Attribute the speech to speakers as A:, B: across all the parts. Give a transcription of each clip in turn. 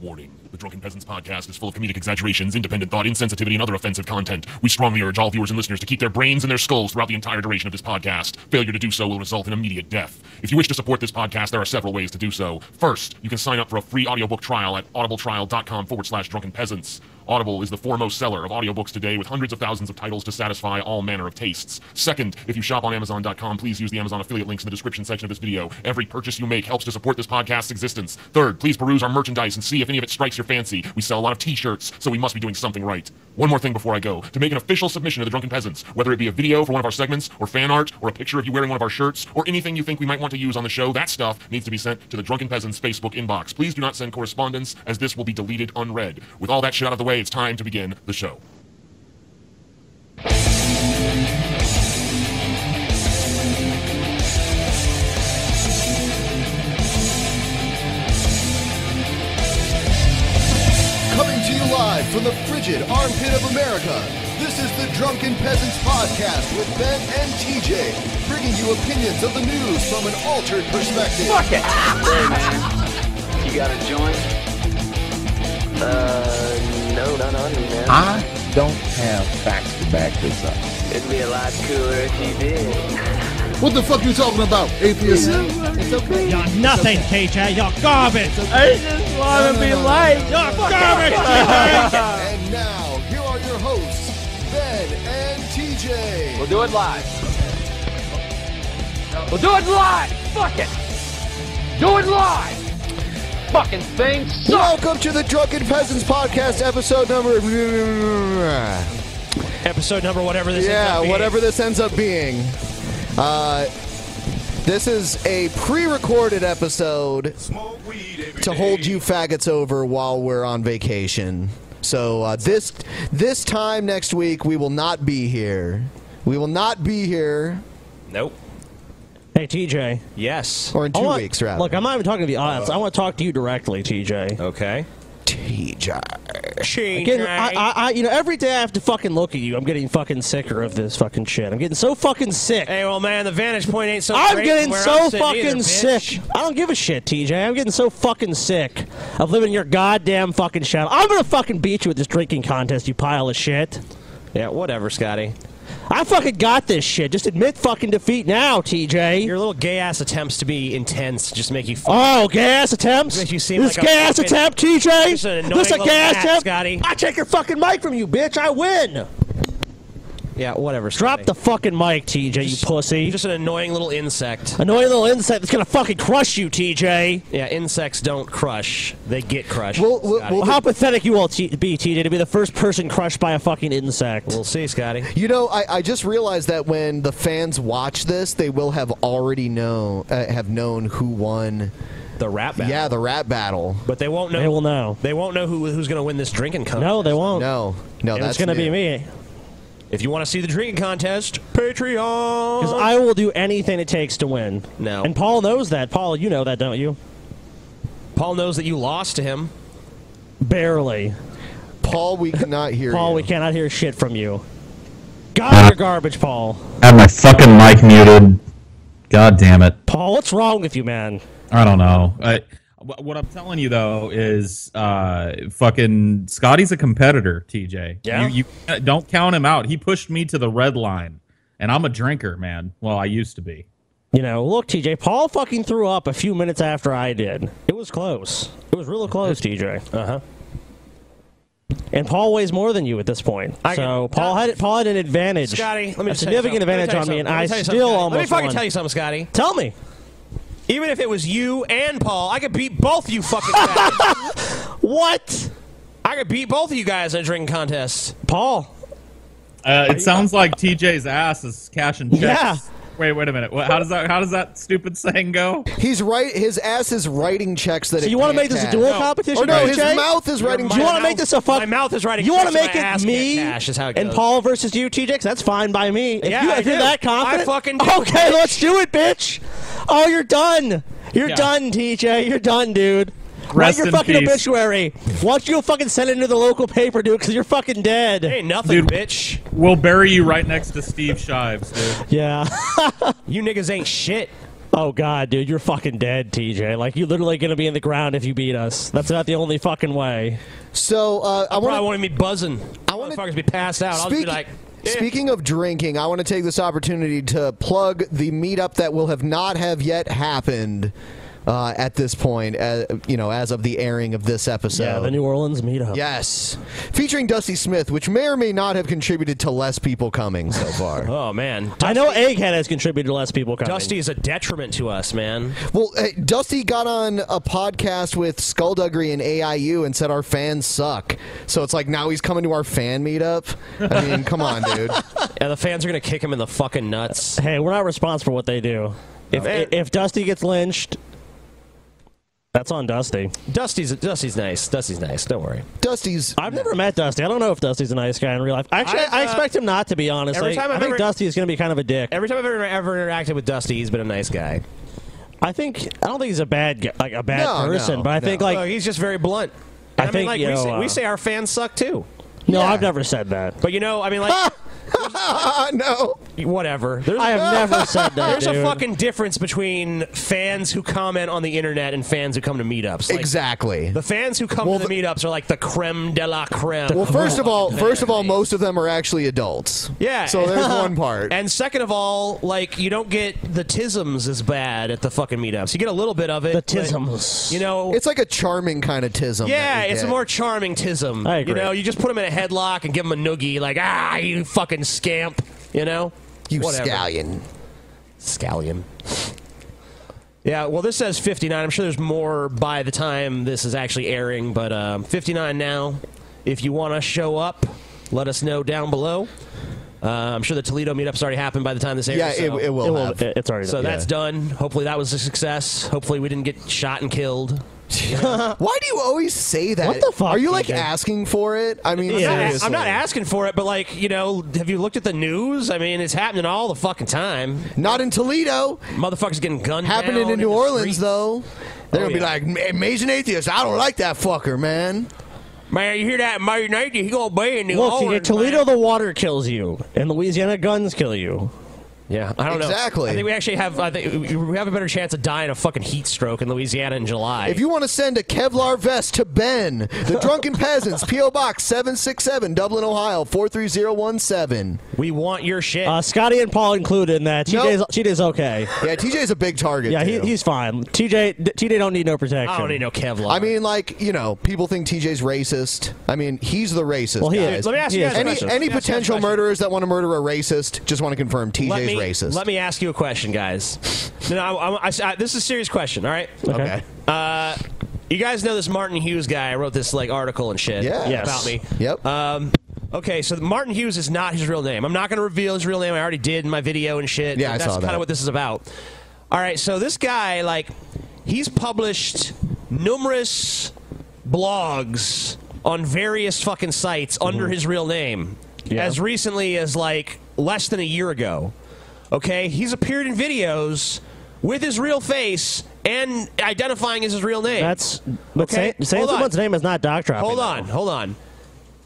A: Warning. The Drunken Peasants podcast is full of comedic exaggerations, independent thought, insensitivity, and other offensive content. We strongly urge all viewers and listeners to keep their brains and their skulls throughout the entire duration of this podcast. Failure to do so will result in immediate death. If you wish to support this podcast, there are several ways to do so. First, you can sign up for a free audiobook trial at audibletrial.com forward slash drunken peasants. Audible is the foremost seller of audiobooks today with hundreds of thousands of titles to satisfy all manner of tastes. Second, if you shop on Amazon.com, please use the Amazon affiliate links in the description section of this video. Every purchase you make helps to support this podcast's existence. Third, please peruse our merchandise and see if any of it strikes your fancy. We sell a lot of t shirts, so we must be doing something right. One more thing before I go to make an official submission to the Drunken Peasants, whether it be a video for one of our segments, or fan art, or a picture of you wearing one of our shirts, or anything you think we might want to use on the show, that stuff needs to be sent to the Drunken Peasants Facebook inbox. Please do not send correspondence, as this will be deleted unread. With all that shit out of the way, it's time to begin the show.
B: Coming to you live from the frigid armpit of America, this is the Drunken Peasants Podcast with Ben and TJ, bringing you opinions of the news from an altered perspective. Fuck it!
C: You got a joint? Uh, no, not on me, man.
D: I don't have facts to back this up.
C: It'd be a lot cooler if you did.
B: What the fuck you talking about, atheist?
E: It's okay. You're nothing, TJ. You're garbage.
F: I just want to be liked.
E: You're garbage, TJ.
B: And now, here are your hosts, Ben and TJ.
C: We'll do it live. We'll do it live. Fuck it. Do it live. Fucking thing sucks.
B: Welcome to the Drunken Peasants Podcast, episode number.
E: Episode number whatever this is.
B: yeah, whatever this ends up being. Uh, this is a pre-recorded episode to hold you faggots over while we're on vacation. So uh, this this time next week we will not be here. We will not be here,
F: Nope.
E: Hey, TJ.
F: Yes.
B: or in two
E: I want-
B: weeks rather.
E: Look, I'm not even talking to the
G: Uh,
E: audience. I want to talk to you directly, TJ.
F: Okay.
B: TJ.
E: Again, I, I, I, you know, every day I have to fucking look at you. I'm getting fucking sicker of this fucking shit. I'm getting so fucking sick.
G: Hey, well, man, the vantage point ain't so.
E: I'm
G: great
E: getting
G: from where
E: so
G: I'm sitting
E: fucking
G: either, bitch.
E: sick. I don't give a shit, TJ. I'm getting so fucking sick of living in your goddamn fucking shadow. I'm gonna fucking beat you with this drinking contest, you pile of shit.
G: Yeah, whatever, Scotty.
E: I fucking got this shit. Just admit fucking defeat now, TJ.
G: Your little gay ass attempts to be intense just make you. F-
E: Oh, gas attempts!
G: Makes you seem
E: this
G: like a
E: gas
G: fucking-
E: attempt,
G: Just an
E: TJ.
G: annoying
E: This a
G: little
E: gas
G: rat,
E: attempt,
G: Scotty.
E: I take your fucking mic from you, bitch. I win.
G: yeah, whatever. Scotty.
E: Drop the fucking mic, TJ. you pussy.
G: You're just an annoying little insect.
E: Annoying little insect that's gonna fucking crush you, TJ.
G: Yeah, insects don't crush; they get crushed.
B: We'll- we'll-
G: Scotty.
E: Well, how pathetic you will t- be, TJ, to be the first person crushed by a fucking insect.
G: We'll see, Scotty.
B: You know, I, I just realized that when the fans watch this, they will have already known uh, have known who won.
G: The rap battle.
B: Yeah, the rap battle.
G: but they won't know.
E: they will know.
G: They won't know who who's gonna win this drinking contest.
E: No, they won't.
B: No, no,
E: it's
B: that's
E: gonna be
B: new.
E: me
G: If you want to see the drinking contest,
E: because
G: Patreon.
E: I will do anything it takes to win.
G: No.
E: And Paul knows that. Paul, you know that, don't you?
G: Paul knows that you lost to him.
E: Barely.
B: Paul, we cannot hear
E: Paul,
B: you.
E: we cannot hear shit from you. God, you're garbage, Paul.
H: I have my fucking mic muted. God damn it.
E: Paul, what's wrong with you, man?
H: I don't know. I, wh- what I'm telling you though is, uh, fucking Scotty's a competitor. TJ.
E: Yeah?
H: You, you don't count him out. He pushed me to the red line, and I'm a drinker, man. Well, I used to be.
E: You know, look, TJ, Paul fucking threw up a few minutes after I did. It was close. It was real close, TJ. Uh
G: Uh-huh.
E: huh. And Paul weighs more than you at this point. so Paul had Paul had an advantage,
G: Scotty, let me
E: a
G: just tell you
E: significant
G: something. Let
E: advantage
G: tell you
E: on me,
G: something.
E: and
G: Let
E: I
G: tell you
E: still
G: something, Scotty.
E: almost
G: Let me fucking
E: won.
G: tell you something, Scotty.
E: Tell me.
G: Even if it was you and Paul, I could beat both you fucking guys.
E: what?
G: I could beat both of you guys in a drinking contest.
E: Paul.
H: Uh, it sounds like TJ's ass is cashing checks.
G: Yeah.
H: Wait, wait a minute. What, how does that? How does that stupid saying go?
B: He's right. His ass is writing checks that.
H: So
B: it
H: you wanna
B: can't
H: make this a
B: cash.
H: dual No. competition,
B: Or no, his
E: TJ?
B: mouth is writing.
E: You want to make this a fuck?
G: my mouth is writing
E: You want to
G: checks,
E: make
G: my ass
E: it
G: can't
E: me
G: cash, is how it
E: and
G: goes.
E: Paul versus you, TJ? 'Cause that's fine by me. If
G: Yeah,
E: you,
G: I
E: if you're
G: do.
E: that
G: I
E: confident,
G: fucking do,
E: okay,
G: bitch.
E: let's do it, bitch. Oh, you're done. You're
G: Yeah.
E: done, TJ. You're done, dude. Write
H: Rest
E: your
H: in
E: fucking
H: peace.
E: obituary. Why don't you fucking send it into the local paper, dude? Because you're fucking dead.
G: Ain't nothing,
H: Dude.
G: bitch.
H: We'll bury you right next to Steve Shives, dude.
E: Yeah.
G: you niggas ain't shit.
E: Oh god, dude, you're fucking dead, TJ. Like you're literally gonna be in the ground if you beat us. That's not the only fucking way.
B: So uh, I
G: I
B: want
G: probably
B: to.
G: want to be buzzing. I want to be passed out. I'll just be like,
B: Speaking of drinking, I want to take this opportunity to plug the meetup that will have not have yet happened uh, at this point, uh, you know, as of the airing of this episode.
E: yeah, the New Orleans meetup.
B: Yes, featuring Dusty Smith, which may or may not have contributed to less people coming so far.
G: oh man,
E: I know Egghead has contributed to less people coming.
G: Dusty is a detriment to us, man.
B: Well, hey, Dusty got on a podcast with Skullduggery and AIU and said our fans suck. So it's like now he's coming to our fan meetup. I mean, come on, dude.
G: Yeah, the fans are gonna kick him in the fucking nuts.
E: Hey, we're not responsible for what they do. If
G: man.
E: if Dusty gets lynched, that's on Dusty.
G: Dusty's Dusty's nice. Dusty's nice. Don't worry.
B: Dusty's.
E: I've never met Dusty. I don't know if Dusty's a nice guy in real life. Actually,
G: I've,
E: I, I
G: uh,
E: expect him not to be. Honestly,
G: every time
E: I
G: I've
E: think
G: ever-
E: Dusty is going to be kind of a dick.
G: Every time I've ever, ever interacted with Dusty, he's been a nice guy.
E: I think I don't think he's a bad guy, like a bad
G: No,
E: person,
G: no,
E: but I
G: no.
E: think like
G: Look, Oh, he's just very blunt. And
E: I
G: I, mean,
E: think,
G: like
E: you
G: we,
E: know,
G: say, we
E: uh,
G: say our fans suck too.
E: no, I've never said that.
G: But you know, I mean, like
B: no,
G: whatever. There's,
E: I have never said that.
G: There's a
E: dude.
G: fucking difference between fans who comment on the internet and fans who come to meetups. Like,
B: exactly.
G: The fans who come
B: Well,
G: to the, meetups are like the creme de la creme.
B: Well, first of all, first of all, most of them are actually adults.
G: Yeah.
B: So there's one part.
G: And second of all, like you don't get the tisms as bad at the fucking meetups. You get a little bit of it.
E: the
G: but,
E: tisms.
G: You know,
B: It's like a charming kind of tism.
G: yeah,
B: that we
G: it's a
B: get.
G: more charming tism.
E: I agree.
G: You know, you just put them in a headlock and give them a noogie, like ah, you fucking scamp. You know,
B: you
G: Whatever.
B: scallion.
G: scallion. Yeah, well, this says 59. I'm sure there's more by the time this is actually airing, but um, 59 now. If you want to show up, let us know down below. Uh, I'm sure the Toledo meetup's already happened by the time this airs.
B: Yeah,
G: so.
B: it, it will.
E: It will-
B: have.
E: it- it's already
G: So
E: done.
G: that's done. Hopefully that was a success. Hopefully we didn't get shot and killed.
B: Why do you always say that?
E: What the fuck,
B: Are you like
E: TJ?
B: asking for it? I mean,
E: Yeah,
G: I'm, not,
B: seriously.
G: I'm not asking for it, but like you know, have you looked at the news? I mean, it's happening all the fucking time.
B: Not in Toledo.
G: Motherfuckers getting gunned.
B: Happening
G: down
B: in New
G: the
B: Orleans,
G: streets.
B: though. They're
G: Oh,
B: gonna
G: yeah.
B: be like, "Amazing atheist." I don't like that fucker, man.
G: Man, you hear that? Martin Knight, he gonna be in New
E: Look,
G: Orleans.
E: TJ, Toledo,
G: man.
E: the water kills you, and Louisiana guns kill you.
G: Yeah, I don't know
B: Exactly.
G: I think we actually have. I think we have a better chance of dying of fucking heat stroke in Louisiana in July.
B: If you want to send a Kevlar vest to Ben, the Drunken Peasants, P.O. Box 767, Dublin, Ohio 43017.
G: we want your shit.
E: Uh, Scotty and Paul included in that.
B: Nope.
E: TJ's, TJ's okay.
B: Yeah, TJ's a big target.
E: Yeah, he,
B: too.
E: he's fine. TJ, d- TJ don't need no protection.
G: I don't need no Kevlar.
B: I mean, like, you know, people think TJ's racist. I mean, he's the racist.
E: Well, he
B: guys.
E: is.
G: Let me ask
E: He
G: you
E: is
G: guys a
B: Any,
G: question.
B: any
G: Let me ask you guys a
B: potential
G: question.
B: murderers that want to murder a racist just want to confirm TJ's
G: let me,
B: racist.
G: Let me ask you a question, guys. no, no, I, I, I, this is a serious question. All right.
E: Okay.
B: Okay.
G: Uh, you guys know this Martin Hughes guy. I wrote this like article and shit
B: Yeah. Yes.
G: about me.
B: Yep.
G: Um, okay, so Martin Hughes is not his real name. I'm not going to reveal his real name. I already did in my video and shit.
B: Yeah, I
G: that's
B: saw that.
G: kind of what this is about. All right, so this guy, like, he's published numerous blogs on various fucking sites
B: Mm-hmm.
G: under his real name as recently as like less than a year ago. Okay, he's appeared in videos with his real face and identifying as his real name.
E: That's but
G: Okay,
E: say- saying
G: hold on.
E: someone's name is not doc dropping.
G: Hold
E: though.
G: on, hold on.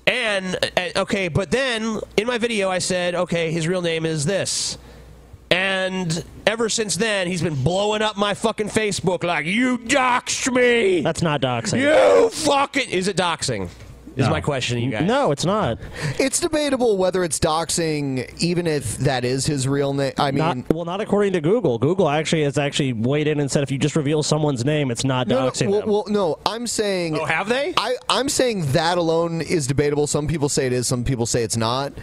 G: And uh, okay, but then in my video I said, okay, his real name is this. And ever since then, he's been blowing up my fucking Facebook like you doxed me.
E: That's not doxing.
G: You fucking is it doxing? Is my question to you guys?
E: No, it's not.
B: It's debatable whether it's doxing, even if that is his real name. I mean,
E: Not- well, not according to Google. Google actually has actually weighed in and said if you just reveal someone's name, it's not
B: no,
E: doxing
B: no, well,
E: them.
B: well, no. I'm saying. Oh,
G: have they?
B: I, I'm saying that alone is debatable. Some people say it is. Some people say it's not.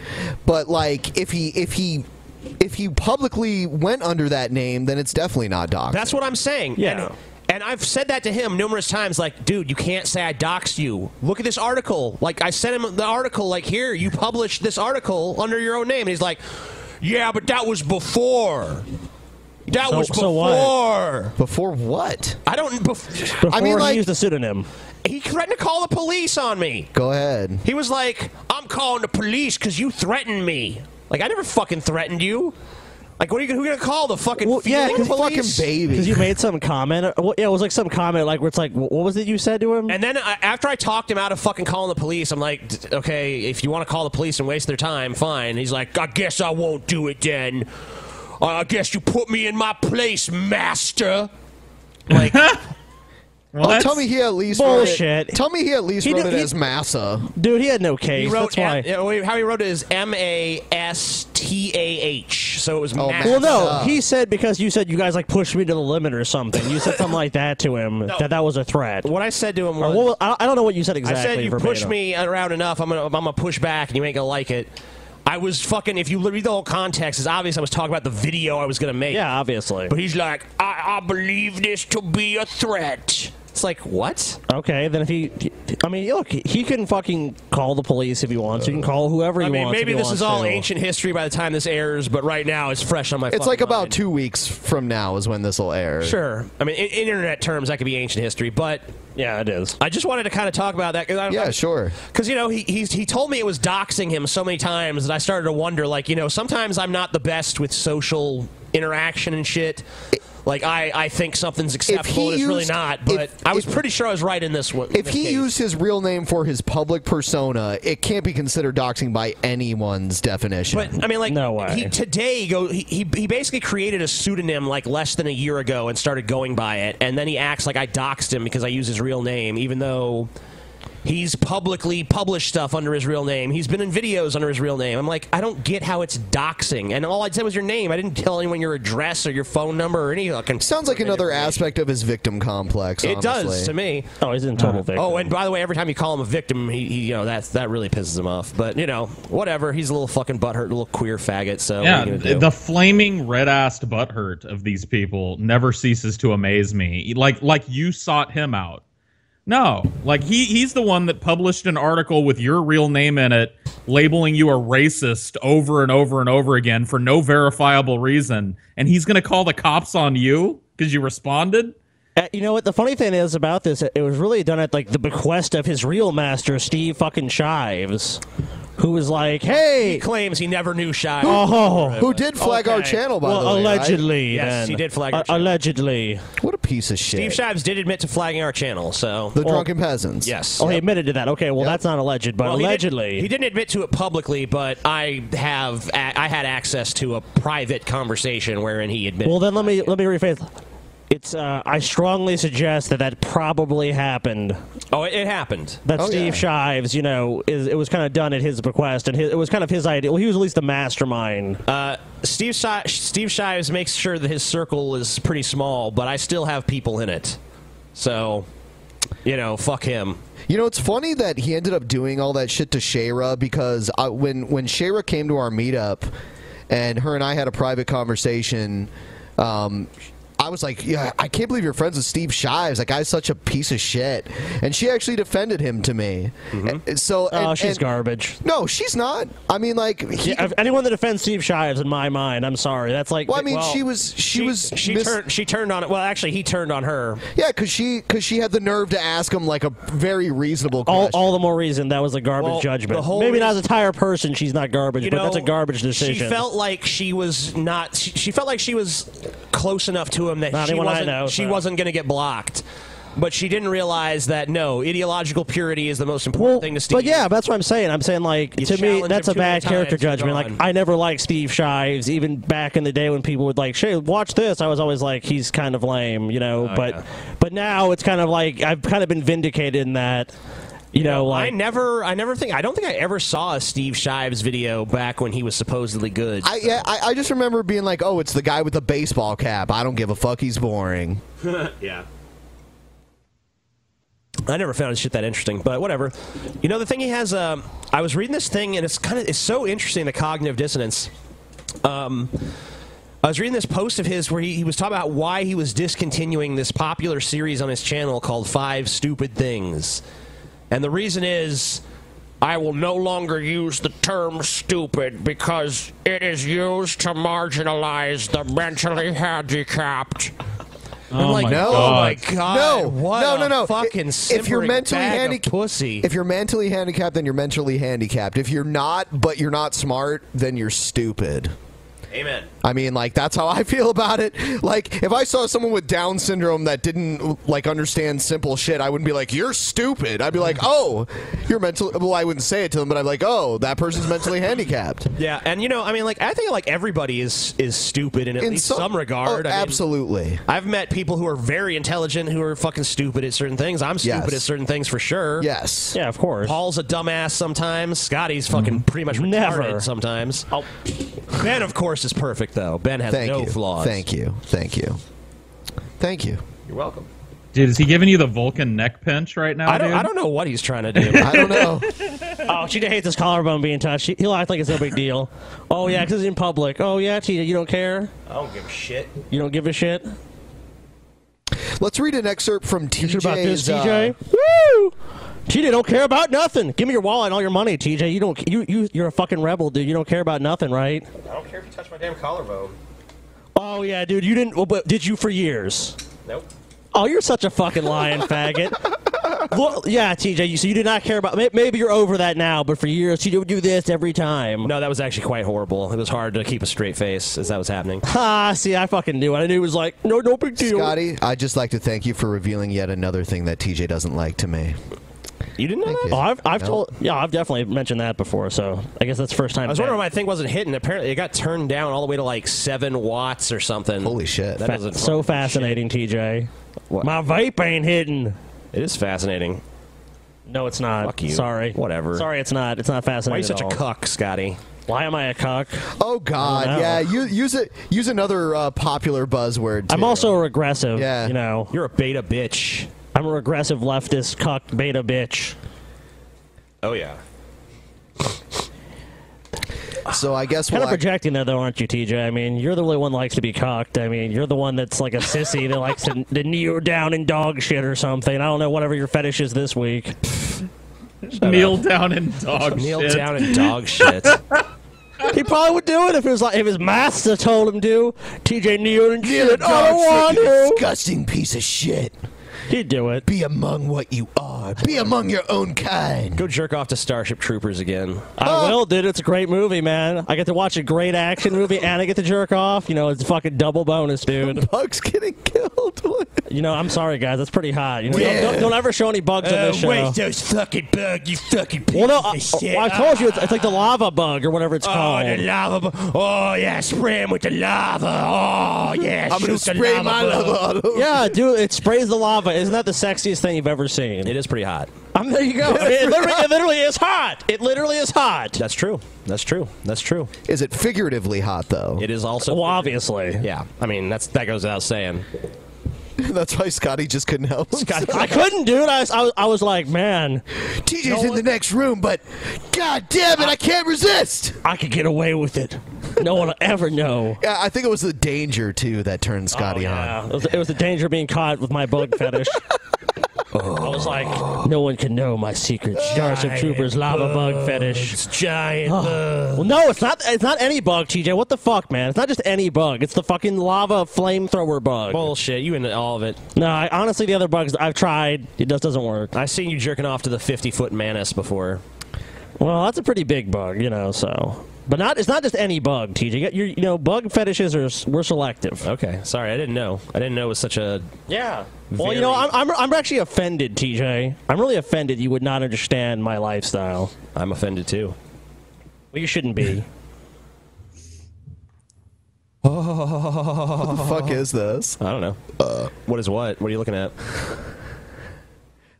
B: But like, if he, if he, if he publicly went under that name, then it's definitely not doxing.
G: That's what I'm saying.
B: Yeah.
G: And, and I've said that to him numerous times. Like, dude, you can't say I doxed you. Look at this article. Like, I sent him the article. Like, here, you published this article under your own name. And he's like, yeah, but that was before. That
E: So-
G: was before.
E: so what?
B: Before what?
G: I don't. Bef-
E: Before
G: I mean,
E: he
G: like,
E: used a pseudonym.
G: he threatened to call the police on me.
B: Go ahead.
G: He was like, I'm calling the police because you threatened me. Like, I never fucking threatened you. Like, what are you who gonna call the fucking field police?
E: Because you made some comment. uh, Well, yeah, it was like some comment, like where it's like, wh- what was it you said to him?
G: And then I, after I talked him out of fucking calling the police, I'm like, "D- okay, if you want to call the police and waste their time, fine. He's like, I guess I won't do it then. Uh, I guess you put me in my place, master. Like,
B: oh, tell me he at least Wrote
G: Bullshit.
B: it, tell me he at least
G: He
B: wrote
G: did-
B: it
G: he-
B: as Massa.
E: Dude, he had no case.
G: he wrote M- yeah, wait, how he wrote it is M A S T A H, so it was. Oh,
E: well, no, he said because you said you guys like pushed me to the limit or something. You said something like that to him that that was a threat. What
G: I said to him
E: was, I I don't know what you said exactly.
G: I said you push
E: verbatim.
G: me around enough. I'm gonna I'm gonna push back, and you ain't gonna like it. I was fucking. If you read the whole context, it's obvious I was talking about the video I was gonna make.
E: Yeah, obviously.
G: But he's like, I, I believe this to be a threat. It's like what?
E: Okay, then if he, I mean, look, he can fucking call the police if he wants. He can call whoever he
G: I mean,
E: wants. if
G: maybe
E: he
G: this is
E: wants
G: all
E: to.
G: ancient history by the time this airs, but right now it's fresh on my.
B: It's
G: fucking
B: like about
G: mind.
B: two weeks from now is when this will air.
G: Sure. I mean, in, in internet terms, that could be ancient history, but
E: yeah, it is.
G: I just wanted to kind of talk about that. 'cause I,
B: Yeah,
G: I-
B: sure.
G: Because you know he he's, he told me it was doxing him so many times that I started to wonder. Like you know, sometimes I'm not the best with social interaction and shit. Like I, I think something's acceptable, and it's really
B: used-
G: not. But
B: if-
G: I was pretty sure I was right in this one.
B: If he used his real name for his public persona, it can't be considered doxing by anyone's definition.
G: But I mean, like, he today go he, he he basically created a pseudonym like less than a year ago and started going by it, and then he acts like I doxed him because I use his real name, even though he's publicly published stuff under his real name. He's been in videos under his real name. I'm like, I don't get how it's doxing, and all I said was your name. I didn't tell anyone your address or your phone number or any fucking.
B: Sounds like another aspect of his victim complex.
G: It does
B: honestly.
G: to me.
E: Oh, he's in total victim.
G: Oh, and by the way, every time you call him a victim, he, he you know that that really pisses him off. But you know, whatever. He's a little fucking butthurt, a little queer faggot. So
H: yeah,
G: what are you gonna do?
H: the flaming red-assed butthurt of these people never ceases to amaze me. E, Like like you sought him out. No, like he he's the one that published an article with your real name in it, labeling you a racist over and over and over again for no verifiable reason, and he's going to call the cops on you because you responded.
E: Uh, You know what? The funny thing is about this, it was really done at like the bequest of his real master, Steve fucking Shives, who was like, "Hey,
G: He claims he never knew Shy.
E: oh,
B: Who did flag our channel, by
E: well,
B: the way, right?
E: allegedly."
G: Yes,
E: then.
G: he did flag our
E: Uh, allegedly.
B: What a piece of shit.
G: Steve Shives did admit to flagging our channel, so
B: The drunken peasants.
G: Yes.
E: Oh, he admitted to that. Okay, well, that's not alleged, but
G: Well, he did-
E: allegedly.
G: he, didn't admit to it publicly, but I have a- I had access to a private conversation wherein he admitted.
E: Well, then let me let me rephrase. It's. Uh, I strongly suggest that that probably happened.
G: oh, it, it happened.
E: That
G: Oh,
E: Steve
G: yeah.
E: Shives, you know, is it was kind of done at his bequest, and his, it was kind of his idea. Well, he was at least the mastermind.
G: Uh, Steve Shi- Steve Shives makes sure that his circle is pretty small, but I still have people in it, so you know, fuck him.
B: You know, it's funny that he ended up doing all that shit to Shayra because I, when when Shayra came to our meetup, and her and I had a private conversation. Um, I was like, yeah, I can't believe you're friends with Steve Shives. That guy's such a piece of shit. And she actually defended him to me. And So,
E: oh,
B: and-
E: she's
B: and-
E: garbage.
B: No, she's not. I mean, like, he,
E: Yeah, if anyone that defends Steve Shives, in my mind, I'm sorry. That's like.
B: Well, I mean, she was- she was
G: she
B: mis-
G: turned she turned on it. Well, actually, he turned on her.
B: yeah, because she because she had the nerve to ask him like a very reasonable
E: All,
B: question.
E: all the more reason that was a garbage
G: Well,
E: judgment.
G: the whole
E: Maybe not as
G: reason-
E: a tire person, she's not garbage,
G: You
E: but
G: know,
E: that's a garbage decision.
G: She felt like she was not. She, she felt like she was close enough to him that
E: Not
G: she
E: anyone I
G: wasn't.
E: know,
G: she
E: so.
G: wasn't going to get blocked. But she didn't realize that no, ideological purity is the most important thing to Steve.
E: But yeah, that's what I'm saying. I'm saying like to me,
G: challenge him
E: that's a
G: too many
E: bad character
G: times, you're
E: judgment. Like
G: gone.
E: I never liked Steve Shives, even back in the day when people would like, "Shay, watch this." I was always like, "He's kind
G: Oh,
E: of lame," you know. but but now it's kind of like I've kind of been vindicated in that. You know,
G: I
E: like
G: never, I never think, I don't think I ever saw a Steve Shives video back when he was supposedly good.
B: I, yeah, I, I just remember being like, "Oh, it's the guy with the baseball cap. I don't give a fuck. He's boring."
G: yeah. I never found his shit that interesting, but whatever. You know, the thing he has, um, I was reading this thing, and it's kind of, it's so interesting, the cognitive dissonance. Um, I was reading this post of his where he, he was talking about why he was discontinuing this popular series on his channel called Five Stupid Things. And the reason is, I will no longer use the term stupid because it is used to marginalize the mentally handicapped.
B: I'm like, no,
G: oh my god,
B: no,
G: what
B: no, no,
G: a
B: no.
G: fucking
B: if you're
G: simpering
B: mentally
G: bag of
B: handicapped,
G: pussy.
B: If you're mentally handicapped, then you're mentally handicapped. If you're not, but you're not smart, then you're stupid.
G: Amen.
B: I mean, like that's how I feel about it. Like if I saw someone with Down syndrome that didn't like understand simple shit, I wouldn't be like, "You're stupid." I'd be like, "Oh, you're mentally." Well, I wouldn't say it to them, but I'm like, "Oh, that person's mentally handicapped."
G: Yeah, and you know, I mean, like I think like everybody is is stupid in at
B: In
G: least
B: some-
G: some regard.
B: oh,
G: I mean,
B: absolutely.
G: I've met people who are very intelligent who are fucking stupid at certain things. I'm stupid
B: Yes.
G: at certain things for sure.
B: Yes.
E: Yeah, of course. Mm-hmm.
G: Paul's a dumbass sometimes. Scotty's fucking pretty much retarded
E: Never.
G: sometimes. Oh. Ben, of course, is perfect though. Ben has
B: Thank
G: no
B: you.
G: flaws.
B: Thank you. Thank you. Thank you.
G: You're welcome.
H: Dude, is he giving you the Vulcan neck pinch right now?
G: I don't,
H: dude?
G: I don't know what he's trying to do.
B: I don't know.
E: oh, she hates his collarbone being touched. He- He'll act like it's no big deal. Oh yeah, because it's in public. Oh yeah, Tina, you don't care.
G: I don't give a shit.
E: You don't give a shit.
B: Let's read an excerpt from
E: Shit about
B: TJ's.
E: this, TJ.
B: uh,
E: Woo! TJ don't care about nothing. Give me your wallet and all your money, TJ. You don't. You you you're a fucking rebel, dude. You don't care about nothing, right?
G: I don't care if you touch my damn collarbone.
E: Oh yeah, dude. You didn't. Well, but did you for years?
G: Nope.
E: Oh, you're such a fucking lying faggot. Well, yeah, TJ. You, so you did not care about. may- Maybe you're over that now, but for years you would do this every time.
G: No, that was actually quite horrible. It was hard to keep a straight face as that was happening.
E: Ah, see, I fucking knew. it. I knew it was like no, no big deal.
B: Scotty, I'd just like to thank you for revealing yet another thing that TJ doesn't like to me.
G: You didn't know that?
B: you.
E: Oh, I've, I've
B: No.
E: told. Yeah, I've definitely mentioned that before. So I guess that's first time.
G: I was wondering why my thing wasn't hitting. Apparently, it got turned down all the way to like seven watts or something.
B: Holy shit.
G: That doesn't
E: so fascinating, TJ.
G: What?
E: My vape ain't hidden.
G: It is fascinating.
E: No, it's not.
G: Fuck you.
E: Sorry.
G: Whatever.
E: Sorry, it's not. It's not
G: Why are you
E: fascinating.
G: such a
E: at all.
G: cuck, Scotty?
E: Why am I a cuck?
B: Oh
E: I
B: God,
E: don't know.
B: yeah. Use use it. Use another uh, popular buzzword.
E: I'm
B: too.
E: also regressive.
B: Yeah.
E: You know,
G: You're a beta bitch.
E: I'm a regressive leftist cuck beta bitch.
G: Oh yeah.
B: So I guess
E: Kind
B: we'll
E: of projecting there, though, aren't you, TJ? I mean, you're the only one that likes to be cocked. I mean, you're the one that's like a sissy that likes to, to kneel down in dog shit or something. I don't know, whatever your fetish is this week.
H: Kneel down and dog
G: Kneel
H: shit.
G: down and dog shit.
E: He probably would do it if it was like if his master told him to. TJ kneeled and
B: You're
E: did
B: a
E: it. I
B: dog
E: don't
B: shit, you
E: want to.
B: Disgusting piece of shit.
E: He'd do it.
B: Be among what you are. Be among your own kind.
G: Go jerk off to Starship Troopers again.
E: I will, dude. It's a great movie, man. I get to watch a great action movie and I get to jerk off. You know, it's a fucking double bonus, dude.
B: Bugs getting killed.
E: You know, I'm sorry, guys. That's pretty hot. You know,
B: Yeah.
E: don't, don't, don't ever show any bugs on this show.
G: Uh, Oh, those fucking bugs, you fucking piece
E: well, no, I, well, I told you it's, it's like the lava bug or whatever it's called.
G: lava. Oh, yeah, spray him with the lava. Oh, yeah,
B: I'm gonna spray my love all over.
E: Yeah, dude, it sprays the lava. Isn't that the sexiest thing you've ever seen?
G: It is pretty hot.
E: I'm, there you go. I mean, it, literally, it literally is hot. It literally is hot.
G: That's true. That's true. That's true.
B: Is it figuratively hot though?
G: It is also.
E: Well, obviously.
G: Yeah, I mean that's that goes without saying.
B: That's why Scotty just couldn't help. himself.
E: I couldn't, dude. I was, I was, I was like, man,
B: TJ's in the next room, but God damn it, I can't resist.
E: I could get away with it. No one will ever know.
B: Yeah, I think it was the danger too that turned Scotty on.
E: Oh, It was, it was a danger of being caught with my bug fetish. I was like, no one can know my secret Starship Troopers lava bug fetish. Ah.
G: giant.
E: Well, no, it's not. It's not any bug, TJ. What the fuck, man? It's not just any bug. It's the fucking lava flamethrower bug.
G: Bullshit! You into all of it?
E: no, I, honestly, the other bugs I've tried, it just doesn't work.
G: I seen you jerking off to the fifty-foot manis before.
E: Well, that's a pretty big bug, you know. So, but not. It's not just any bug, TJ. You're, you know, bug fetishes are s- we're selective.
G: Okay, sorry, I didn't know. I didn't know it was such a.
E: Yeah. Well, you
G: Very-
E: know, I'm, I'm, I'm actually offended, TJ. I'm really offended you would not understand my lifestyle.
G: I'm offended too.
E: Well, you shouldn't be.
B: What the fuck is this? Uh,
G: I don't know. What is what? What are you looking at?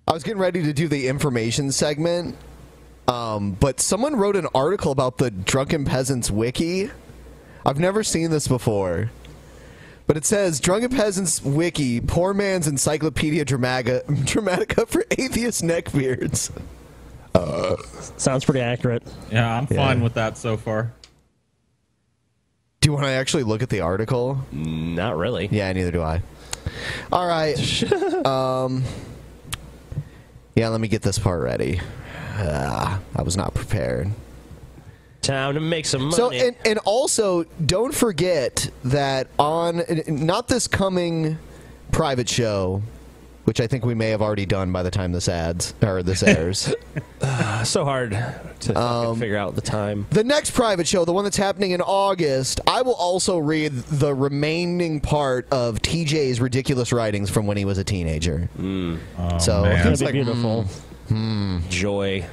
B: I was getting ready to do the information segment, um, but someone wrote an article about the Drunken Peasants Wiki. I've never seen this before. But it says Drunken Peasants Wiki, poor man's encyclopedia dramaga, dramatica for atheist neckbeards.
E: Uh, Sounds pretty accurate.
H: Yeah, I'm fine with that so far.
B: Do you want to actually look at the article?
G: Not really.
B: Yeah, neither do I. All right. um, yeah, let me get this part ready. Ah, I was not prepared.
G: Time to make some money.
B: So and, and also don't forget that on n- n- not this coming private show, which I think we may have already done by the time this ads or this airs.
G: Uh,
B: Um,
G: so hard to fucking figure out the time.
B: The next private show, the one that's happening in August, I will also read the remaining part of TJ's ridiculous writings from when he was a teenager.
G: Hmm.
B: so
G: Mm. Oh, man.
B: if it's
G: It's gonna
B: like,
G: be beautiful.
B: hmm, hmm.
G: Joy.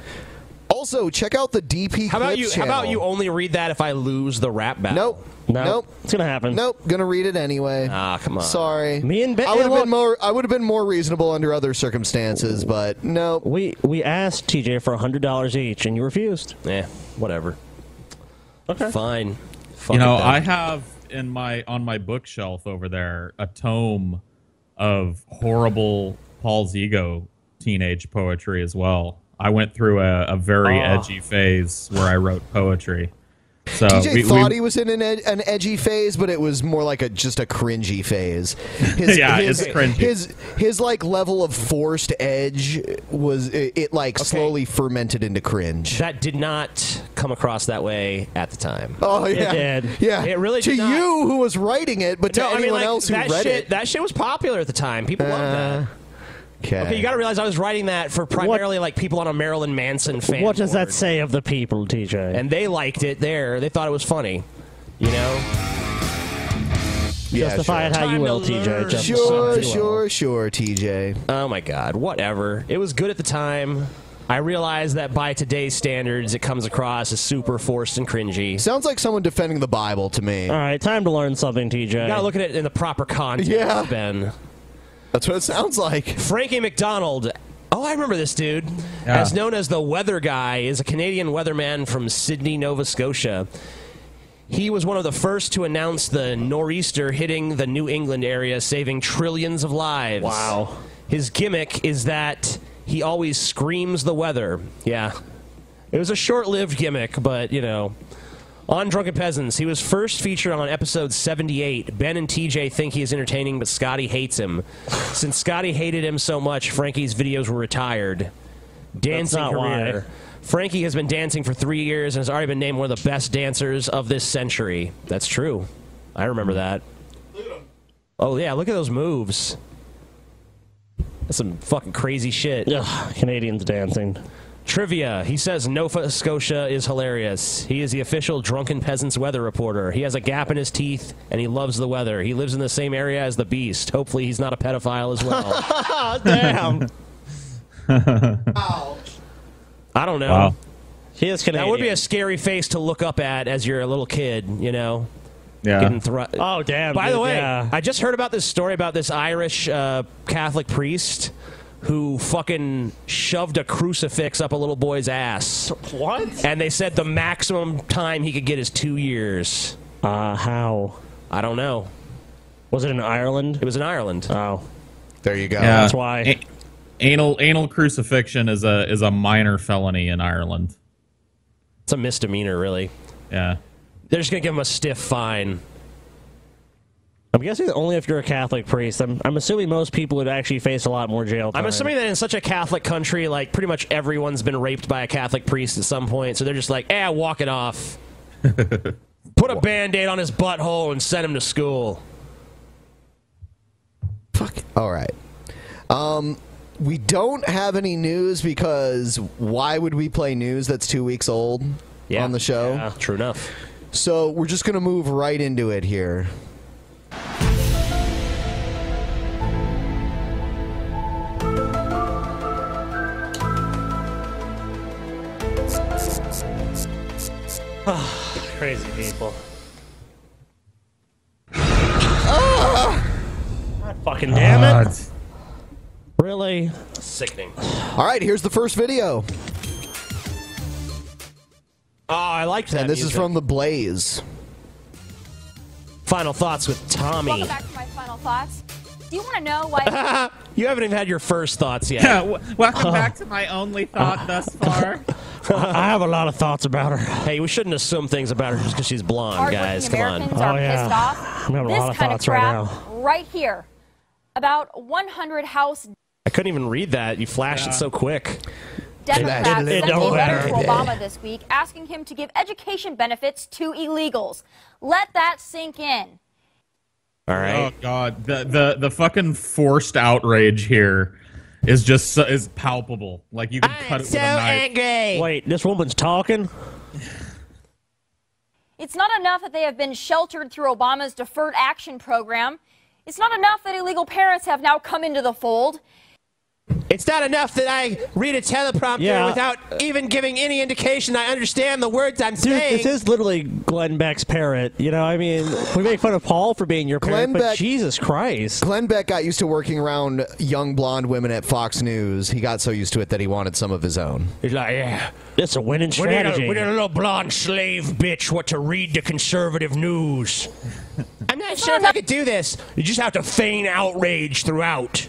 B: Also, check out the DP.
G: How about
B: Clips
G: you?
B: Channel.
G: How about you only read that if I lose the rap battle?
B: Nope. Nope.
E: It's gonna happen.
B: Nope. Gonna read it anyway.
G: Ah, come on.
B: Sorry.
E: Me and Ben.
B: I would have been more. I would have been more reasonable under other circumstances, but no.
E: We we asked TJ for hundred dollars each, and you refused.
G: Yeah. Whatever.
E: Okay.
G: Fine.
H: you know,
G: it then.
H: I have in my on my bookshelf over there a tome of horrible Paul's ego teenage poetry as well. I went through a, a very
B: Ah.
H: edgy phase where I wrote poetry.
G: uh,
H: So
B: TJ
H: we-
B: thought
H: we-
B: he was in an, ed- an edgy phase, but it was more like a just a cringy phase. His,
H: Yeah, it's cringy.
B: His his like level of forced edge was it, it like slowly fermented into cringe.
G: That did not come across that way at the time.
B: Oh yeah, yeah.
G: It really
B: to
G: did not.
B: you who was writing it, but to
G: No, I mean,
B: anyone
G: like,
B: else who
G: that
B: read
G: shit,
B: it. Uh,
G: That shit was popular at the time. People loved that.
B: Okay.
G: Okay, you got to realize I was writing that for primarily like people on a Marilyn Manson fan.
E: What does
G: board.
E: that say of the people, TJ?
G: And they liked it there. They thought it was funny. You know?
E: justify it how you will, TJ. Justify
B: Sure,
E: it how you will.
B: sure, sure, TJ.
G: Oh my God, whatever. It was good at the time. I realize that by today's standards, it comes across as super forced and cringy.
B: Sounds like someone defending the Bible to me.
E: All right, time to learn something, TJ.
G: You gotta look at it in the proper context,
B: Yeah.
G: Ben.
B: That's what it sounds like.
G: Frankie McDonald. Oh, I remember this dude.
H: Yeah.
G: As known as the Weather Guy, is a Canadian weatherman from Sydney, Nova Scotia. He was one of the first to announce the nor'easter hitting the New England area, saving trillions of lives. Wow. His gimmick is that he always screams the weather. Yeah. It was a short lived gimmick, but, you know. On Drunken Peasants, he was first featured on episode 78. Ben and TJ think he is entertaining, but Scotty hates him. Since Scotty hated him so much, Frankie's videos were retired. Dancing
E: not why.
G: career. Frankie has been dancing for three years and has already been named one of the best dancers of this century. That's true. I remember
E: Mm-hmm.
G: that. Oh, yeah, look at those moves. That's some fucking crazy shit.
E: Ugh, Canadians dancing.
G: Trivia. He says Nova Scotia is hilarious. He is the official drunken peasants weather reporter. He has a gap in his teeth and he loves the weather. He lives in the same area as the beast. Hopefully, he's not a pedophile as well.
E: Damn.
G: I don't know.
H: Wow.
E: He is Canadian.
G: That would be a scary face to look up at as you're a little kid, you know?
H: yeah.
G: Getting thru-
E: Oh damn!
G: By
E: dude,
G: the way,
E: yeah.
G: I just heard about this story about this Irish uh, Catholic priest who fucking shoved a crucifix up a little boy's ass.
E: what?
G: And they said the maximum time he could get is two years.
E: Uh, how
G: I don't know.
E: was it in Ireland?
G: It was in Ireland.
E: Oh,
B: There you go.
H: Yeah.
E: that's why.
H: A- anal anal crucifixion is a is a minor felony in Ireland.
G: It's a misdemeanor, really.
H: Yeah.
G: They're just gonna give him a stiff fine.
E: I'm guessing only if you're a Catholic priest. I'm, I'm assuming most people would actually face a lot more jail time.
G: I'm assuming that in such a Catholic country, like pretty much everyone's been raped by a Catholic priest at some point, so they're just like, eh, walk it off. Put a band aid on his butthole and send him to school.
B: All right. Um, we don't have any news because why would we play news that's two weeks old
G: Yeah.
B: on the show?
G: Yeah, true enough.
B: So we're just gonna move right into it here.
E: crazy people.
G: Ah! Uh,
E: God fucking damn it! Really?
G: Sickening.
B: All right, here's the first video.
G: Oh, I liked that.
B: And this is
G: music.
B: from The Blaze.
G: Final thoughts with Tommy.
I: Welcome back to my final thoughts. Do you want to know why?
G: You haven't even had your first thoughts yet.
H: Yeah, w-
G: Oh.
H: welcome back to my only thought thus far.
G: I have a lot of thoughts about her. Hey, we shouldn't assume things about her just because she's blonde,
I: Hardworking
G: guys. Come on. Oh,
I: Americans are pissed off.
G: I'm having a
I: this
G: lot of
I: kind
G: thoughts
I: of
G: right
I: crap
G: now.
I: right here. About 100 House
G: I couldn't even read that. You flashed it so quick.
I: Democrats sent a letter to Obama this week asking him to give education benefits to illegals. Let that sink in.
G: All
H: Oh
G: right.
H: god, the the the fucking forced outrage here is just so, is palpable. Like you can cut it with a knife.
E: Wait, this woman's talking?
I: It's not enough that they have been sheltered through Obama's deferred action program. It's not enough that illegal parents have now come into the fold.
G: It's not enough that I read a teleprompter
E: Yeah.
G: without even giving any indication I understand the words I'm
E: Dude,
G: saying.
E: this is literally Glenn Beck's parrot. You know, I mean, we make fun of Paul for being your parrot,
B: Glenn
E: but
B: Beck.
E: Jesus Christ.
B: Glenn Beck got used to working around young blonde women at Fox News. He got so used to it that he wanted some of his own.
G: He's like, yeah.
E: It's a winning
G: We need
E: strategy.
G: a, we need a little blonde slave bitch what to read the conservative news. I'm not sure if I could do this. You just have to feign outrage throughout.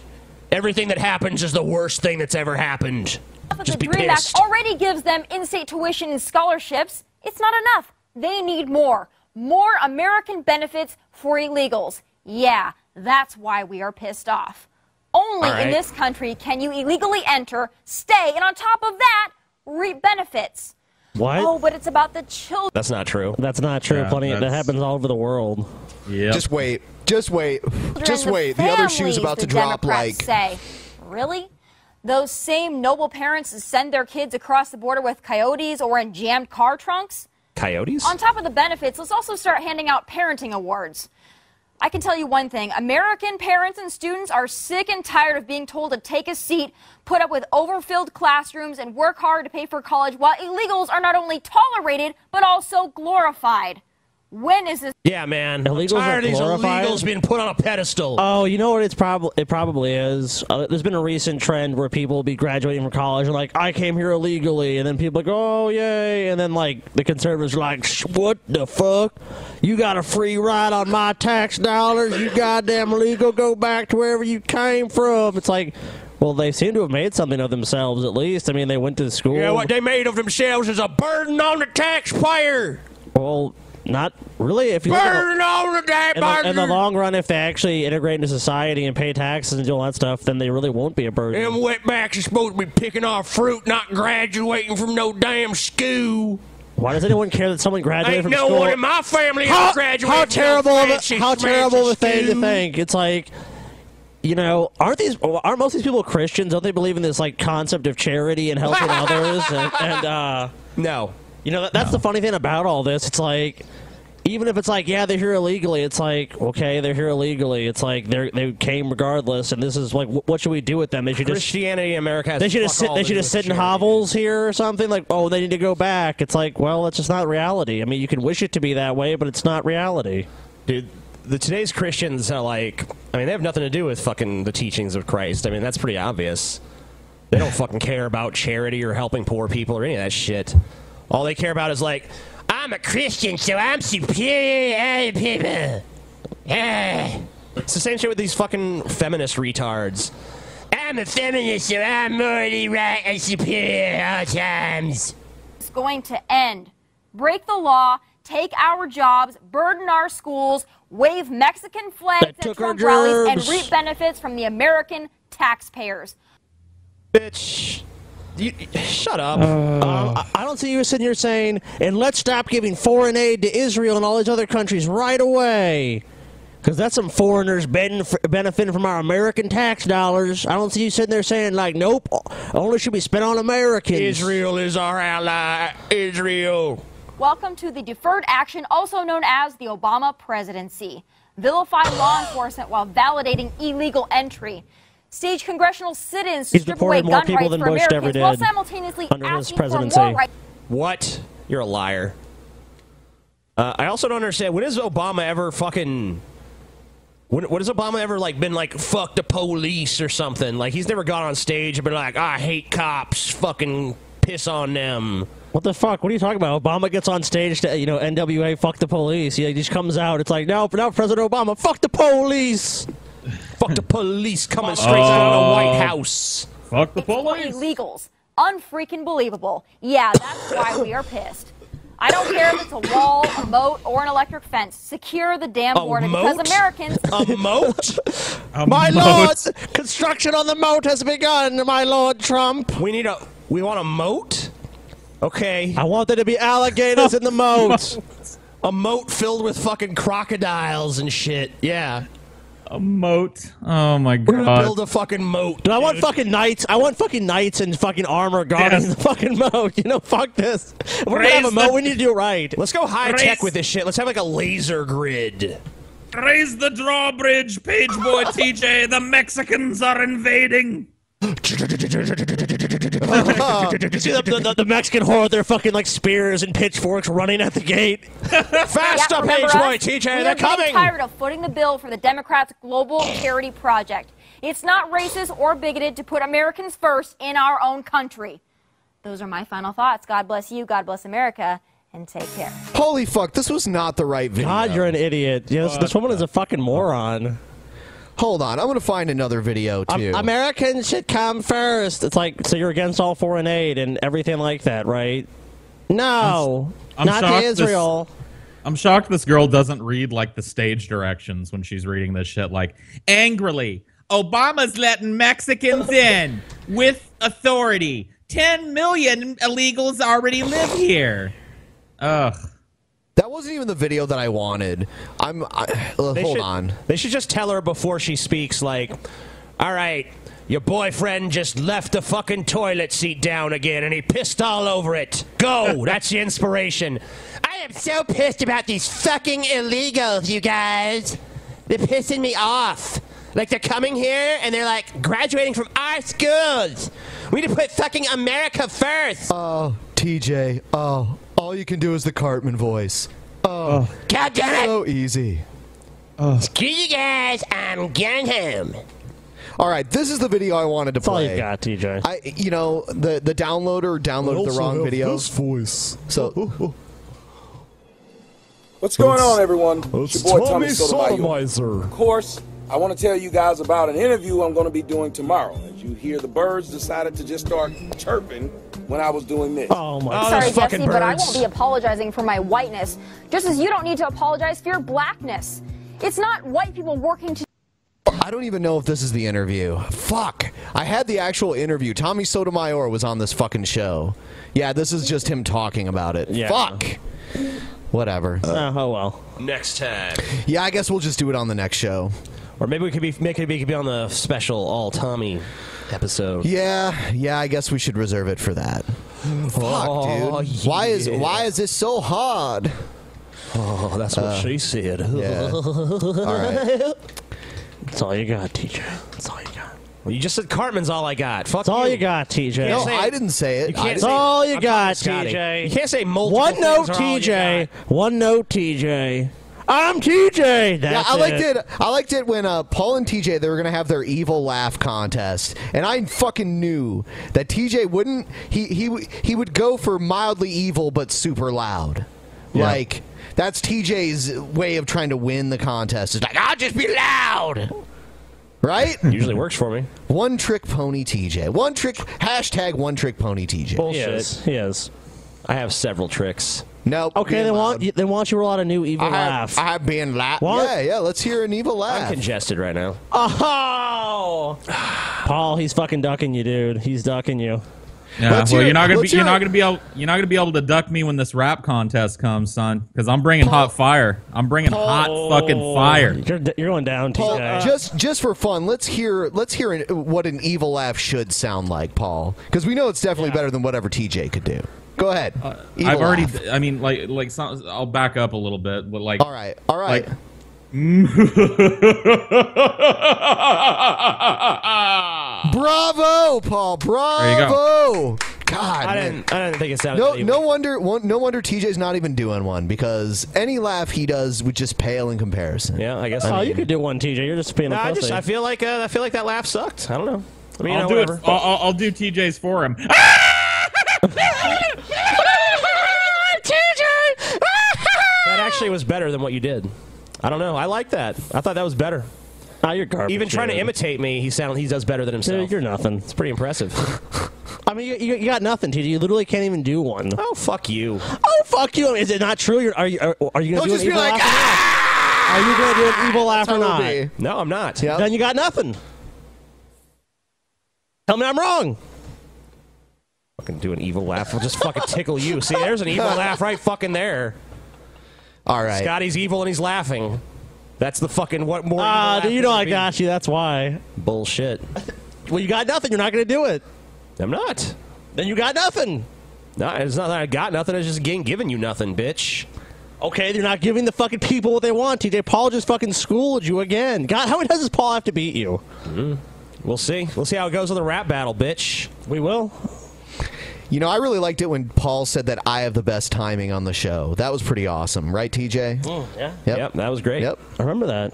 G: Everything that happens is the worst thing that's ever happened.
I: Enough that
G: Just
I: the
G: be
I: Dream
G: pissed.
I: Act already gives them in-state tuition and scholarships. It's not enough. They need more. More American benefits for illegals. Yeah, that's why we are pissed off. Only
J: All right.
I: in this country can you illegally enter, stay, and on top of that, reap benefits.
E: What?
I: Oh, but it's about the children.
G: That's not true.
E: That's not true.
B: Yeah,
E: Plenty that
B: that's-
E: happens all over the world.
H: Yeah.
B: Just wait. Just wait. Just
I: and
B: wait. The other shoe's
I: families
B: about
I: the
B: to drop
I: Democrats
B: like
I: say, really? Those same noble parents send their kids across the border with coyotes or in jammed car trunks?
G: Coyotes?
I: On top of the benefits, let's also start handing out parenting awards. I can tell you one thing American parents and students are sick and tired of being told to take a seat, put up with overfilled classrooms, and work hard to pay for college while illegals are not only tolerated, but also glorified. When is this?
G: Yeah, man.
E: Illegals
G: I'm tired
E: are
G: of these
E: glorified?
G: illegals being put on a pedestal.
E: Oh, you know what? It's probably it probably is. Uh, there's been a recent trend where people will be graduating from college and like I came here illegally, and then people like, oh yay, and then like the conservatives are like, "Sh- what the fuck? You got a free ride on my tax dollars? You goddamn illegal? Go back to wherever you came from. It's like. Well, they seem to have made something of themselves, at least. I mean, they went to school.
G: yeah, what they made of themselves is a burden on the taxpayer.
E: Well, not really. If you look at the-
G: Burden on the
E: in the,
G: taxpayer.
E: in the long run, if they actually integrate into society and pay taxes and do all that stuff, then they really won't be a burden.
G: Them wetbacks are supposed to be picking off fruit, not graduating from no damn school.
E: Why does anyone care that someone graduated
G: Ain't
E: from
G: no
E: school?
G: one in my family ever
E: how,
G: graduated
E: How
G: from
E: terrible! of a-
G: Francis-
E: how terrible of a thing
G: Francis
E: to think. It's like, you know, aren't these aren't most of these people Christians? Don't they believe in this like concept of charity and helping others? And, and uh,
G: no,
E: you know that, that's the funny thing about all this. It's like. Even if it's like, yeah, they're here illegally, it's like, okay, they're here illegally. It's like they they came regardless, and this is like, wh- what should we do with them? They should just
G: Christianity in America. Has
E: they should just
G: fuck
E: sit.
G: all
E: They
G: to
E: should
G: do
E: just
G: with
E: sit in hovels here or something. Like, oh, they need to go back. It's like, well, that's just not reality. I mean, you can wish it to be that way, but it's not reality.
G: Dude, the today's Christians are like, I mean, they have nothing to do with fucking the teachings of Christ. I mean, that's pretty obvious. They don't fucking care about charity or helping poor people or any of that shit. All they care about is like, I'm a Christian, so I'm superior to other people. Yeah. It's the same shit with these fucking feminist retards. I'm a feminist, so I'm morally right and superior at all times.
I: It's going to end. Break the law, take our jobs, burden our schools, wave Mexican flags at
G: took our
I: Trump rallies, and
G: jobs.
I: reap benefits from the American taxpayers.
G: Bitch. You, shut up.
E: Um, I, I don't see you sitting here saying, and let's stop giving foreign aid to Israel and all these other countries right away. Because that's some foreigners ben- benefiting from our American tax dollars. I don't see you sitting there saying, like, nope, only should be spent on Americans.
G: Israel is our ally. Israel.
I: Welcome to the deferred action, also known as the Obama presidency. Vilify law enforcement while validating illegal entry. Stage congressional sit-ins to
E: He's
I: strip away
E: deported more
I: gun
E: people
I: rights
E: than
I: for
E: Bush ever
I: Americans while
E: did
I: simultaneously
E: under his
I: asking
E: presidency.
I: for more rights.
G: What? You're a liar. Uh, I also don't understand. When has Obama ever fucking When, when has Obama ever like been like fuck the police or something? Like he's never gone on stage and been like I hate cops, fucking piss on them.
E: What the fuck? What are you talking about? Obama gets on stage to, you know, NWA, fuck the police. He just comes out. It's like, no, now President Obama, fuck the police.
G: fuck the police coming straight out of the White House.
H: Fuck the
I: Or illegals. Unfreaking believable. Yeah, that's why we are pissed. I don't care if it's a wall, a moat, or an electric fence. Secure the damn
G: A
I: border because
G: moat?
I: Americans
G: A moat?
E: My
G: moat.
E: lord, construction on the moat has begun, my lord Trump.
G: We need a. We want a moat? Okay.
E: I want there to be alligators in the moat.
G: A moat filled with fucking crocodiles and shit. Yeah.
H: A moat. Oh my
G: We're gonna
H: God.
G: build a fucking moat.
E: Dude, I want fucking knights. I want fucking knights and fucking armor guarding
G: Yes.
E: the fucking moat. You know, fuck this. If We're gonna have a
G: Raise
E: moat.
G: the-
E: We need to do it right.
G: Let's go high tech
H: Raise-
G: with this shit. Let's have like a laser grid.
H: Raise the drawbridge, page boy TJ. The Mexicans are invading.
E: See the, the, the Mexican horde, they're fucking like spears and pitchforks running at the gate. Fast
I: Yeah,
E: up, Page
I: remember us?
E: Boy, TJ,
I: We are
E: they're
I: getting
E: coming.
I: tired of footing the bill for the Democrats' global charity project. It's not racist or bigoted to put Americans first in our own country. Those are my final thoughts. God bless you. God bless America. And take care.
B: Holy fuck, this was not the right video.
E: God, you're an idiot. Yes, this woman is a fucking moron.
B: Hold on, I'm going to find another video too.
E: Americans should come first. It's like, so you're against all foreign aid and everything like that, right? No. not to
H: shocked this-
E: Israel.
H: I'm shocked this girl doesn't read like the stage directions when she's reading this shit. Like angrily, Obama's letting Mexicans in with authority. Ten million illegals already live here. Ugh.
B: that wasn't even the video that I wanted. I'm I, uh,
G: They
B: hold
G: should-
B: on.
G: They should just tell her before she speaks, like, all right, your boyfriend just left the fucking toilet seat down again and he pissed all over it. Go! That's the inspiration. I am so pissed about these fucking illegals, you guys. They're pissing me off. Like they're coming here and they're like graduating from our schools. We need to put fucking America first.
B: Oh, TJ. Oh, all you can do is the Cartman voice. Oh,
G: God damn it.
B: so easy.
G: Screw you guys, I'm getting him.
B: All right, this is the video I wanted to
E: That's all
B: play.
E: you got, TJ.
B: I, you know, the the downloader downloaded the wrong video.
J: voice.
B: So,
K: What's going
J: It's-
K: on, everyone? It's your boy Tommy, Sotomayor.
J: Sodomizer.
K: Of course, I want to tell you guys about an interview I'm going to be doing tomorrow. As you hear, the birds decided to just start chirping when I was doing this.
E: Oh my!
I: Sorry, Jesse, but I won't be apologizing for my whiteness, just as you don't need to apologize for your blackness. It's not white people working to
B: I don't even know if this is the interview. Fuck. I had the actual interview. Tommy Sotomayor was on this fucking show. Yeah, this is just him talking about it.
G: Yeah.
B: Fuck. Whatever.
E: oh well.
G: Next time.
B: Yeah, I guess we'll just do it on the next show.
G: Or maybe we could be make it, we could be on the special all Tommy episode.
B: Yeah, yeah, I guess we should reserve it for that. Fuck,
G: Oh,
B: dude. Why is
G: yeah.
B: why is this so hard?
G: Oh, that's what
B: Uh,
G: she said.
B: yeah. right.
E: That's all you got, TJ. That's all you got.
G: Well, you just said Cartman's all I got. Fuck
E: That's all
G: you.
E: you got, TJ.
G: can't say it.
B: say
G: You can't
E: That's
G: say
E: all
G: it.
E: you
G: I'm talking to
E: got,
G: Scotty.
E: TJ.
G: You can't say multiple
E: One
G: things
E: note,
G: are all you
E: TJ. One note, TJ. I'm TJ.
B: Yeah,
E: That's
B: I liked
E: it.
B: it. I liked it when uh, Paul and TJ they were gonna have their evil laugh contest, and I fucking knew that TJ wouldn't. He he w- he would go for mildly evil but super loud, like that's TJ's way of trying to win the contest. It's like I'll just be loud, right?
G: Usually works for me.
B: One trick pony TJ. One trick hashtag one trick pony TJ.
G: Bullshit. He is. I have several tricks.
B: No.
E: Okay,
B: being
E: then why,
B: loud.
E: you- then why don't you roll out a new evil
B: I have,
E: laugh?
B: I have been loud.
E: What?
B: Yeah, yeah. Let's hear an evil
G: I'm
B: laugh.
G: congested right now.
E: Oh! Paul, he's fucking ducking you, dude. He's ducking you.
H: Yeah,
E: Let's
H: well,
E: hear
H: you're not
E: it.
H: gonna be
E: Let's
H: you're
E: hear
H: not
E: it.
H: gonna be able you're not gonna be able to duck me when this rap contest comes, son. Because I'm bringing hot fire. I'm bringing hot fucking fire.
E: You're, d- you're going down,
B: Paul,
G: uh,
E: TJ.
B: just just for fun, let's hear let's hear an, what an evil laugh should sound like, Paul, because we know it's definitely better than whatever TJ could do. Go ahead. Evil
H: Uh, I've already.
B: laugh.
H: I mean, like, like some, I'll back up a little bit, but like,
B: All right, all right.
H: like-
E: Oh,
B: Bravo, Paul.
E: Ah.
H: you go.
B: Bravo. God, God,
G: I
B: man.
G: didn't. I didn't think it sounded.
B: No,
G: evil.
B: no wonder, one, no wonder TJ's not even doing one because any laugh he does would just pale in comparison.
G: Yeah, I guess.
B: I
E: oh,
B: mean-
E: you could do one, TJ. You're just being a
G: Nah, I
E: pussy.
G: just. I feel like. Uh, I feel like that laugh sucked. I don't know. I mean, you know,
H: I'll do it.
G: whatever.
H: I'll, I'll- I'll do TJ's for him. Ah!
G: TJ! that actually was better than what you did. I don't know. I like that. I thought that was better.
E: Ah, you're garbage.
G: Even trying to
E: dude.
G: imitate me, he sound he does better than himself.
E: Dude, you're nothing.
G: It's pretty impressive.
E: I mean, you, you, you got nothing, TJ. You literally can't even do one.
G: oh fuck you!
E: Oh, fuck you! Is it not true? You're, are you are, are you
B: Don't
E: gonna
B: just
E: do an
B: be
E: evil
B: like, "Ah!"
E: laugh?
G: "Ah!"
E: or not? Are you gonna do an evil laugh or
B: That's how
E: not?
B: it'll
G: No, I'm not.
E: Then you got nothing. Tell me I'm wrong.
G: Fucking do an evil laugh. We'll just fucking tickle you. See, there's an evil laugh right fucking there.
B: All right.
G: Scotty's evil and he's laughing. That's the fucking what more.
E: Ah,
G: evil
E: dude, you know
G: laugh
E: I
G: could
E: got you. That's why.
G: be. Bullshit.
E: Well, you got nothing. You're not gonna do it.
G: I'm not.
E: Then you got nothing.
G: No, it's not that I got nothing. It's just getting giving you nothing, bitch.
E: Okay, you're not giving the fucking people what they want. TJ Paul just fucking schooled you again. God, how many times does Paul have to beat you?
G: Mm-hmm. We'll see. We'll see how it goes with the rap battle, bitch.
E: We will.
B: You know, I really liked it when Paul said that I have the best timing on the show. That was pretty awesome, right, TJ?
E: yeah.
B: Yep.
G: Yep, that was great.
B: Yep.
E: I remember that.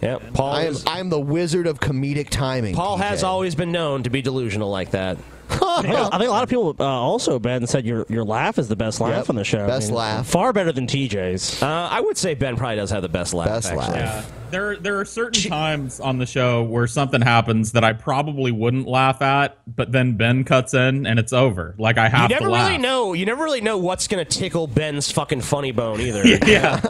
G: Yep. Paul
B: I am,
G: is-
B: I am the wizard of comedic timing.
G: Paul has
B: TJ.
G: always been known to be delusional like that.
E: I think, I think a lot of people uh, also Ben said your your laugh is the best laugh
B: Yep.
E: on the show.
B: Best laugh.
E: far better than TJ's.
G: Uh, I would say Ben probably does have the best laugh.
B: Best
G: actually.
B: laugh.
H: Yeah. There, there are certain times on the show where something happens that I probably wouldn't laugh at, but then Ben cuts in and it's over. Like I
G: You
H: have
G: never
H: to laugh.
G: really know. You never really know what's gonna tickle Ben's fucking funny bone either.
H: Yeah,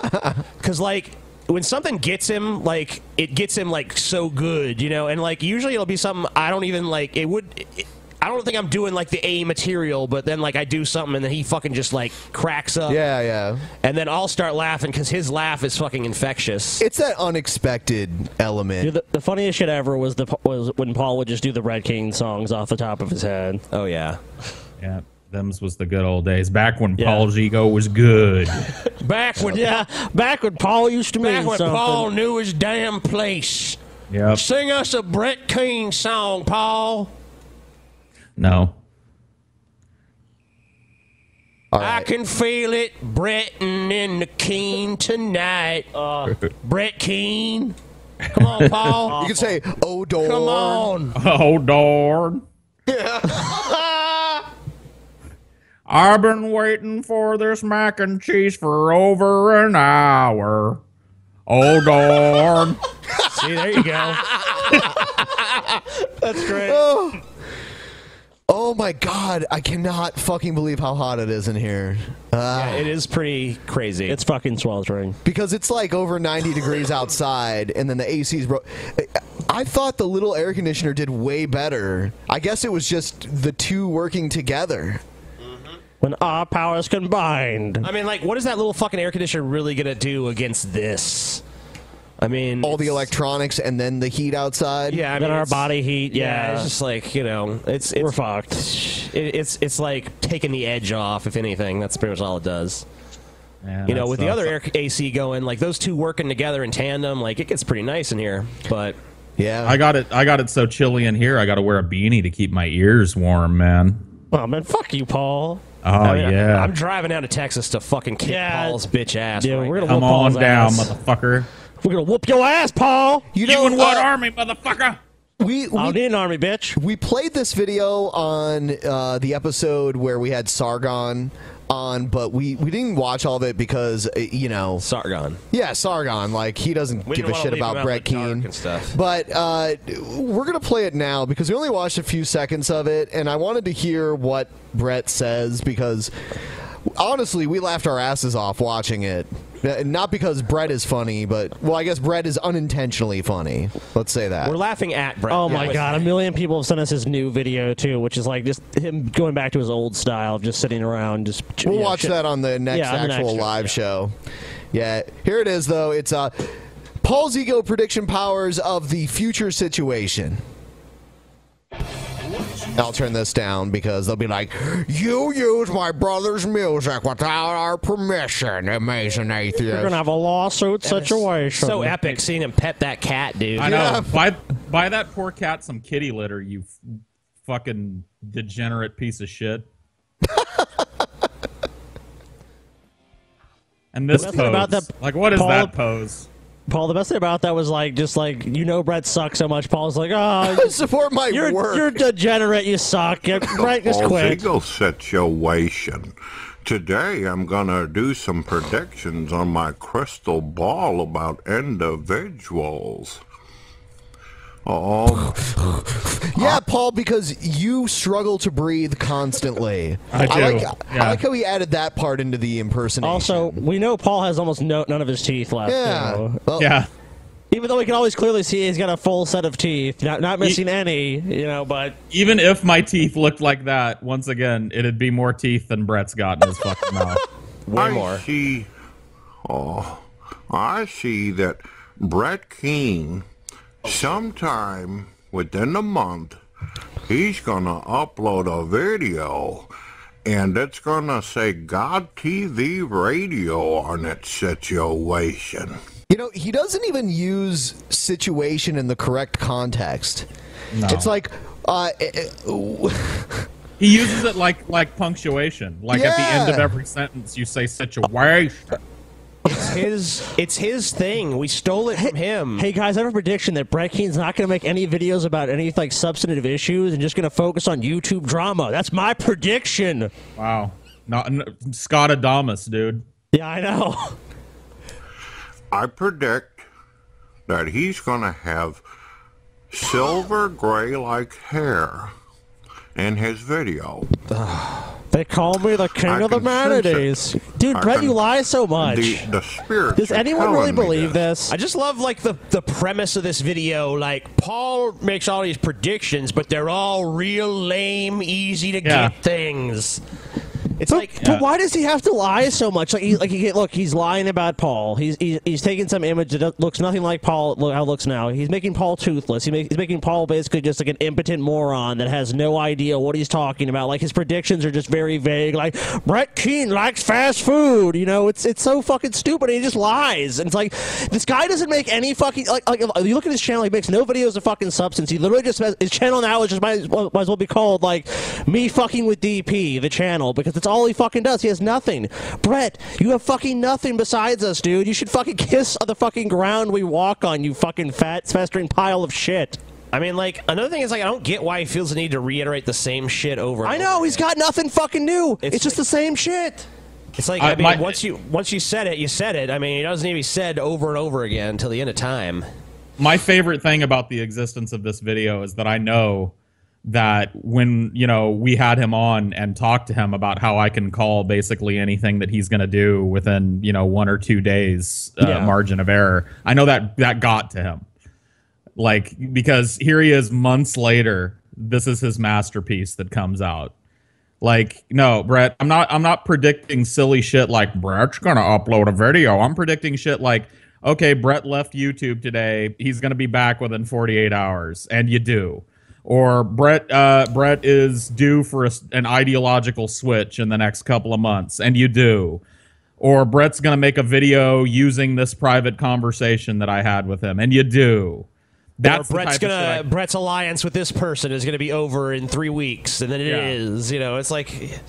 G: Cause like when something gets him, like it gets him like so good, you know. And like usually it'll be something I don't even like. It would. It, I don't think I'm doing like the A material, but then like I do something and then he fucking just like cracks up.
B: Yeah, yeah.
G: And then I'll start laughing because his laugh is fucking infectious.
B: It's that unexpected element.
E: Dude, the, the funniest shit ever was the was when Paul would just do the Red King songs off the top of his head.
G: oh yeah.
H: yeah. Them's was the good old days back when
E: Yeah.
H: Paul's ego was good.
G: Back when
E: Yeah, back when Paul used to mean
G: Back when
E: something.
G: Paul knew his damn place.
H: Yep.
G: Sing us a Brett King song, Paul.
H: No.
B: All
G: I
B: right.
G: can feel it Brettin' in the Keen tonight. Uh, Brett Keen. Come on, Paul.
B: you can say, oh, door.
G: Come on.
H: Oh darn. I've been waiting for this mac and cheese for over an hour. Oh darn.
G: See, there you go.
B: Oh, my God. I cannot fucking believe how hot it is in here. Uh,
G: It is pretty crazy.
E: It's fucking sweltering.
B: because it's like over 90 degrees outside, and then the AC's broke. I thought the little air conditioner did way better. I guess it was just the two working together.
E: When our Ah, powers combined.
G: I mean, like, what is that little fucking air conditioner really gonna do against this? I mean,
B: All the
G: it's-
B: electronics and then the heat outside.
G: Yeah, I
E: Then
G: mean,
E: our
G: it's-
E: body heat, yeah.
G: it's just like you know, it's, it's
E: We're fucked.
G: It, it's it's like taking the edge off, if anything. That's pretty much all it does.
H: Yeah,
G: You know,
H: that
G: with the
H: sucks.
G: other air AC going, like those two working together in tandem, like it gets pretty nice in here. But
B: Yeah.
H: I got it I got it so chilly in here I gotta wear a beanie to keep my ears warm, man.
E: Oh man, fuck you, Paul.
H: Oh
G: I mean,
H: yeah.
G: I'm driving down to Texas to fucking kick
E: Yeah.
G: Paul's bitch ass.
E: Yeah,
G: right
E: we're gonna
G: now.
H: Come
E: whoop
H: on
E: Paul's
H: down,
E: ass.
H: motherfucker.
E: We're gonna whoop your ass, Paul.
B: You
H: You
B: know,
H: in what
B: uh,
H: army, motherfucker?
B: we, we
E: I don't need an army, bitch.
B: we played this video on uh, the episode where we had Sargon on, but we, we didn't watch all of it because uh, you know,
G: Sargon.
B: yeah, Sargon like he doesn't
G: We
B: give
G: didn't
B: a
G: wanna
B: shit
G: leave him out
B: about
G: in
B: Brett
G: the dark
B: Keane
G: and stuff.
B: But uh, we're gonna play it now because we only watched a few seconds of it, and I wanted to hear what Brett says because honestly, we laughed our asses off watching it. Uh, Not because Brett is funny, but well, I guess Brett is unintentionally funny. Let's say that.
G: We're laughing at Brett.
E: Oh my
G: Yeah.
E: god, a million people have sent us his new video too, which is like just him going back to his old style of just sitting around just
B: We'll
E: yeah,
B: watch
E: shit.
B: that on the next
E: Yeah, on the
B: actual
E: next show,
B: live
E: yeah.
B: show. Yeah, here it is though. It's uh, Paul's ego prediction powers of the future situation. I'll turn this down because they'll be like, "You use my brother's music without our permission, amazing
E: We're gonna
B: atheist."
E: have a lawsuit situation.
G: So epic seeing him pet that cat, dude.
H: I know.
B: Yeah.
H: Buy buy that poor cat some kitty litter, you f- fucking degenerate piece of shit. And this
E: The best
H: pose.
E: thing about that-
H: like, what is
E: Paul-
H: that pose?
E: Paul, the best thing about that was like just like you know Brett sucks so much. Paul's like, oh,
B: support my
E: you're,
B: work."
E: You're degenerate. You suck. Get right this
J: Paul
E: quick.
J: Siegel situation. Today, I'm going to do some predictions on my crystal ball about individuals. Oh,
E: Uh-huh.
B: Yeah, Paul, because you struggle to breathe constantly.
E: I do,
B: like,
E: yeah.
B: I like how he added that part into the impersonation.
E: Also, we know Paul has almost no none of his teeth left.
B: Yeah.
E: so-
B: Well- Yeah.
E: Even though we can always clearly see he's got a full set of teeth, not not missing any. You know, but
H: Even if my teeth looked like that, once again, it'd be more teeth than Brett's got in his fucking mouth.
J: I See, oh, I see that Brett Keene, sometime within a month, he's going to upload a video and it's going to say God TV Radio on its situation.
B: You know, he doesn't even use situation in the correct context. It's like, uh,
H: He uses it like like punctuation. Like at the end of
G: Yeah.
H: every sentence, you say situation.
G: It's his. It's his thing. We stole it from him.
E: Hey guys, I have a prediction that Brett Keene's not going to make any videos about any like substantive issues and just going to focus on YouTube drama. That's my prediction.
H: Wow, not n- Scott Adamus, dude.
E: Yeah, I know.
J: I predict that he's going to have silver gray like hair in his video.
E: They call me the king
J: I
E: of the
J: can sense
E: manatees,
J: it.
E: dude.
J: I
E: Brett,
J: can-
E: you lie so much.
J: The, the spirit.
E: Does anyone really believe this?
G: I just love like the the premise of this video. Like Paul makes all these predictions, but they're all real lame, easy to
E: Yeah.
G: get things. It's like
E: But why does he have to lie so much? Like, he, like he, look, he's lying about Paul. He's he's, he's taking some image that do- looks nothing like Paul. Look how it looks now. He's making Paul toothless. He ma- he's making Paul basically just like an impotent moron that has no idea what he's talking about. Like his predictions are just very vague. Like Brett Keene likes fast food. You know, it's it's so fucking stupid. And he just lies. And it's like this guy doesn't make any fucking like, like if you look at his channel. He makes no videos of fucking substance. He literally just has, his channel now is just might as, well, might as well be called like me fucking with DP the channel because it's all he fucking does. He has nothing. Brett, you have fucking nothing besides us, dude. You should fucking kiss the fucking ground we walk on. You fucking fat festering pile of shit.
G: I mean, like another thing is like I don't get why he feels the need to reiterate the same shit over. And
E: I know he's got nothing fucking new. It's, just the same shit.
G: It's like
E: I-
G: I, mean,
E: my-
G: once you once you said it, you said it. I mean, it doesn't need to be said over and over again until the end of time.
H: my favorite thing about the existence of this video is that I know that when you know we had him on and talked to him about how I can call basically anything that he's going to do within you know one or two days uh,
L: Yeah.
H: margin of error. I know that that got to him, like because here he is months later. This is his masterpiece that comes out. Like no, Brett, I'm not. I'm not predicting silly shit like Brett's gonna upload a video. I'm predicting shit like, okay, Brett left YouTube today. He's gonna be back within 48 hours, and you do. Or Brett, uh, Brett is due for a s an ideological switch in the next couple of months, and you do. Or Brett's gonna make a video using this private conversation that I had with him, and you do. That's
G: or
H: the
G: Brett's
H: type of shit I-
G: gonna Brett's alliance with this person is gonna be over in three weeks, and then it is.
H: Yeah.
G: You know, it's like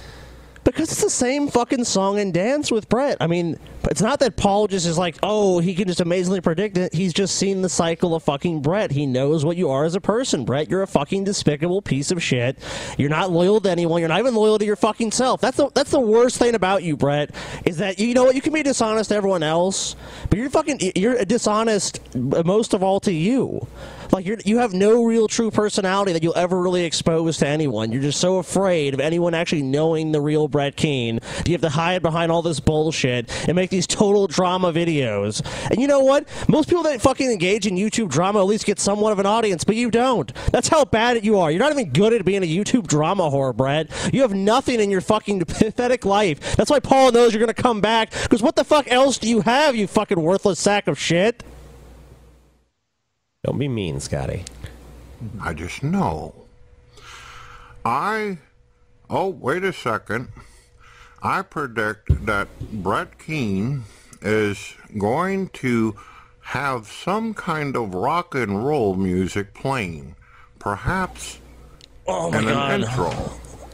E: Because it's the same fucking song and dance with Brett. I mean, it's not that Paul just is like, oh, he can just amazingly predict it. He's just seen the cycle of fucking Brett. He knows what you are as a person, Brett. You're a fucking despicable piece of shit. You're not loyal to anyone. You're not even loyal to your fucking self. That's the that's the worst thing about you, Brett. Is that you know what? You can be dishonest to everyone else, but you're fucking you're dishonest most of all to you. Like you're you have no real true personality that you'll ever really expose to anyone. You're just so afraid of anyone actually knowing the real Brett Keene. that You have to hide behind all this bullshit and make these total drama videos. And you know what? Most people that fucking engage in YouTube drama at least get somewhat of an audience, but you don't. That's how bad at you are. You're not even good at being a YouTube drama whore, Brett. You have nothing in your fucking pathetic life. That's why Paul knows you're gonna come back. Because what the fuck else do you have, you fucking worthless sack of shit?
G: Don't be mean, Scotty.
J: I just know. I. Oh, wait a second. I predict that Brett Keene is going to have some kind of rock and roll music playing. Perhaps
E: oh
J: and
E: God.
J: an intro.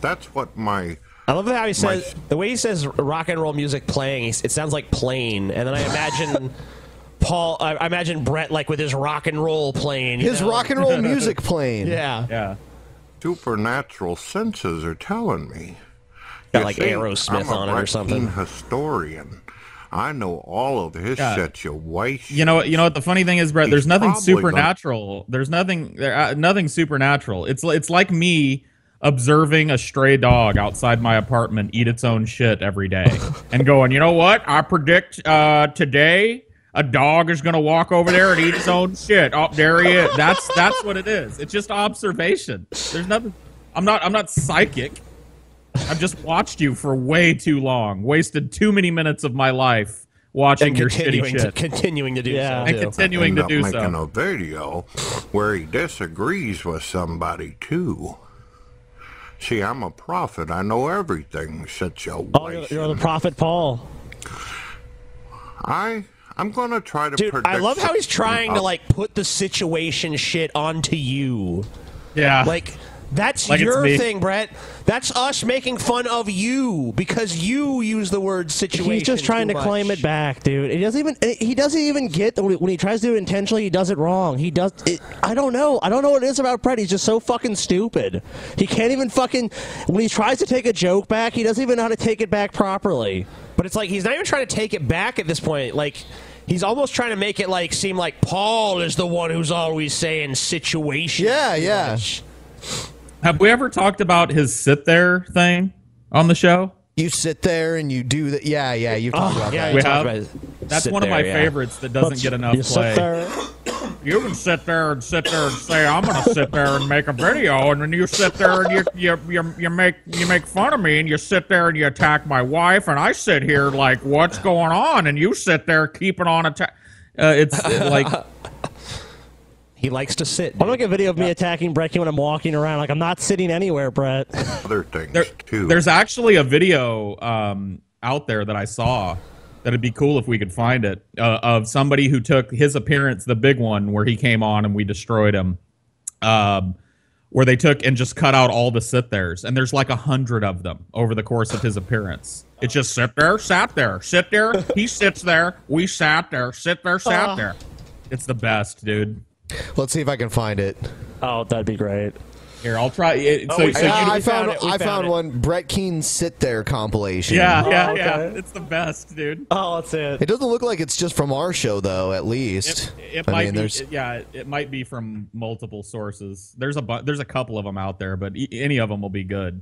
J: That's what my
G: I love how he says the way he says rock and roll music playing. he s- It sounds like plane, and then I imagine Paul. I, I imagine Brett like with his rock and roll plane. you
B: His
G: know?
B: rock and roll music playing.
G: Yeah.
H: Yeah.
J: Supernatural senses are telling me.
G: Got
J: You
G: like
J: see,
G: Aerosmith
J: I'm a
G: on it or
J: Brett
G: something.
J: Keane historian. I know all of his
H: Yeah.
J: situation.
H: You know what? You know what? The funny thing is, Brett. There's
J: He's
H: nothing
J: probably gonna-
H: supernatural. There's nothing. There, uh, nothing supernatural. It's li- it's like me observing a stray dog outside my apartment eat its own shit every day and going, you know what? I predict uh, today a dog is going to walk over there and eat its own shit. Oh, there he is. That's that's what it is. It's just observation. There's nothing. I'm not. I'm not psychic. I've just watched you for way too long. Wasted too many minutes of my life watching
G: And
H: your
G: continuing
H: shitty
G: to-
H: shit.
G: continuing to do Yeah. so,
H: And
G: too. Oh
H: continuing
J: end
H: to
J: up
H: do
J: making
H: so.
J: a video where he disagrees with somebody too. See, I'm a prophet. I know everything. Such a
E: Oh, you're, you're the prophet Paul.
J: I I'm gonna try to
G: Dude,
J: predict.
G: I love how he's
J: something
G: trying to
J: up-
G: like put the situation shit onto you.
H: Yeah.
G: Like that's
H: Like it's
G: your
H: me.
G: thing, Brett. That's us making fun of you because you use the word situation.
E: He's just trying
G: too
E: to
G: much.
E: claim it back, dude. He doesn't even he doesn't even get that when he- when he tries to do it intentionally, he does it wrong. He does it, I don't know. I don't know what it is about Brett. He's just so fucking stupid. He can't even fucking when he tries to take a joke back, he doesn't even know how to take it back properly.
G: But it's like he's not even trying to take it back at this point. Like he's almost trying to make it like seem like Paul is the one who's always saying situation. Yeah, yeah.
H: Have we ever talked about his sit there thing on the show?
B: You sit there and you do that. Yeah, yeah. You've talked
G: Oh,
B: about that.
H: We have. That's one of my favorites that doesn't get enough play. You can sit there and sit there and say, "I'm going to sit there and make a video," and then you sit there and you, you you you make you make fun of me, and you sit there and you attack my wife, and I sit here like, "What's going on?" And you sit there keeping on attack. Uh, it's like
G: he likes to sit.
E: I'm gonna get a video of me attacking Brett Keane when I'm walking around. Like I'm not sitting anywhere, Brett.
J: other things too.
H: There's actually a video um, out there that I saw that it'd be cool if we could find it uh, of somebody who took his appearance, the big one where he came on and we destroyed him, um, where they took and just cut out all the sit there's. And there's like a hundred of them over the course of his appearance. It's just sit there, sat there, sit there. He sits there. We sat there, sit there, sat
E: Oh.
B: Ah.
H: there. It's the best, dude.
B: Let's see if I can find it.
E: Oh, that'd be great.
H: Here, I'll try. It, so, so
B: I,
H: you-
B: I found,
H: it, we
B: I found
H: it. Oh,
B: one Brett Keane sit there compilation.
H: Yeah, yeah, yeah. It's the best, dude.
E: Oh, that's it.
B: It doesn't look like it's just from our show though. At least
H: It
B: I
H: might
B: mean,
H: be,
B: there's
H: it- yeah, it- it might be from multiple sources. There's a bu- there's a couple of them out there, but e- any of them will be good.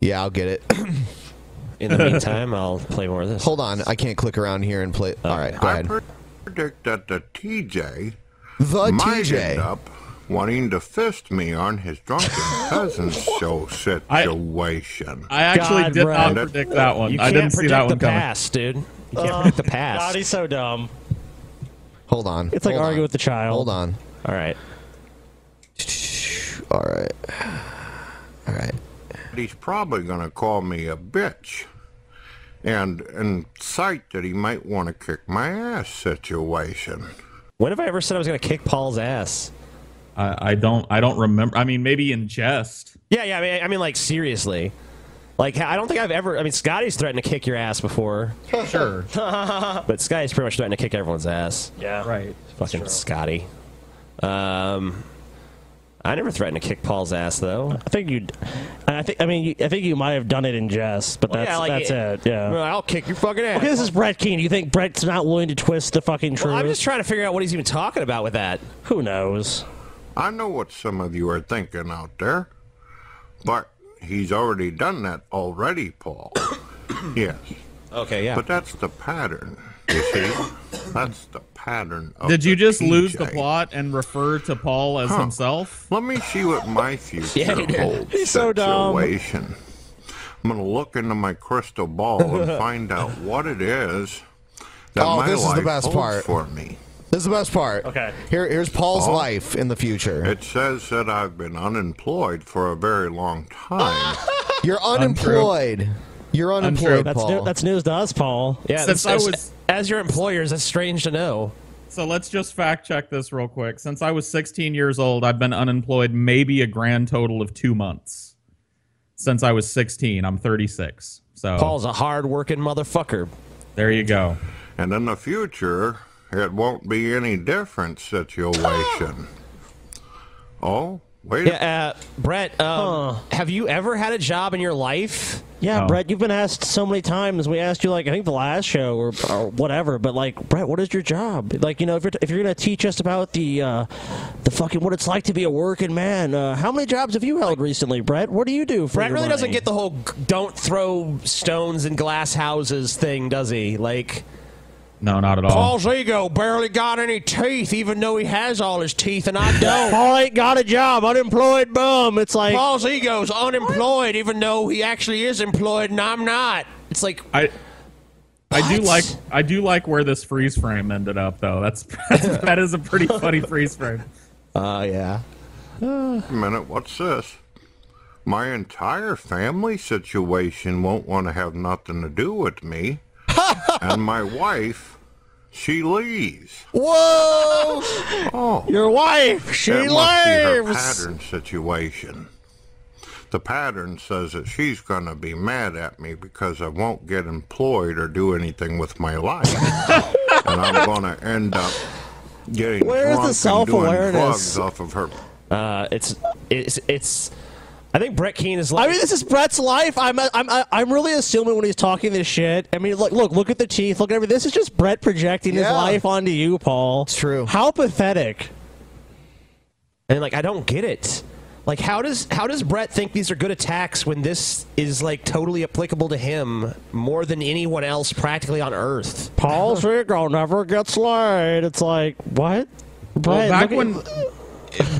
B: yeah. I'll get it.
G: In the meantime, I'll play more of this. Oh.
B: Hold on, I can't click around here and play. All right, go
J: I
B: ahead.
J: pre- predict that the TJ
B: The
J: might
B: TJ.
J: end up wanting to fist me on his drunken cousin's show situation.
H: I actually did not predict that one. I didn't see that one coming. Uh,
G: dude. You
E: can't
G: predict the past.
E: God, he's so dumb.
B: Hold on.
E: It's like
B: Hold on.
E: arguing with the child.
B: Hold on.
G: All right.
B: All right. All right.
J: He's probably going to call me a bitch and incite that he might want to kick my ass situation.
G: When have I ever said I was going to kick Paul's ass?
H: I, I don't I don't remember. I mean, maybe in jest.
G: Yeah, yeah. I mean, I mean, like seriously. Like I don't think I've ever. I mean, Scotty's threatened to kick your ass before.
H: Sure.
G: But Scotty's pretty much threatened to kick everyone's ass.
E: Yeah.
H: Right.
G: Fucking Scotty. Um, I never threatened to kick Paul's ass though.
E: I think you. I think. I mean. You, I think you might have done it in jest, but
G: Well,
E: that's
G: yeah, like,
E: that's
G: it-
E: it. Yeah.
G: Well, I'll kick your fucking ass.
E: Okay, this is Brett Keane. You think Brett's not willing to twist the fucking truth?
G: Well, I'm just trying to figure out what he's even talking about with that.
E: Who knows?
J: I know what some of you are thinking out there, but he's already done that already, Paul. yes.
G: Okay, yeah.
J: But that's the pattern, you see? That's the pattern of
H: Did you
J: Oh, the
H: just lose the
J: TJ.
H: plot and refer to Paul as
J: Huh.
H: himself?
J: Let me see what my future
H: Yeah, he did.
J: holds.
H: He's so dumb.
J: situation. I'm gonna look into my crystal ball and find out what it is that
B: Oh,
J: my
B: this is the
J: life
B: best
J: holds
B: part.
J: for me.
B: This is the best part. Okay. Here, here's Paul's
J: Paul?
B: life in the future.
J: It says that I've been unemployed for a very long time.
B: You're unemployed. You're unemployed,
E: That's,
B: Paul.
E: new, that's news to us, Paul.
G: Yeah,
H: Since
G: that's-
H: I was-
G: as your employers, that's strange to know.
H: So let's just fact check this real quick. Since I was 16 years old, I've been unemployed maybe a grand total of two months. since I was 16. I'm 36. So
G: Paul's a hard working motherfucker.
H: There you go.
J: And in the future, it won't be any different situation. oh, wait. a-
G: Yeah, uh, Brett, um, have you ever had a job in your life?
E: Yeah, Brett, you've been asked so many times. We asked you like I think the last show or, or whatever, but like Brett, what is your job? Like you know, if you're if you're gonna teach us about the uh, the fucking what it's like to be a working man, uh, how many jobs have you held recently, Brett? What do you do? For
G: Brett
E: your
G: really doesn't
E: money?
G: get the whole g- don't throw stones in glass houses thing, does he? Like,
H: No, not at all.
G: Paul's ego barely got any teeth, even though he has all his teeth, and I don't.
E: Paul ain't got a job, unemployed bum. It's like
G: Paul's ego's unemployed, even though he actually is employed, and I'm not. It's like
H: I I do like I do like where this freeze frame ended up though. That's, that's that is a pretty funny freeze frame.
G: Oh, yeah.
J: Wait a minute, what's this? My entire family situation won't want to have nothing to do with me. and my wife, she leaves.
G: Whoa!
J: Oh.
E: Your wife, she
J: that must be her
E: leaves.
J: pattern situation. The pattern says that she's going to be mad at me because I won't get employed or do anything with my life. and I'm going to end up getting
G: Where is the
J: drunk and doing
G: self-awareness?
J: drugs off of her
G: Uh, it's it's it's. I think Brett Keane is
E: I
G: like.
E: mean, this is Brett's life. I'm, uh, I'm, I'm really assuming when he's talking this shit. I mean, look, look, look at the teeth. Look at everything. This is just Brett projecting his
G: Yeah.
E: life onto you, Paul. It's true. How pathetic.
G: and like I don't get it. Like how does how does Brett think these are good attacks when this is like totally applicable to him more than anyone else practically on Earth?
E: Paul's ego never gets laid. It's like what?
H: Well,
E: Brett,
H: back
E: look at-
H: when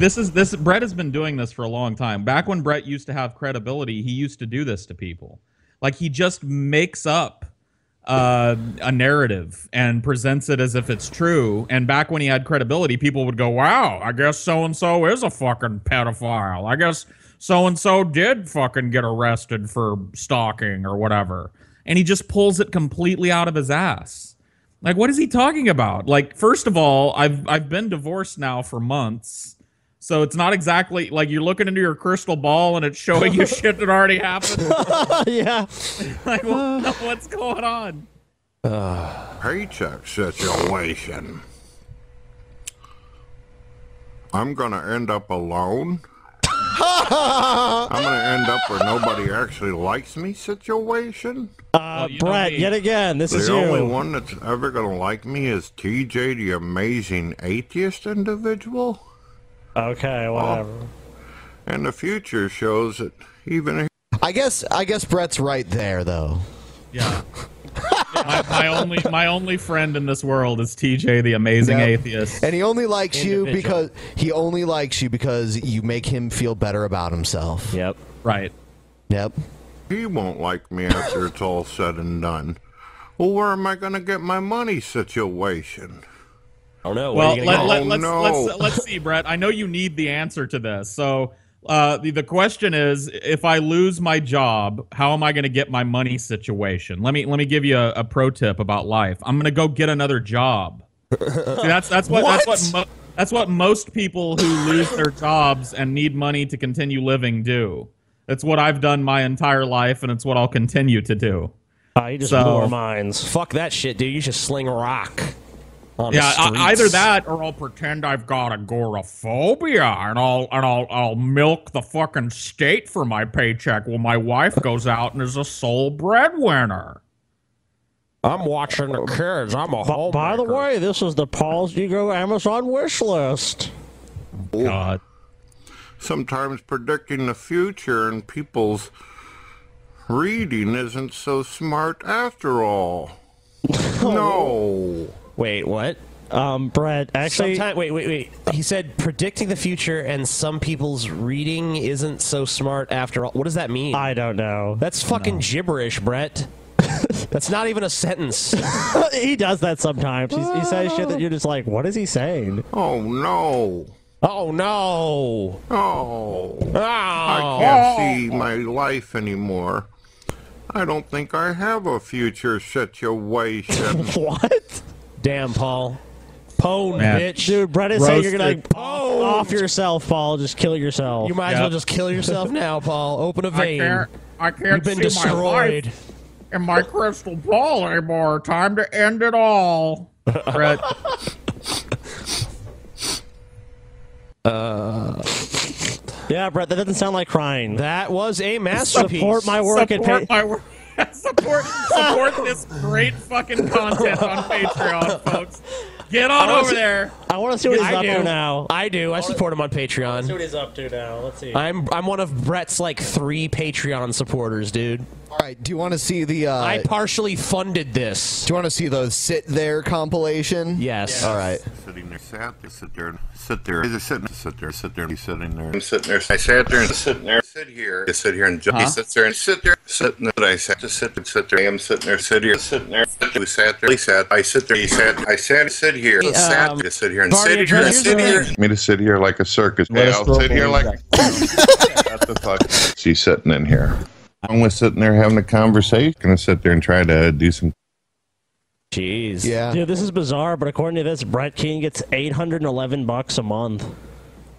H: this is this Brett has been doing this for a long time. Back when Brett used to have credibility, he used to do this to people. Like he just makes up uh, a narrative and presents it as if it's true. And back when he had credibility, people would go, "Wow, I guess so and so is a fucking pedophile. I guess so and so did fucking get arrested for stalking or whatever." And he just pulls it completely out of his ass. Like, what is he talking about? Like, first of all, I've I've been divorced now for months, so it's not exactly like you're looking into your crystal ball and it's showing you shit that already happened.
E: yeah.
H: like, what, what's going on?
J: paycheck situation. I'm going to end up alone. I'm going to end up where nobody actually likes me situation.
E: Uh, Brett, yet again, this
J: the
E: is you.
J: only one that's ever going to like me is TJ, the amazing atheist individual.
E: Okay, whatever.
J: and the future shows that even
B: I guess I guess Brett's right there though.
H: Yeah. my, my only my only friend in this world is TJ, the amazing
B: Yep.
H: atheist.
B: And he only likes you
H: Individual.
B: because he only likes you because you make him feel better about himself.
G: Yep.
H: Right.
B: Yep.
J: he won't like me after it's all said and done. Well, where am I going to get my money situation?
G: Oh no!
H: Well, let, let,
J: oh,
H: let's,
J: no.
H: let's, let's see, Brett. I know you need the answer to this. So uh, the, the question is, if I lose my job, how am I going to get my money situation? Let me let me give you a, a pro tip about life. I'm going to go get another job. See, that's that's what, that's what mo- that's what most people who lose their jobs and need money to continue living do. That's what I've done my entire life, and it's what I'll continue to do.
G: Ah,
E: you just
H: So-
E: blew our minds.
G: Fuck that shit, dude. You just sling rock. On
H: yeah,
G: the
H: I- either
G: streets.
H: that or I'll pretend I've got agoraphobia and I'll and I'll I'll milk the fucking state for my paycheck while my wife goes out and is a sole breadwinner.
G: I'm watching the kids. I'm a
E: By, by the way, this is the Paul's Ego Amazon wish list.
H: God.
J: Oh. Sometimes predicting the future and people's reading isn't so smart after all. no.
G: Wait, what?
E: Um, Brett, actually,
G: Sometime, wait, wait, wait. He said predicting the future and some people's reading isn't so smart after all. What does that mean?
E: I don't know.
G: That's fucking gibberish, Brett. That's not even a sentence.
E: he does that sometimes. He's, he says shit that you're just like, what is he saying?
J: Oh no.
G: Oh no!
J: Oh. I
G: Oh.
J: can't see my life anymore. I don't think I have a future situation.
E: What?
G: Damn, Paul. Pone,
E: Man.
G: bitch.
E: Dude, Brett is saying you're gonna
G: Roasted.
E: like, off yourself, Paul. Just kill yourself.
G: You might as well just kill yourself now, Paul. Open a
E: I
G: vein.
E: can't-
H: I can't
G: You've been
H: see my
G: destroyed.
H: life in my crystal ball anymore. Time to end it all. Brett.
E: Uh, yeah, Brett, that doesn't sound like crying.
G: That was a masterpiece.
E: Support my work
H: Support
E: and pay.
H: my work. support support this great fucking content on Patreon, folks. Get on
G: I wanna
H: over
G: see-
H: there.
E: I want to see what he's
G: I
E: up
G: do.
E: to now.
G: I do. I support him on
E: Let's see what
G: Patreon.
E: he's up to now. Let's see.
G: I'm I'm one of Brett's like three Patreon supporters, dude.
B: All right. Do you want to see the? Uh,
G: I partially funded this.
B: Do you want to see the sit there compilation?
G: Yes.
B: All right.
J: Sitting there, sat there, sit there, sit there. He's sitting, sit there, sit there. He's sitting there. I'm sitting there. I sat there and sitting there. Sit here. I sit here and just
H: Huh?
J: he sits there and sit there. Sitting there. I sat just sit and sit there. I am sitting there. Sit here. Sitting there. Sit there. We sat there. He sat. I sit there. He sat. I sat. Sit here.
G: Um,
J: sat. I sit here and
G: Barney,
J: sit here. and
G: here's
J: Sit
G: the-
J: here. Me to sit here like a circus.
D: Let
J: Hey,
D: us
J: I'll
D: throw
J: sit here
D: balloons
J: like.
D: at
J: What the fuck? She's sitting in here. I'm with sitting there having a conversation. Gonna sit there and try to do some.
G: Jeez.
B: Yeah.
E: Dude, this is bizarre, but according to this, Brett King gets 811 bucks a month.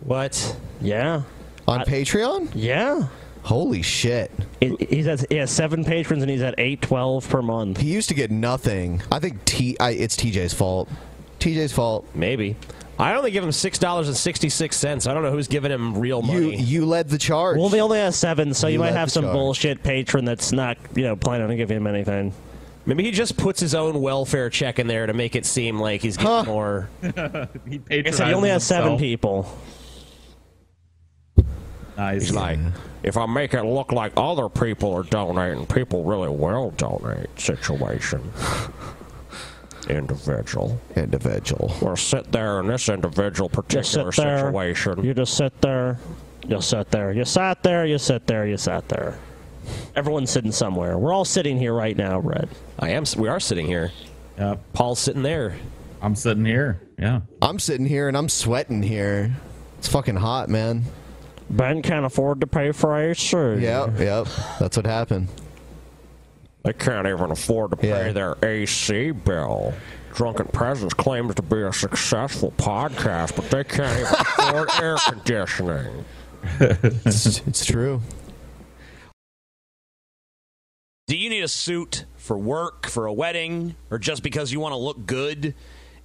G: What?
E: Yeah.
B: On Patreon?
E: Yeah.
B: Holy shit.
E: He- He's at he has seven patrons and he's at 812 per month.
B: He used to get nothing. I think T. I, it's TJ's fault. TJ's fault.
G: Maybe. I only give him six dollars and sixty six cents. I don't know who's giving him real money.
B: You led the charge.
E: Well, he only has seven, so
G: He
E: you might
G: led
E: have
G: the
E: some
G: charge.
E: bullshit patron that's not, you know, planning on giving him anything.
G: Maybe he just puts his own welfare check in there to make it seem like he's getting more.
H: he
E: Like I
H: patronizes
E: said, he only has seven
H: himself.
E: people.
H: Nice.
G: He's like, if I make it look like other people are donating, people really will donate. Situation. Individual.
B: Individual.
G: We'll sit there in this individual
E: You sit
G: particular
E: there.
G: situation.
E: You just sit there. You sit there. You sat there. You sit there. You sat there. Everyone's sitting somewhere. We're all sitting here right now, Brett.
G: I am. We are sitting here.
H: Yep.
G: Paul's sitting there.
H: I'm sitting here. Yeah.
B: I'm sitting here and I'm sweating here. It's fucking hot, man.
E: Ben can't afford to pay for AC.
B: Yep, yep. That's what happened.
G: They can't even afford to pay their AC bill. Drunken Presence claims to be a successful podcast, but they can't even afford air conditioning.
B: It's, it's true.
G: Do you need a suit for work, for a wedding, or just because you want to look good?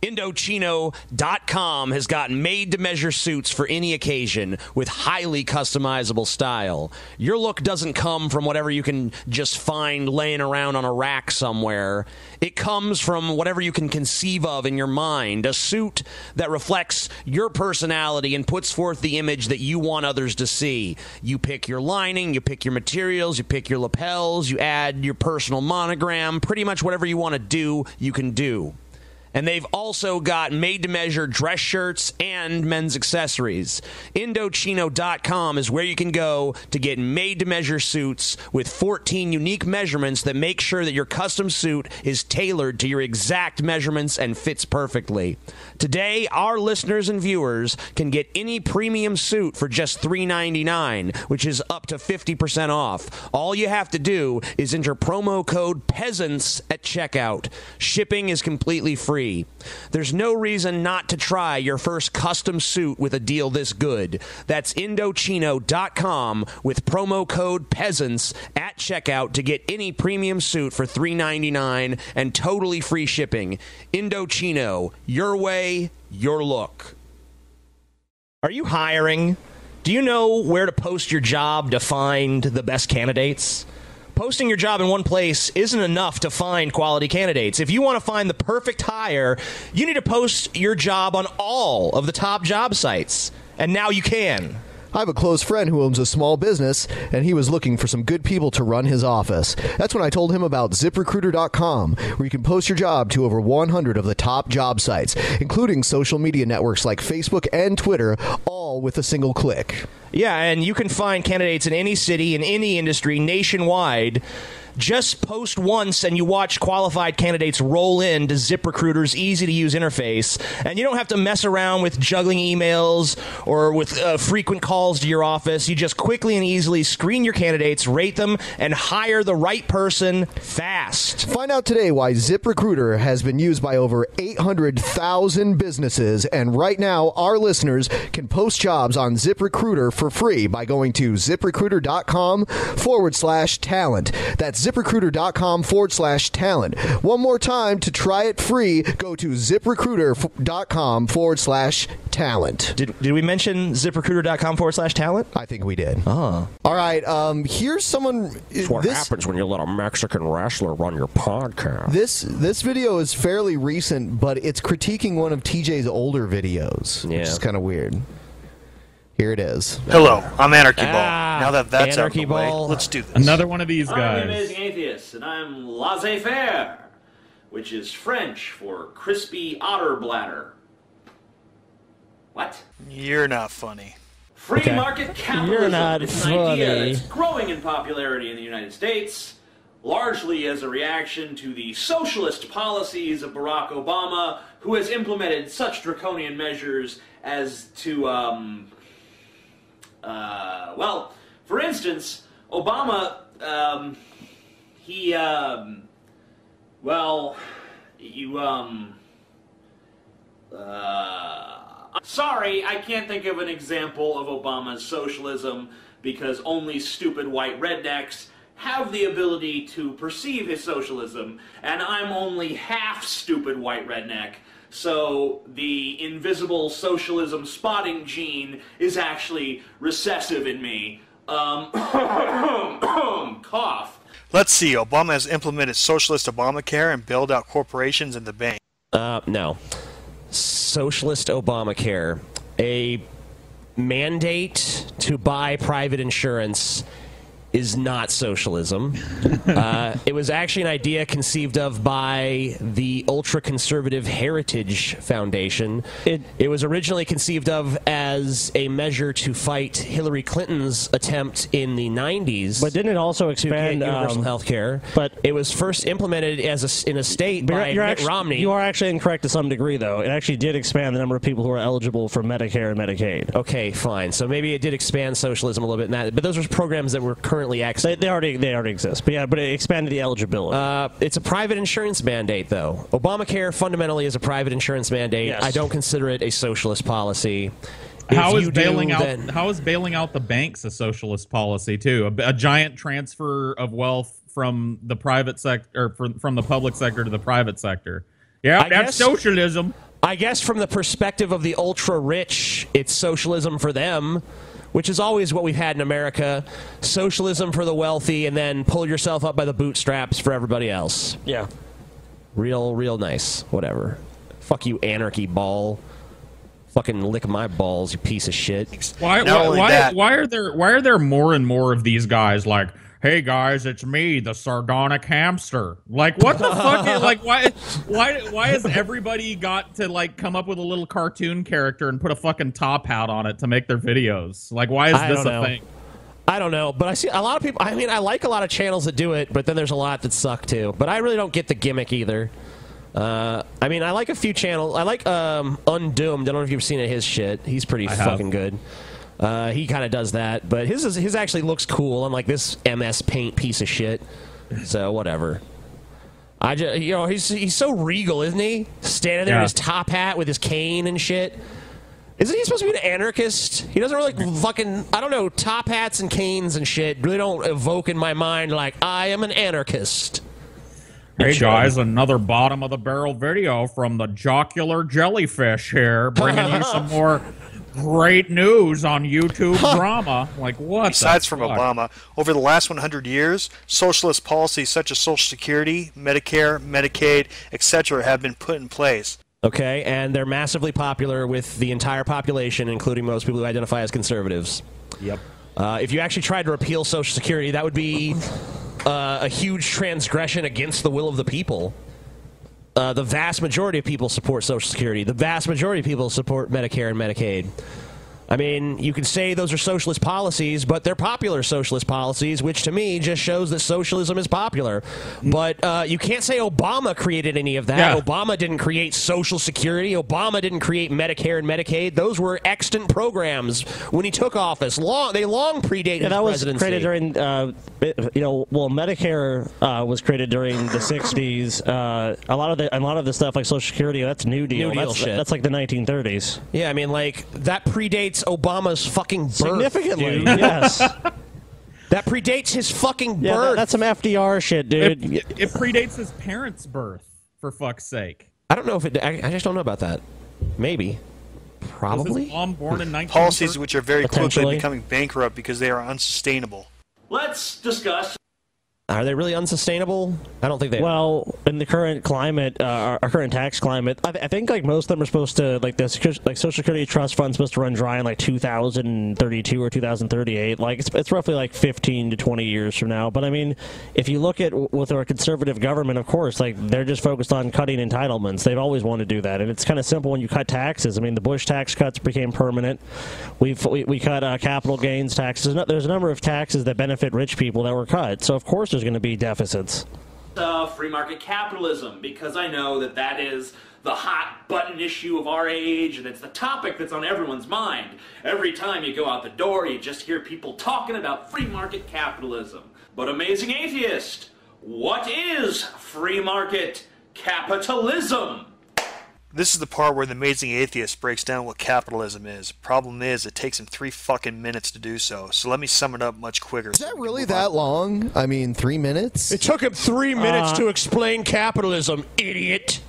G: Indochino.com has got made to measure suits for any occasion with highly customizable style. Your look doesn't come from whatever you can just find laying around on a rack somewhere. It comes from whatever you can conceive of in your mind, a suit that reflects your personality and puts forth the image that you want others to see. You pick your lining, you pick your materials, you pick your lapels, you add your personal monogram, pretty much whatever you want to do, you can do. And they've also got made to measure dress shirts and men's accessories. Indochino.com is where you can go to get made to measure suits with 14 unique measurements that make sure that your custom suit is tailored to your exact measurements and fits perfectly. Today, our listeners and viewers can get any premium suit for just $3.99, which is up to 50% off. All you have to do is enter promo code PEASANTS at checkout. Shipping is completely free. There's no reason not to try your first custom suit with a deal this good. That's Indochino.com with promo code PEASANTS at checkout to get any premium suit for $3.99 and totally free shipping. Indochino, your way, your look. Are you hiring? Do you know where to post your job to find the best candidates? Posting your job in one place isn't enough to find quality candidates. If you want to find the perfect hire, you need to post your job on all of the top job sites. And now you can.
B: I have a close friend who owns a small business, and he was looking for some good people to run his office. That's when I told him about ziprecruiter.com, where you can post your job to over 100 of the top job sites, including social media networks like Facebook and Twitter, all with a single click.
G: Yeah, and you can find candidates in any city, in any industry, nationwide. Just post once and you watch qualified candidates roll in to ZipRecruiter's easy to use interface. And you don't have to mess around with juggling emails or with uh, frequent calls to your office. You just quickly and easily screen your candidates, rate them, and hire the right person fast.
B: Find out today why ZipRecruiter has been used by over 800,000 businesses. And right now, our listeners can post jobs on ZipRecruiter for free by going to ziprecruiter.com forward slash talent. That's ziprecruiter.com forward slash talent. One more time to try it free, go to ziprecruiter.com forward slash talent.
G: Did, did we mention ziprecruiter.com forward slash talent?
B: I think we did.
G: Oh.
B: All right. Um, here's someone.
L: That's what
B: this,
L: happens when you let a Mexican wrestler run your podcast.
B: This this video is fairly recent, but it's critiquing one of TJ's older videos, which is kind of weird. Here it is.
M: Hello, I'm Anarchy Ball. Now that that's out of the
H: Anarchy
M: way,
H: Ball.
M: let's do this.
H: Another one of these
F: I'm the
H: guys.
F: amazing atheist, and I'm laissez faire, which is French for crispy otter bladder. What?
M: You're not funny.
F: Free
M: Okay.
F: market capitalism
M: You're not
F: is an idea
M: funny.
F: that's growing in popularity in the United States, largely as a reaction to the socialist policies of Barack Obama, who has implemented such draconian measures as to, um, uh, well, for instance, Obama, um, he, um, well, you, um, uh, sorry, I can't think of an example of Obama's socialism because only stupid white rednecks have the ability to perceive his socialism, and I'm only half stupid white redneck. So the invisible socialism spotting gene is actually recessive in me. Um, cough.
M: Let's see. Obama has implemented socialist Obamacare and bailed out corporations and the bank.
L: Uh, no.
G: Socialist Obamacare, a mandate to buy private insurance, is not socialism. uh, it was actually an idea conceived of by the ultra conservative Heritage Foundation. It, was originally conceived of as a measure to fight Hillary Clinton's attempt in the 90s. But
E: didn't it also expand
G: to get universal
E: um,
G: health care? But it was first implemented as a s in a state by Mitt
E: act-
G: Romney.
E: you are actually incorrect to some degree, though. It actually did expand the number of people who are eligible for Medicare and Medicaid.
G: Okay, fine. So maybe it did expand socialism a little bit in that, but those are programs that were currently active.
E: They already they already exist, but yeah, but it expanded the eligibility.
G: Uh, it's a private insurance mandate, though. Obamacare fundamentally is a private insurance mandate. I don't consider it a socialist policy. If
H: How is
G: you do,
H: bailing out?
G: then-
H: how is bailing out the banks a socialist policy too? A, a giant transfer of wealth from the private sector, or from, from the public sector to the private sector. Yeah,
G: I
H: that's
G: guess-
H: socialism.
G: I guess from the perspective of the ultra rich, it's socialism for them, which is always what we've had in America socialism for the wealthy, and then pull yourself up by the bootstraps for everybody else.
E: Yeah.
G: Real, real nice. Whatever. Fuck you, anarchy ball. Fucking lick my balls, you piece of shit.
H: Why? Why, why, why are there? Why are there more and more of these guys? Like, hey guys, it's me, the sardonic hamster. Like, what the fuck? Is, like, why? Why? Why has everybody got to like come up with a little cartoon character and put a fucking top hat on it to make their videos? Like, why is
G: I
H: this
G: don't know.
H: a thing?
G: I don't know, but I see a lot of people. I mean, I like a lot of channels that do it, but then there's a lot that suck too. But I really don't get the gimmick either. Uh, I mean, I like a few channels. I like um, Undoomed. I don't know if you've seen it, his shit. He's pretty
L: I have.
G: fucking good. Uh, he kind of does that, but his is, his actually looks cool. Unlike this MS Paint piece of shit. So whatever. I just, you know, he's he's so regal, isn't he? Standing there in
L: Yeah.
G: his top hat with his cane and shit. Isn't he supposed to be an anarchist? He doesn't really fucking I don't know, top hats and canes and shit really don't evoke in my mind like I am an anarchist.
H: Hey
G: Sure.
H: guys, another bottom of the barrel video from the jocular jellyfish here, bringing you some more great news on YouTube drama. Like what? the
M: Besides from
H: fuck?
M: Obama, over the last 100 years, socialist policies such as Social Security, Medicare, Medicaid, etc., have been put in place.
G: Okay, and they're massively popular with the entire population, including most people who identify as conservatives.
L: Yep.
G: Uh, if you actually tried to repeal Social Security, that would be uh, a huge transgression against the will of the people. Uh, the vast majority of people support Social Security. The vast majority of people support Medicare and Medicaid. I mean, you can say those are socialist policies, but they're popular socialist policies, which to me just shows that socialism is popular. But uh, you can't say Obama created any of that.
H: Yeah.
G: Obama didn't create Social Security. Obama didn't create Medicare and Medicaid. Those were extant programs when he took office. Long, they long predated
E: Yeah, that
G: his
E: was
G: presidency.
E: created during, uh, you know, well, Medicare uh, was created during the '60s. Uh, a lot of the, a lot of the stuff like Social Security, that's New Deal.
G: New Deal
E: that's,
G: shit.
E: that's like the 1930s.
G: yeah, I mean, like that predates Obama's fucking birth,
E: Significantly,
G: dude.
E: yes.
G: that predates his fucking
E: Yeah, that-
G: birth.
E: that's some FDR shit, dude.
H: It, it- it predates his parents' birth, for fuck's sake.
G: I don't know if it. I, I just don't know about that. Maybe.
H: Was
G: Probably.
H: his mom born in 19...
M: Policies which are very quickly
G: Potentially.
M: becoming bankrupt because they are unsustainable.
F: Let's discuss
G: Are they really unsustainable? I don't think they.
E: Well, in the current climate, uh, our, our current tax climate, I, I think like most of them are supposed to like the secu- like Social Security trust fund's supposed to run dry in like 2032 or 2038. Like it's, it's roughly like 15 to 20 years from now. But I mean, if you look at with our conservative government, of course, like they're just focused on cutting entitlements. They've always wanted to do that, and it's kind of simple when you cut taxes. I mean, the Bush tax cuts became permanent. We've we, we cut uh, capital gains taxes. No- There's a number of taxes that benefit rich people that were cut. So of course, there's going to be deficits.
F: uh, free market capitalism because I know that that is the hot button issue of our age and it's the topic that's on everyone's mind. Every time you go out the door, you just hear people talking about free market capitalism. But, amazing atheist, what is free market capitalism?
M: This is the part where the amazing atheist breaks down what capitalism is. Problem is, it takes him three fucking minutes to do so. So let me sum it up much quicker. Is that
B: Really that long? I mean, three minutes? It
G: took him three
E: minutes to
G: explain capitalism, idiot.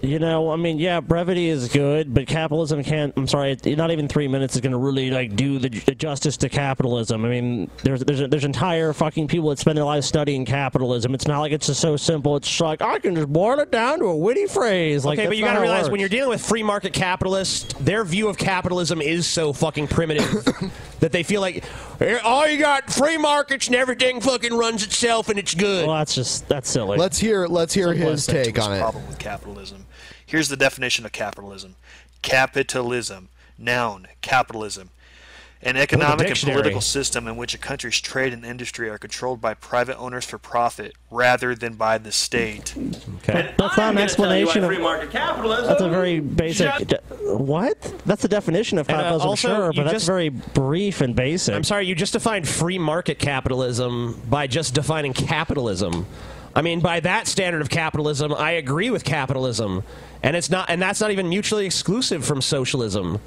E: You know, I mean, yeah, brevity is good, but capitalism can't. I'm sorry, it- not even three minutes is going to really like do the ju- justice to capitalism. I mean, there's there's there's entire fucking people that spend their lives studying capitalism. It's not like it's just so simple. It's just like I can just boil it down to a witty phrase. Like,
G: okay,
E: that's
G: but you
E: got to
G: realize when you're dealing with free market capitalists, their view of capitalism is so fucking primitive that they feel like "Eh, all you got free markets and everything fucking runs itself and it's good.
E: Well, that's just that's silly.
B: Let's hear let's hear his
M: Simplistic.
B: take on it.
M: problem with capitalism. Here's the definition of capitalism. Capitalism, noun, capitalism. An economic and
G: dictionary.
M: political system in which a country's trade and industry are controlled by private owners for profit rather than by the state.
E: Okay. That's not an explanation of
F: free market capitalism.
E: That's a very basic.
F: Shut-
E: de- what? That's the definition of
G: And, uh,
E: capitalism,
G: also,
E: sure,
G: you
E: but that's
G: just-
E: very brief and basic.
G: I'm sorry, you just defined free market capitalism by just defining capitalism. I mean, by that standard of capitalism, I agree with capitalism, and it's not, and that's not even mutually exclusive from socialism.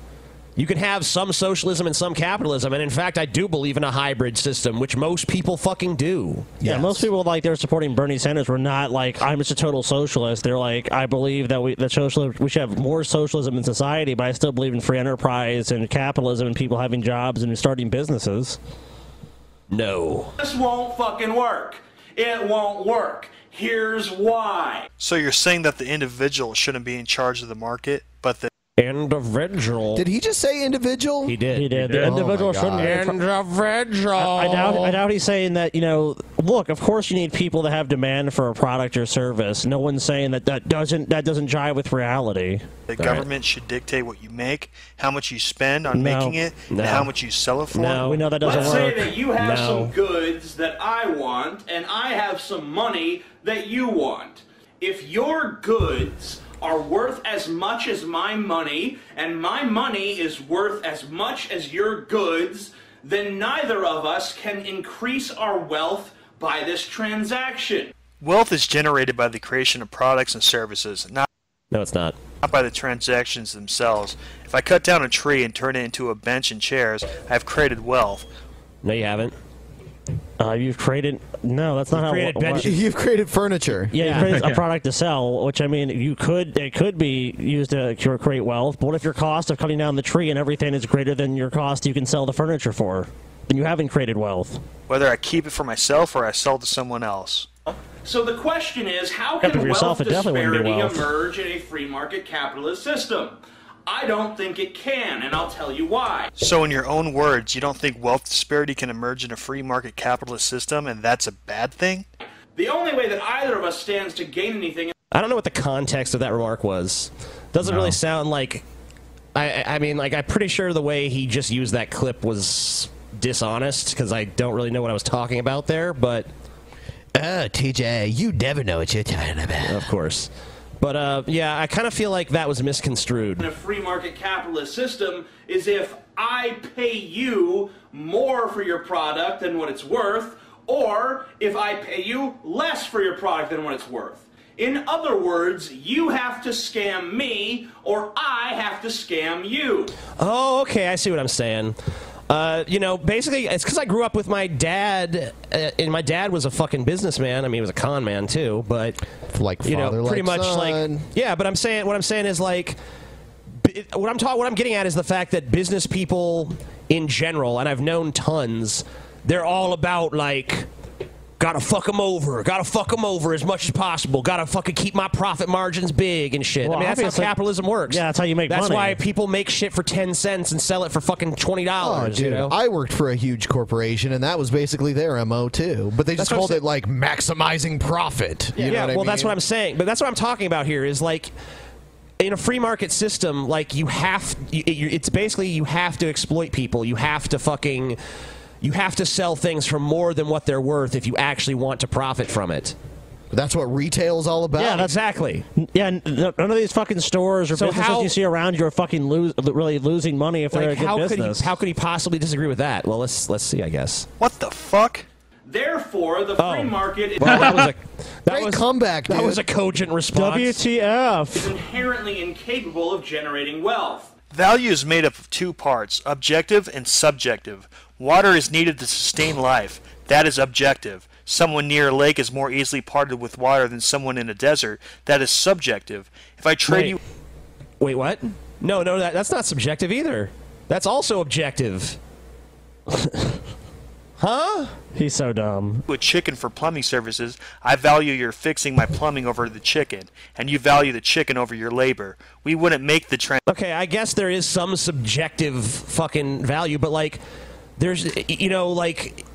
G: You can have some socialism and some capitalism, and in fact, I do believe in a hybrid system, which most people fucking do.
E: Yeah, most people like they're supporting Bernie Sanders were not like I'm just a total socialist. They're like I believe that we that socialism we should have more socialism in society, but I still believe in free enterprise and capitalism and people having jobs and starting businesses.
G: No.
F: This won't fucking work. It won't work. Here's why.
M: So you're saying that the individual shouldn't be in charge of the market, but the
G: Individual.
B: Did he just say individual?
G: He did. Oh
E: He did. The individual shouldn't be in charge.
G: Individual.
E: I doubt, I doubt he's saying that, you know, look, of course you need people that have demand for a product or service. No one's saying that that doesn't that doesn't jive with reality.
M: The government should dictate what you make, how much you spend on
E: No.
M: making it,
E: No.
M: and how much you sell it for.
E: No. We know that doesn't
F: Let's
E: work.
F: say that you have
E: No.
F: some goods that I want, and I have some money that you want. If your goods are worth as much as my money, and my money is worth as much as your goods, then neither of us can increase our wealth by this transaction.
M: Wealth is generated by the creation of products and services, not
G: No, it's not.
M: not by the transactions themselves. If I cut down a tree and turn it into a bench and chairs, I have created wealth.
G: No, you haven't.
E: Uh, you've created no, that's not
G: created
E: how
G: benches.
B: You've created furniture.
E: Yeah, you create a product to sell, which I mean, you could it could be used to cure- create wealth. But what if your cost of cutting down the tree and everything is greater than your cost you can sell the furniture for? Then you haven't created wealth.
M: Whether I keep it for myself or I sell it to someone else.
F: So the question is, how
E: Except
F: can wealth
E: for yourself, it definitely wouldn't be
F: disparity
E: wealth.
F: emerge in a free market capitalist system? I don't think it can, and I'll tell you why.
M: So, in your own words, you don't think wealth disparity can emerge in a free market capitalist system, and that's a bad thing?
F: The only way that either of us stands to gain anything
G: I don't know what the context of that remark was. Doesn't really sound like I, I mean, like, I'm pretty sure the way he just used that clip was dishonest because I don't really know what I was talking about there, but. Oh, TJ, you never know what you're talking about. Of course. But, uh, yeah, I kind of feel like that was misconstrued.
F: in a free market capitalist system is if I pay you more for your product than what it's worth, or if I pay you less for your product than what it's worth. In other words, you have to scam me, or I have to scam you.
G: Oh, okay. I see what I'm saying. Uh, you know, basically, it's because I grew up with my dad, uh, and my dad was a fucking businessman. I mean, he was a con man too, but
B: like
G: you know,
B: father, like
G: pretty much like
B: son.
G: yeah. But I'm saying what I'm saying is like bi- what I'm ta- what I'm getting at is the fact that business people in general, and I've known tons, they're all about like gotta fuck them over, gotta fuck them over as much as possible, gotta fucking keep my profit margins big and shit.
E: Well,
G: I mean, that's how
E: obviously-
G: capitalism works.
E: Yeah, that's how you make
G: That's
E: money.
G: why people make shit for ten cents and sell it for fucking twenty
B: Oh,
G: dollars.
B: dude,
G: you know?
B: I worked for a huge corporation, and that was basically their mo too. But they just
G: That's what I'm
B: called it
G: saying.
B: like maximizing profit. You
G: yeah,
B: know what I
G: well, that's
B: mean?
G: what I'm saying. But that's what I'm talking about here is like in a free market system, like you have, you, you- it's basically you have to exploit people. You have to fucking, you have to sell things for more than what they're worth if you actually want to profit from it.
B: That's what retail's all about.
G: Yeah, that's exactly.
E: Yeah, n- n- none of these fucking stores or
G: So
E: businesses
G: how-
E: you see around you are fucking lose, really losing money if they're a
G: Like,
E: good
G: how could
E: business.
G: he, how could he possibly disagree with that? Well, let's let's see. I guess.
M: What the fuck?
F: Therefore, the free market is
G: Well, Oh. that was a that
B: was, comeback.
G: That
F: dude.
G: was a cogent response.
E: WTF?
F: inherently incapable of generating wealth.
M: Value is made up of two parts objective and subjective. Water is needed to sustain life. That is objective. Someone near a lake is more easily parted with water than someone in a desert. That is subjective. If I trade
G: Wait.
M: you.
G: Wait, what? No, no, that, that's not subjective either. That's also objective. huh?
E: He's so dumb.
M: a chicken for plumbing services, I value your fixing my plumbing over the chicken, and you value the chicken over your labor. We wouldn't make the trend.
G: Okay, I guess there is some subjective fucking value, but like, there's, you know, like,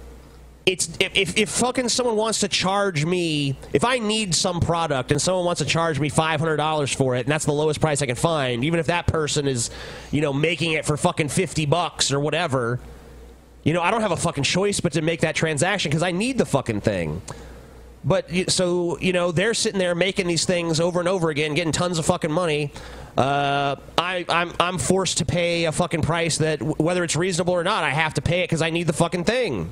G: it's if, if, if fucking someone wants to charge me, if I need some product and someone wants to charge me five hundred dollars for it, and that's the lowest price I can find, even if that person is, you know, making it for fucking fifty bucks or whatever, you know, I don't have a fucking choice but to make that transaction because I need the fucking thing. But y- so you know, they're sitting there making these things over and over again, getting tons of fucking money. Uh, I, I'm I'm forced to pay a fucking price that w- whether it's reasonable or not, I have to pay it because I need the fucking thing.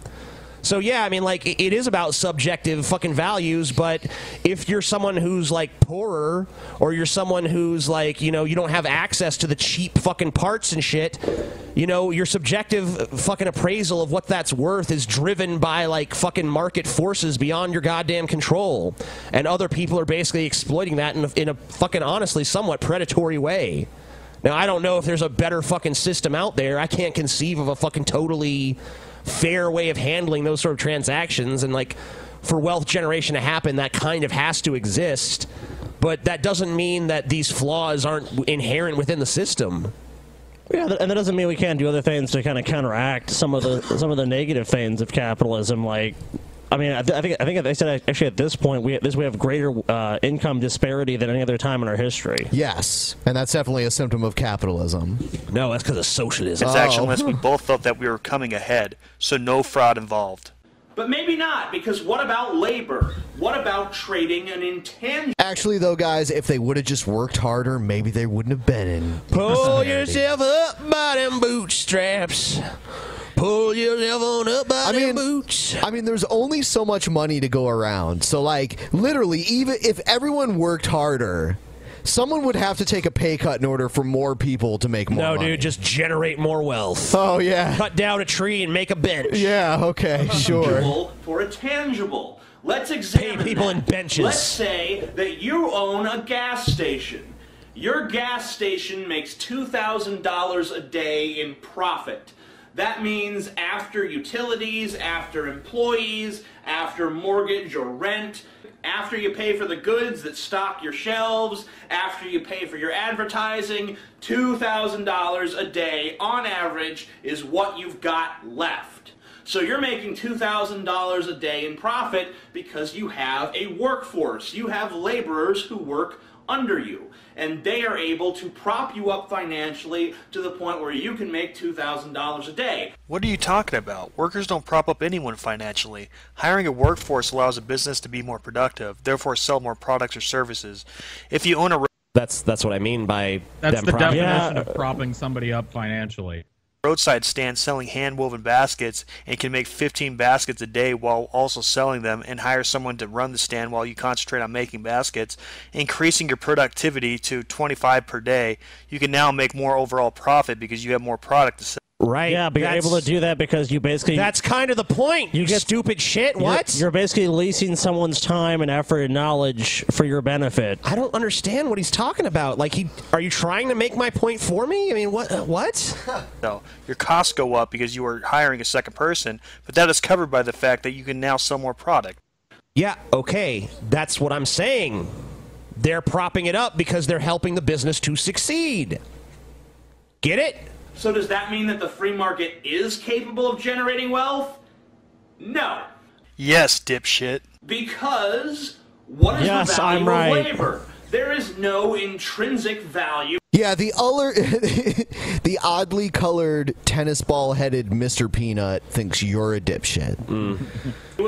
G: So yeah, I mean, like it, it is about subjective fucking values, but if you're someone who's like poorer, or you're someone who's like you know you don't have access to the cheap fucking parts and shit, you know your subjective fucking appraisal of what that's worth is driven by like fucking market forces beyond your goddamn control, and other people are basically exploiting that in a, in a fucking honestly somewhat predatory way. Now I don't know if there's a better fucking system out there. I can't conceive of a fucking totally fair way of handling those sort of transactions and like for wealth generation to happen that kind of has to exist. But that doesn't mean that these flaws aren't inherent within the system.
E: Yeah, th- and that doesn't mean we can't do other things to kind of counteract some of the some of the negative things of capitalism. Like, I mean, I, th- I think I think they said actually at this point we this we have greater uh, income disparity than any other time in our history.
B: Yes, and that's definitely a symptom of capitalism.
G: No, that's because of socialism.
M: It's actually unless we both felt that we were coming ahead, so no fraud involved.
F: But maybe not, because what about labor? What about trading an intangible?
B: Actually, though, guys, if they would have just worked harder, maybe they wouldn't have been in.
G: Pull
B: Oh,
G: yourself up by them bootstraps. Pull yourself on up by them boots.
B: I mean, there's only so much money to go around. So, like, literally, even if everyone worked harder, someone would have to take a pay cut in order for more people to make more
G: No,
B: money.
G: dude, just generate more wealth.
B: Oh, yeah.
G: Cut down a tree and make a bench.
B: Yeah, okay, sure.
F: for a tangible. Let's examine Pay
G: people in benches.
F: Let's say that you own a gas station. Your gas station makes $2,000 a day in profit. That means after utilities, after employees, after mortgage or rent, after you pay for the goods that stock your shelves, after you pay for your advertising, $2,000 a day on average is what you've got left. So you're making $2,000 a day in profit because you have a workforce. You have laborers who work under you. And they are able to prop you up financially to the point where you can make $2,000 a day.
M: What are you talking about? Workers don't prop up anyone financially. Hiring a workforce allows a business to be more productive, therefore sell more products or services. If you own a ro-
L: That's that's what I mean by
H: That's
L: them
H: the
L: prop-
H: definition
L: Yeah.
H: of propping somebody up financially.
M: roadside stand selling hand-woven baskets and can make 15 baskets a day while also selling them and hire someone to run the stand while you concentrate on making baskets, increasing your productivity to 25 per day, you can now make more overall profit because you have more product to sell.
G: Right.
E: Yeah, but you're
M: That's-
E: able to do that because you basically
G: That's kind of the point. You, stupid shit.
E: you're-
G: What?
E: You're, basically leasing someone's time and effort and knowledge for your benefit.
G: I don't understand what he's talking about. Like he are you trying to make my point for me? I mean, what uh, what?
M: So your costs go up because you are hiring a second person, but that is covered by the fact that you can now sell more product.
G: yeah, okay. That's what I'm saying. They're propping it up because they're helping the business to succeed. Get it?
F: So does that mean that the free market is capable of generating wealth? No,
M: Yes, dipshit.
F: because what is
M: Yes,
F: the value
M: I'm
F: of
M: right.
F: labor? There is no intrinsic value
B: Yeah, the other, the oddly colored tennis ball headed Mr. Peanut thinks you're a dipshit.
G: Mm.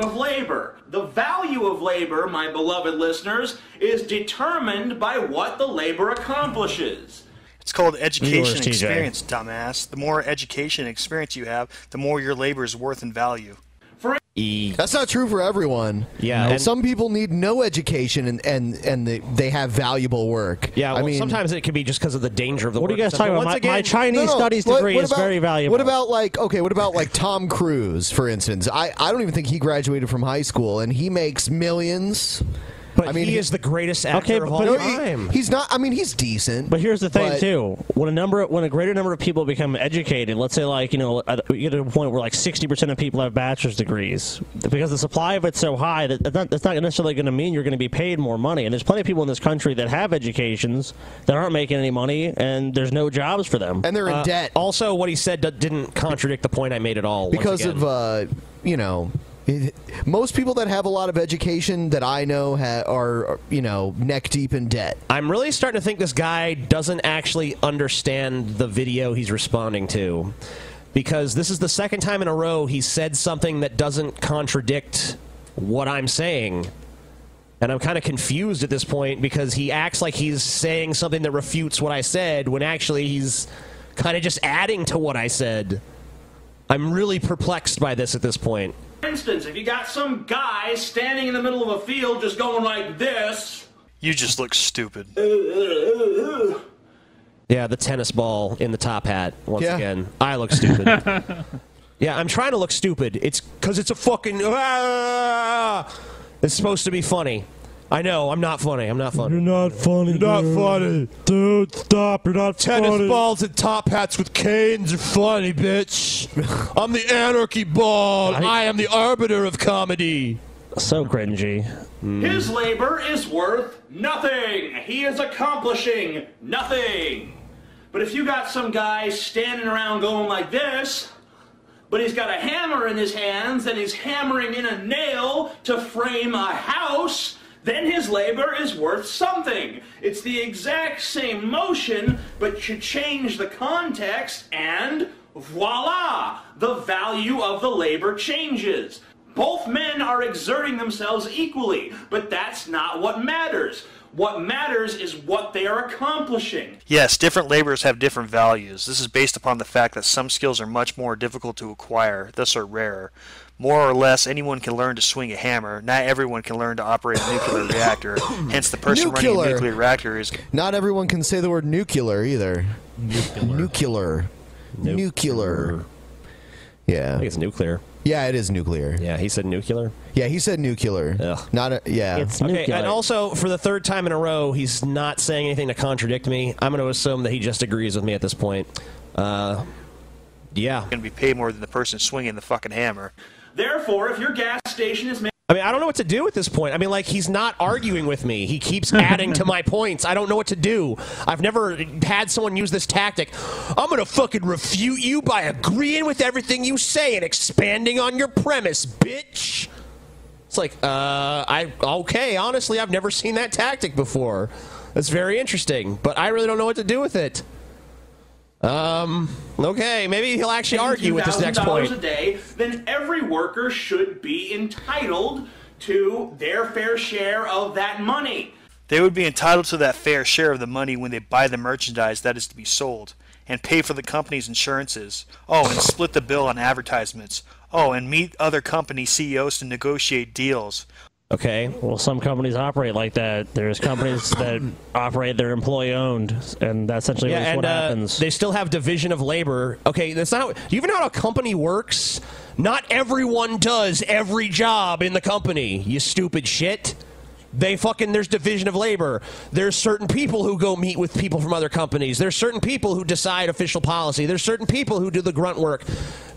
F: of labor. The value of labor, my beloved listeners, is determined by what the labor accomplishes.
M: It's called education
F: Yours,
M: and
F: TJ.
M: experience, dumbass. The more education and experience you have, the more your labor is worth in value.
B: That's not true E. for everyone.
M: Yeah,
B: And
M: and-
B: some people need no education and and and they, they have valuable work.
G: Yeah, well,
B: I mean
G: sometimes it can be just because of the danger of the
E: What are
G: work
E: you guys
G: itself.
E: talking
G: But
E: about?
G: Once
E: My-
G: again,
E: my Chinese studies
B: what-
E: degree
B: what
E: is very valuable.
B: What about like okay? What about like Tom Cruise, for instance? I, I don't even think he graduated from high school, and he makes millions.
G: But he is the greatest actor Okay, of but- all
B: No,
G: time.
B: he's not. I mean, he's decent.
E: But here's the thing
B: But-
E: too: when a number, when a greater number of people become educated, let's say like you know, at- we get to a point where like sixty percent of people have bachelor's degrees, because the supply of it's so high that that's not, that's not necessarily going to mean you're going to be paid more money. And there's plenty of people in this country that have educations that aren't making any money, and there's no jobs for them, Uh,
B: and they're in debt.
G: Also, what he said d- didn't contradict the point I made at all. once
B: because
G: again.
B: of uh, you know it- most people that have a lot of education that I know ha- are you know neck deep in debt.
G: I'm really starting to think this guy doesn't actually understand the video he's responding to. Because this is the second time in a row he said something that doesn't contradict what I'm saying. And I'm kind of confused at this point because he acts like he's saying something that refutes what I said when actually he's kind of just adding to what I said. I'm really perplexed by this at this point.
F: For instance, if you got some guy standing in the middle of a field just going like this,
M: You just look stupid.
G: Yeah, the tennis ball in the top hat once again. I look stupid. yeah, I'm trying to look stupid. It's because it's a fucking. Ah! it's supposed to be funny. I know I'm not funny. I'm not funny. You're
E: not funny. You're
G: not funny,
E: dude. Stop. You're not
G: Tennis balls and top hats with canes are funny, bitch. I'm the anarchy ball. I am the arbiter of comedy. Mm.
E: So cringy.
F: his labor is worth nothing. He is accomplishing nothing. But if you got some guy standing around going like this, but he's got a hammer in his hands and he's hammering in a nail to frame a house, then his labor is worth something. It's the exact same motion, but you change the context and voila! The value of the labor changes. Both men are exerting themselves equally, but that's not what matters. What matters is what they are accomplishing.
M: Yes, different labors have different values. This is based upon the fact that some skills are much more difficult to acquire, thus are rarer. More or less, anyone can learn to swing a hammer. Not everyone can learn to operate a nuclear reactor. Hence, the person running
B: Nuclear.
M: a nuclear reactor is
B: Not everyone can say the word nuclear either. Nuclear. Nuclear. Yeah. I think
G: it's nuclear.
B: Yeah, it is nuclear.
G: Yeah, he said nuclear.
B: Yeah, he said nuclear. Not a, yeah.
G: okay, and also for the third time in a row, he's not saying anything to contradict me. I'm going to assume that he just agrees with me at this point. Uh, yeah.
M: going to be paid more than the person swinging the fucking hammer.
F: Therefore, if your gas station is made
G: I mean, I don't know what to do at this point. I mean, like, he's not arguing with me. He keeps adding to my points. I don't know what to do. I've never had someone use this tactic. I'm going to fucking refute you by agreeing with everything you say and expanding on your premise, bitch. It's like, uh, I, okay, honestly, I've never seen that tactic before. That's very interesting, but I really don't know what to do with it. Um. Okay, maybe he'll actually argue with this next
F: $10,000
G: point.
F: a day, then every worker should be entitled to their fair share of that money.
M: They would be entitled to that fair share of the money when they buy the merchandise that is to be sold, and pay for the company's insurances. Oh, and split the bill on advertisements. Oh, and meet other company CEOs to negotiate deals.
E: Okay. Well, some companies operate like that. There's companies that operate they're employee owned, and that's essentially
G: Yeah,
E: what-
G: and
E: what
G: uh,
E: happens.
G: they still have division of labor. Okay, that's not. How, do you even know how a company works? Not everyone does every job in the company. You stupid shit. They fucking there's division of labor. There's certain people who go meet with people from other companies. There's certain people who decide official policy. There's certain people who do the grunt work.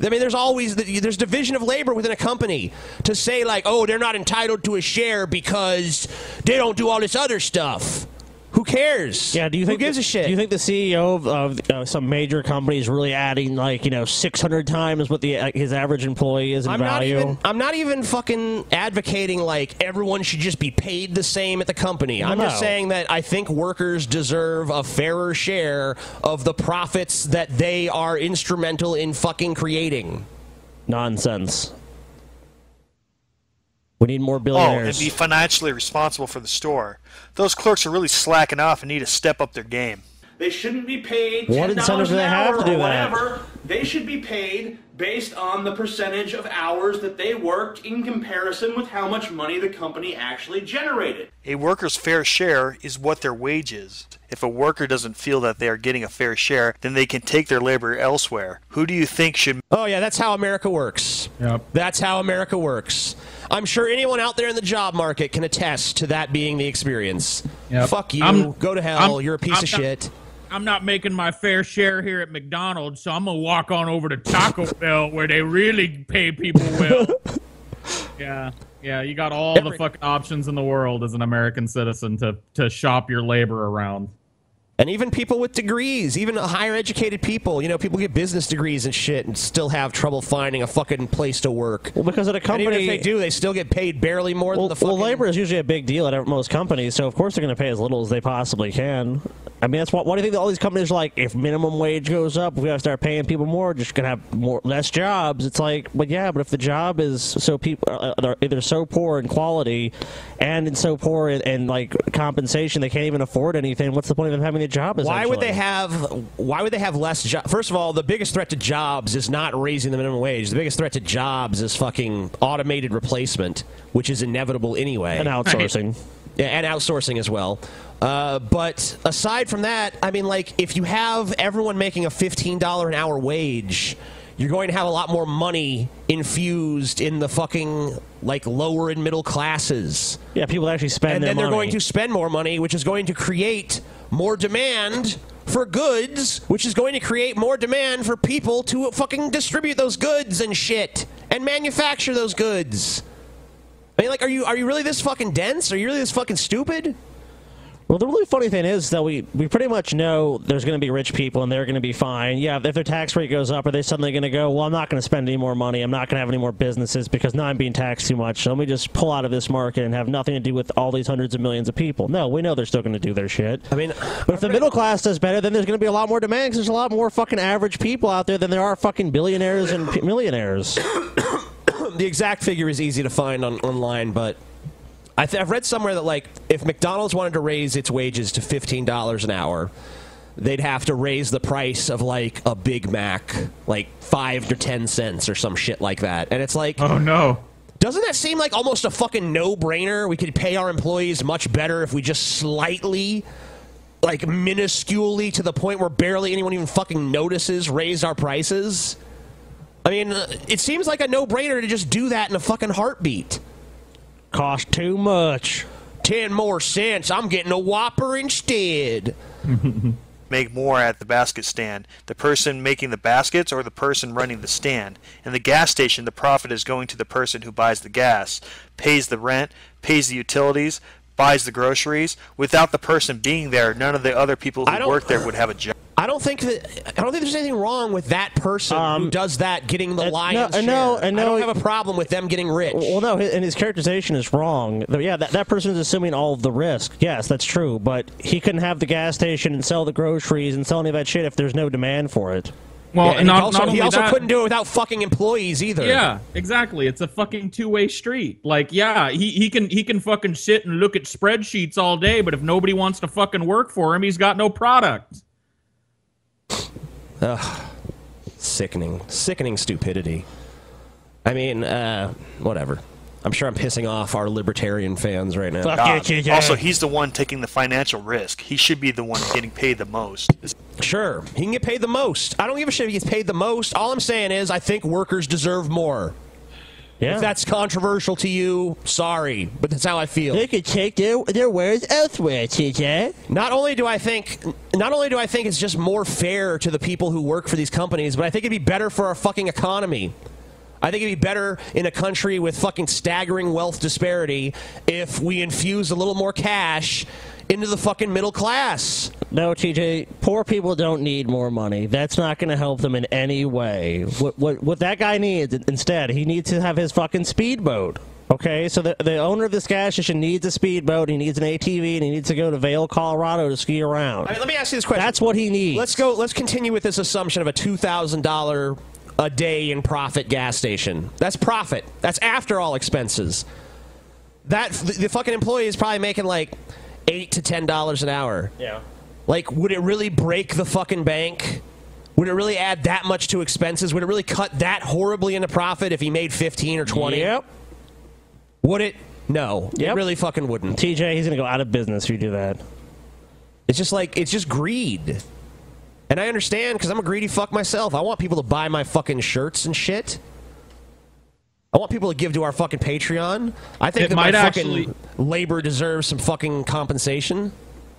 G: I mean, there's always there's division of labor within a company. To say like, oh, they're not entitled to a share because they don't do all this other stuff. Who cares?
E: Yeah, do you think
G: who gives a shit?
E: Do you think the CEO of, of uh, some major company is really adding like you know 600 times what the uh, his average employee is in
G: I'm
E: value?
G: Not even, I'm not even fucking advocating like everyone should just be paid the same at the company. I'm just
E: No.
G: saying that I think workers deserve a fairer share of the profits that they are instrumental in fucking creating.
E: Nonsense. We need more
M: Oh, and
E: billionaires.
M: be financially responsible for the store. Those clerks are really slacking off and need to step up their game.
F: They shouldn't be paid
M: What
F: ten
M: incentive
F: dollars
M: do
F: an
M: they
F: hour
M: have to do
F: or
M: that?
F: whatever. They should be paid based on the percentage of hours that they worked in comparison with how much money the company actually generated.
M: A worker's fair share is what their wage is. If a worker doesn't feel that they are getting a fair share, then they can take their labor elsewhere. Who do you think should
G: Oh yeah, that's how America works. That's how America works. I'm sure anyone out there in the job market can attest to that being the experience. Fuck you.
H: I'm-
G: go to hell.
H: I'm-
G: You're a piece
H: I'm
G: of
H: not-
G: shit.
H: I'm not making my fair share here at McDonald's, so I'm gonna walk on over to Taco Bell where they really pay people well. yeah, yeah, you got all the fucking options in the world as an American citizen to to shop your labor around.
G: And even people with degrees, even higher educated people, you know, people get business degrees and shit and still have trouble finding a fucking place to work. Well,
E: because at a
G: and even
E: company-
G: if they do, they still get paid barely more
E: well,
G: than the fucking.
E: well, labor is usually a big deal at most companies, so of course they're going to pay as little as they possibly can. I mean, that's why, why do you think that all these companies are like, if minimum wage goes up, we got to start paying people more, just going to have more less jobs. It's like, but yeah, but if the job is so people uh, they're either so poor in quality, and in so poor in, in like compensation, they can't even afford anything. What's the point of them having a job?
G: why would they
E: essentially?
G: have? Why would they have less jobs? First of all, the biggest threat to jobs is not raising the minimum wage. The biggest threat to jobs is fucking automated replacement, which is inevitable anyway,
E: And outsourcing.
G: Yeah, and outsourcing as well. Uh, but aside from that, I mean, like, if you have everyone making a $15 an hour wage, you're going to have a lot more money infused in the fucking, like, lower and middle classes.
E: Yeah, people actually spend
G: And
E: their
G: then they're
E: money.
G: going to spend more money, which is going to create more demand for goods, which is going to create more demand for people to fucking distribute those goods and shit and manufacture those goods. I mean, like, are you are you really this fucking dense? Are you really this fucking stupid?
E: Well, the really funny thing is that we, we pretty much know there's going to be rich people and they're going to be fine. Yeah, if their tax rate goes up, are they suddenly going to go, well, I'm not going to spend any more money. I'm not going to have any more businesses because now I'm being taxed too much. So let me just pull out of this market and have nothing to do with all these hundreds of millions of people. No, we know they're still going to do their shit.
G: I mean,
E: but if the middle class does better, then there's going to be a lot more demand because there's a lot more fucking average people out there than there are fucking billionaires and p- millionaires.
G: the exact figure is easy to find on, online, but I th- I've read somewhere that like if McDonald's wanted to raise its wages to fifteen dollars an hour, they'd have to raise the price of like a Big Mac, like five to ten cents or some shit like that. And it's like,
H: oh no.
G: Doesn't that seem like almost a fucking no-brainer? We could pay our employees much better if we just slightly, like minusculely, to the point where barely anyone even fucking notices, raise our prices. I mean, uh, it seems like a no-brainer to just do that in a fucking heartbeat.
E: Cost too much.
G: Ten more cents. I'm getting a Whopper instead.
M: make more at the basket stand? The person making the baskets or the person running the stand? In the gas station, the profit is going to the person who buys the gas, pays the rent, pays the utilities, buys the groceries. Without the person being there, none of the other people who work there would have a job.
G: I don't think that I don't think there's anything wrong with that person who does that getting the lion's
E: Um, and no,
G: share.
E: and
G: I don't
E: no-
G: have a problem with them getting rich.
E: Well, no, hi- and his characterization is wrong. Though, Yeah, that, that person is assuming all of the risk. Yes, that's true, but he couldn't have the gas station and sell the groceries and sell any of that shit if there's no demand for it.
H: Well,
G: Yeah,
H: and not,
G: he also,
H: not
G: he
H: only
G: also
H: that-
G: couldn't do it without fucking employees either.
H: Yeah, exactly. It's a fucking two-way street. Like, yeah, he, he can he can fucking sit and look at spreadsheets all day, but if nobody wants to fucking work for him, he's got no product.
G: Ugh. Sickening. Sickening stupidity. I mean, uh, whatever. I'm sure I'm pissing off our libertarian fans right now.
M: God. Also, he's the one taking the financial risk. He should be the one getting paid the most.
G: Sure, he can get paid the most. I don't give a shit if he gets paid the most. All I'm saying is, I think workers deserve more.
E: Yeah.
G: If that's controversial to you, sorry, but that's how I feel.
E: They could take their, their wares elsewhere, TJ.
G: Not only do I think, not only do I think it's just more fair to the people who work for these companies, but I think it'd be better for our fucking economy. I think it'd be better in a country with fucking staggering wealth disparity if we infuse a little more cash into the fucking middle class.
E: No, TJ, poor people don't need more money. That's not going to help them in any way. What, what, what that guy needs instead, he needs to have his fucking speedboat. Okay, so the, the owner of this gas station needs a speedboat, he needs an ATV, and he needs to go to Vail, Colorado to ski around.
G: I mean, let me ask you this question.
E: That's what he needs.
G: Let's go. Let's continue with this assumption of a two thousand dollar a day in profit gas station. That's profit. That's after all expenses. That the, the fucking employee is probably making like eight to ten dollars an hour.
E: Yeah.
G: Like, would it really break the fucking bank? Would it really add that much to expenses? Would it really cut that horribly into profit if he made fifteen or twenty?
E: Yep.
G: Would it? No. It really fucking wouldn't.
E: TJ, he's going to go out of business if you do that.
G: It's just like it's just greed. And I understand because I'm a greedy fuck myself. I want people to buy my fucking shirts and shit. I want people to give to our fucking Patreon. I think
H: It
G: that my
H: might
G: fucking labor deserves some fucking compensation.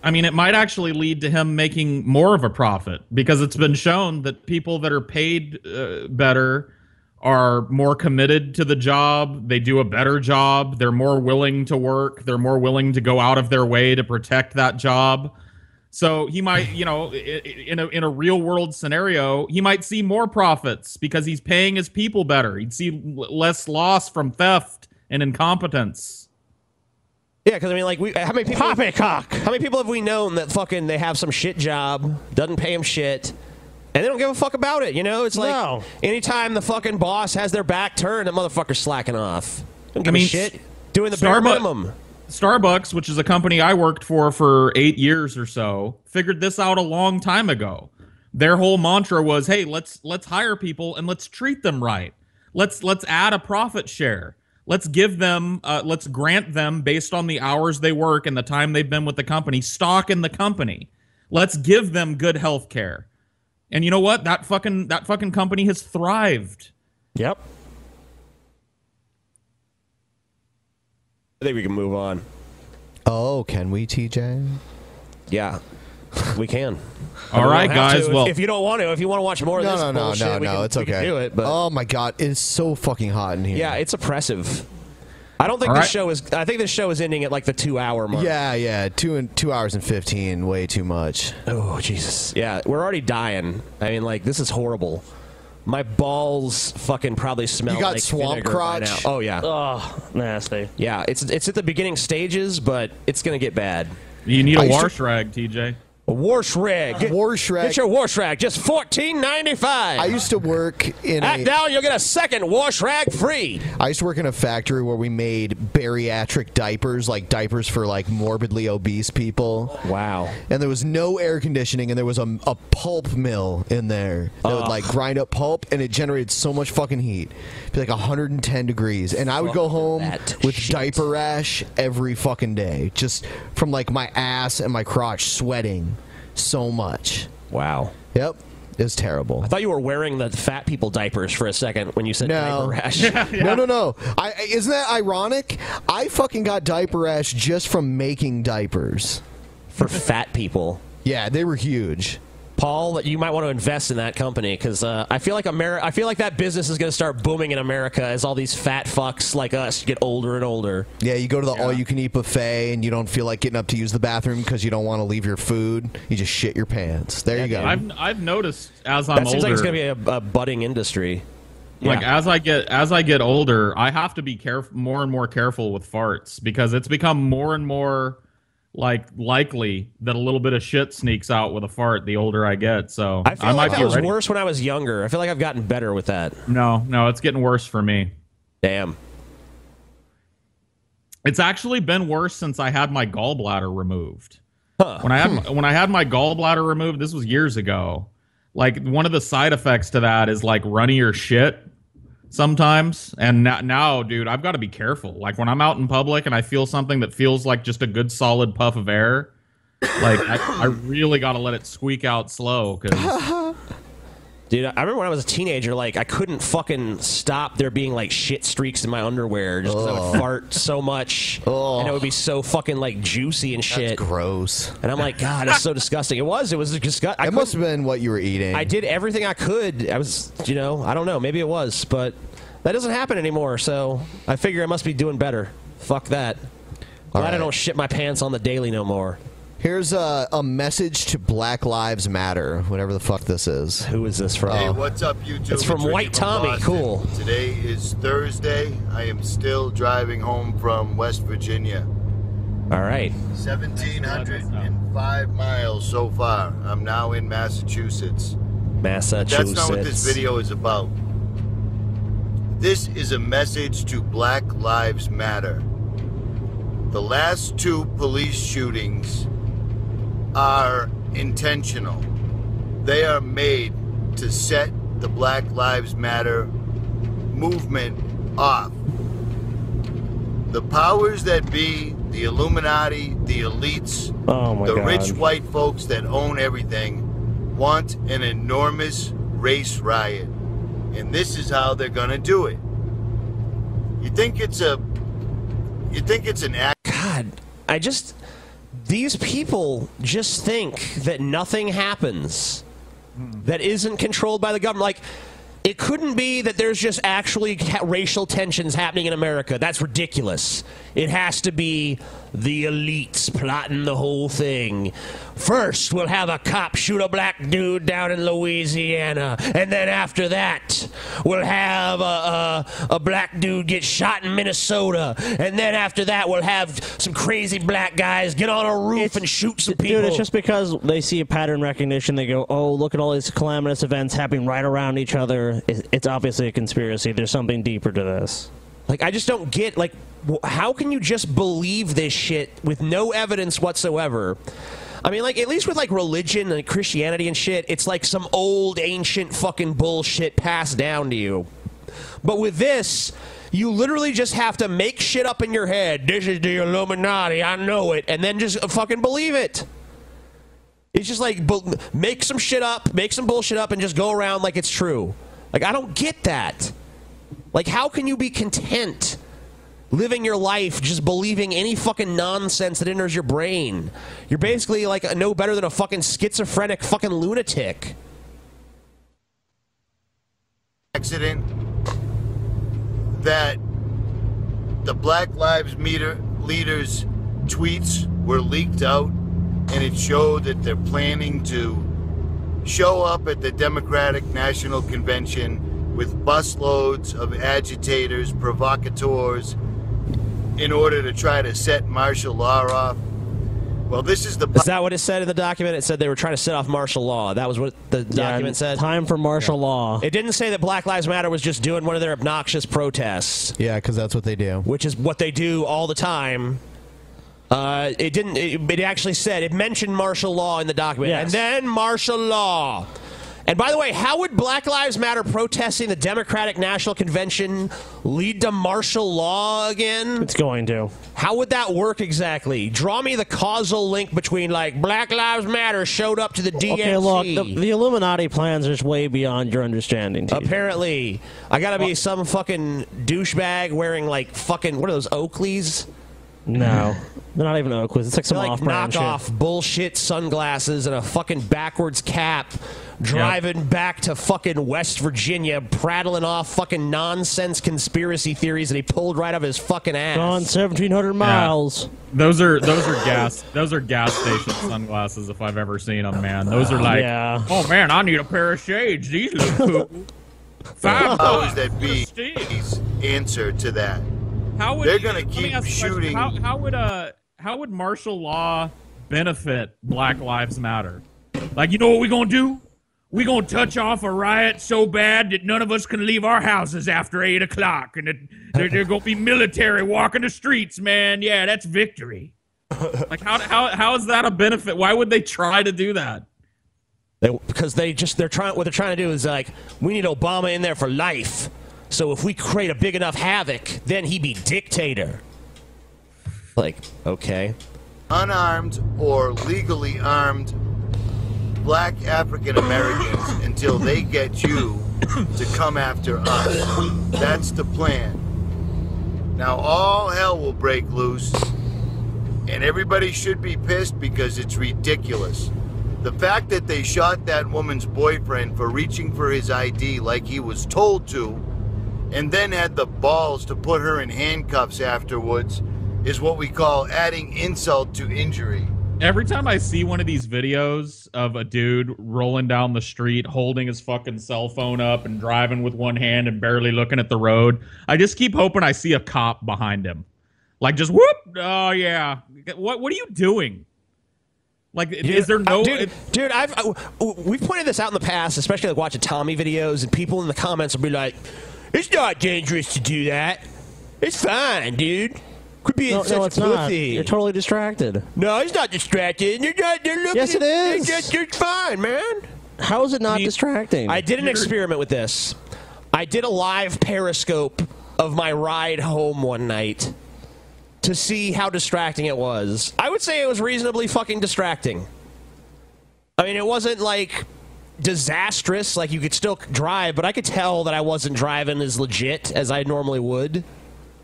H: I mean, it might actually lead to him making more of a profit because it's been shown that people that are paid uh, better are more committed to the job. They do a better job. They're more willing to work. They're more willing to go out of their way to protect that job. So he might, you know, i- i- in a in a real world scenario, he might see more profits because he's paying his people better. He'd see l- less loss from theft and incompetence.
G: Yeah, because I mean, like, we how many people? How many people have we known that fucking they have some shit job doesn't pay them shit, and they don't give a fuck about it? You know, it's like
E: No.
G: anytime the fucking boss has their back turned, the motherfucker's slacking off. Don't give a shit. Doing the bare
H: Starbu-
G: minimum.
H: Starbucks, which is a company I worked for for eight years or so, figured this out a long time ago. Their whole mantra was, "Hey, let's let's hire people and let's treat them right. Let's let's add a profit share. Let's give them, uh, let's grant them based on the hours they work and the time they've been with the company, stock in the company. Let's give them good health care." And you know what? That fucking that fucking company has thrived.
E: Yep.
G: I think we can move on. Oh, can we, TJ? Yeah, we can.
H: All right,
G: We don't have
H: guys,
G: to.
H: well-
G: if you don't want to, if you want to watch more of
B: no,
G: this
B: no, no,
G: bullshit,
B: no,
G: we
B: no,
G: can-
B: it's
G: we can
B: okay.
G: do it. But
B: oh my god, it is so fucking hot in here.
G: yeah, it's oppressive. I don't think
B: All
G: this
B: right.
G: show is. I think this show is ending at like the two-hour mark.
B: yeah, Ah, yeah. Two and two hours and fifteen, way too much.
G: Oh Jesus! Yeah, we're already dying. I mean, like this is horrible. My balls fucking probably smell.
B: You got
G: like
B: swamp
G: vinegar right
B: crotch?
G: now. Oh yeah.
E: Oh, nasty.
G: Yeah, it's it's at the beginning stages, but it's gonna get bad.
H: You need
G: a
H: a wash rag, TJ.
G: A wash rag. Get,
B: wash rag.
G: Get your wash rag. Just fourteen ninety five.
B: I used to work in
G: Act
B: a-
G: now, you'll get a second wash rag free.
B: I used to work in a factory where we made bariatric diapers, like diapers for like morbidly obese people.
G: Wow.
B: And there was no air conditioning, and there was a, a pulp mill in there that would like grind up pulp, and it generated so much fucking heat, It'd be like 110 degrees. And I would go
G: Fuck
B: home
G: that
B: with diaper rash every fucking day, just from like my ass and my crotch sweating so much.
G: Wow.
B: Yep. It was terrible.
G: I thought you were wearing the fat people diapers for a second when you said diaper rash.
B: No, no, no. I, I- isn't that ironic? I fucking got diaper rash just from making diapers.
G: For fat people.
B: Yeah, they were huge.
G: Paul, that you might want to invest in that company because uh, I feel like Ameri- I feel like that business is going to start booming in America as all these fat fucks like us get older and older.
B: Yeah, you go to the all-you-can-eat buffet and you don't feel like getting up to use the bathroom because you don't want to leave your food. You just shit your pants. There you go.
H: I've I've noticed as I'm
G: that seems like it's
H: older-
G: going to be a, a budding industry.
H: Like
G: Yeah.
H: as I get as I get older, I have to be careful more and more careful with farts because it's become more and more like likely that a little bit of shit sneaks out with a fart the older I get. So
G: I feel
H: might
G: like
H: be
G: that was
H: ready.
G: worse when I was younger. I feel like I've gotten better with that.
H: No, no, it's getting worse for me.
G: Damn.
H: It's actually been worse since I had my gallbladder removed. When I had when I had my gallbladder removed, this was years ago. Like one of the side effects to that is like runnier shit sometimes. And now, now dude, I've got to be careful. Like when I'm out in public and I feel something that feels like just a good solid puff of air, like I, I really got to let it squeak out slow because
G: Dude, I remember when I was a teenager, like I couldn't fucking stop there being like shit streaks in my underwear just 'cause I
B: Ugh.
G: would fart so much, and it would be so fucking like juicy and shit.
B: gross.
G: And I'm like, God, it's so disgusting. It was. It was disgusting. It must
B: have been what you were eating.
G: I did everything I could. I was, you know, I don't know. Maybe it was, but that doesn't happen anymore. So I figure I must be doing better. Fuck that. Glad I don't shit my pants on the daily no more.
B: Here's a, a message to Black Lives Matter, whatever the fuck this is. Oh.
G: Who is this from?
N: Hey, what's up, YouTube?
G: It's from
N: Ricky
G: White Tommy.
N: Boston.
G: Cool.
N: Today is Thursday. I am still driving home from West Virginia.
G: All right.
N: 1,705 miles so far. I'm now in Massachusetts.
G: Massachusetts.
N: That's not what this video is about. This is a message to Black Lives Matter. The last two police shootings are intentional. They are made to set the Black Lives Matter movement off. The powers that be, the Illuminati, the elites,
E: Oh my
N: the
E: god.
N: rich white folks that own everything want an enormous race riot. And this is how they're going to do it. You think it's a you think it's an act
G: God, I just these people just think that nothing happens that isn't controlled by the government. Like it couldn't be that there's just actually ha- racial tensions happening in America. That's ridiculous. It has to be the elites plotting the whole thing. First, we'll have a cop shoot a black dude down in Louisiana, and then after that, we'll have a, a, a black dude get shot in Minnesota, and then after that, we'll have some crazy black guys get on a roof and shoot some people.
E: Dude, it's just because they see a pattern recognition. They go, "Oh, look at all these calamitous events happening right around each other. It- It's obviously a conspiracy. There's something deeper to this."
G: Like, I just don't get, like, wh- how can you just believe this shit with no evidence whatsoever? I mean, like, at least with, like, religion and Christianity and shit, it's like some old, ancient fucking bullshit passed down to you. But with this, you literally just have to make shit up in your head. This is the Illuminati, I know it, and then just fucking believe it. It's just like bu- make some shit up, make some bullshit up, and just go around like it's true. Like I don't get that. Like how can you be content living your life just believing any fucking nonsense that enters your brain? You're basically like no better than a fucking schizophrenic fucking lunatic.
N: accident that the Black Lives Meter leaders' tweets were leaked out, and it showed that they're planning to show up at the Democratic National Convention with busloads of agitators, provocateurs, in order to try to set martial law off. Well, this is the
G: Is that what it said in the document? It said they were trying to set off martial law. That was what the document said.
E: Time for martial law.
G: It didn't say that Black Lives Matter was just doing one of their obnoxious protests.
B: Yeah, because that's what they do.
G: Which is what they do all the time. Uh, it didn't. It, it actually said it mentioned martial law in the document, and
C: Yes.
G: then martial law. And by the way, how would Black Lives Matter protesting the Democratic National Convention lead to martial law again?
E: It's going to.
G: How would that work exactly? Draw me the causal link between like Black Lives Matter showed up to the DNC.
E: Okay, look, the, the Illuminati plans are just way beyond your understanding. TJ.
G: Apparently, I gotta be some fucking douchebag wearing like fucking what are those Oakleys?
E: No, they're not even Oakleys. It's like some
G: They're like
E: off-brand shit.
G: knockoff bullshit sunglasses and a fucking backwards cap, driving back to fucking West Virginia, prattling off fucking nonsense conspiracy theories that he pulled right out of his fucking ass.
E: Gone 1,700 miles.
H: Those are those are gas those are gas station sunglasses if I've ever seen them, man. Those are like
D: Yeah.
H: oh man, I need a pair of shades. These look cool. Five
N: How
H: bucks.
N: is that B's answer to that?
H: How would
N: They're
H: you-
N: gonna
H: let me
N: keep
H: ask you a question.
N: shooting.
H: How, how would uh how would martial law benefit Black Lives Matter? Like you know what we gonna do? We gonna touch off a riot so bad that none of us can leave our houses after eight o'clock, and it, there, there gonna be military walking the streets, man. Yeah, that's victory. like how, how how is that a benefit? Why would they try to do that?
G: They, because they just they're trying what they're trying to do is like we need Obama in there for life. So if we create a big enough havoc, then he be dictator. Like okay,
N: unarmed or legally armed black African Americans until they get you to come after us. That's the plan. Now, all hell will break loose, and everybody should be pissed because it's ridiculous. The fact that they shot that woman's boyfriend for reaching for his ID like he was told to and then had the balls to put her in handcuffs afterwards is what we call adding insult to injury.
H: Every time I see one of these videos of a dude rolling down the street holding his fucking cell phone up and driving with one hand and barely looking at the road, I just keep hoping I see a cop behind him. Like just whoop, oh yeah. What what are you doing? Like is there no
G: dude? dude, I've I, we've pointed this out in the past, especially like watching Tommy videos, and people in the comments will be like, "It's not dangerous to do that. It's fine, dude. Could be
E: No,
G: such
E: no,
G: a
E: it's not.
G: pussy.
E: You're totally distracted.
G: no, it's not distracting. You're not. You're looking.
E: Yes, it
G: at-
E: is.
G: You're, just- you're fine, man.
E: How is it not distracting?
G: I did an experiment with this. I did a live Periscope of my ride home one night to see how distracting it was. I would say it was reasonably fucking distracting. I mean, it wasn't like disastrous. Like you could still drive, but I could tell that I wasn't driving as legit as I normally would.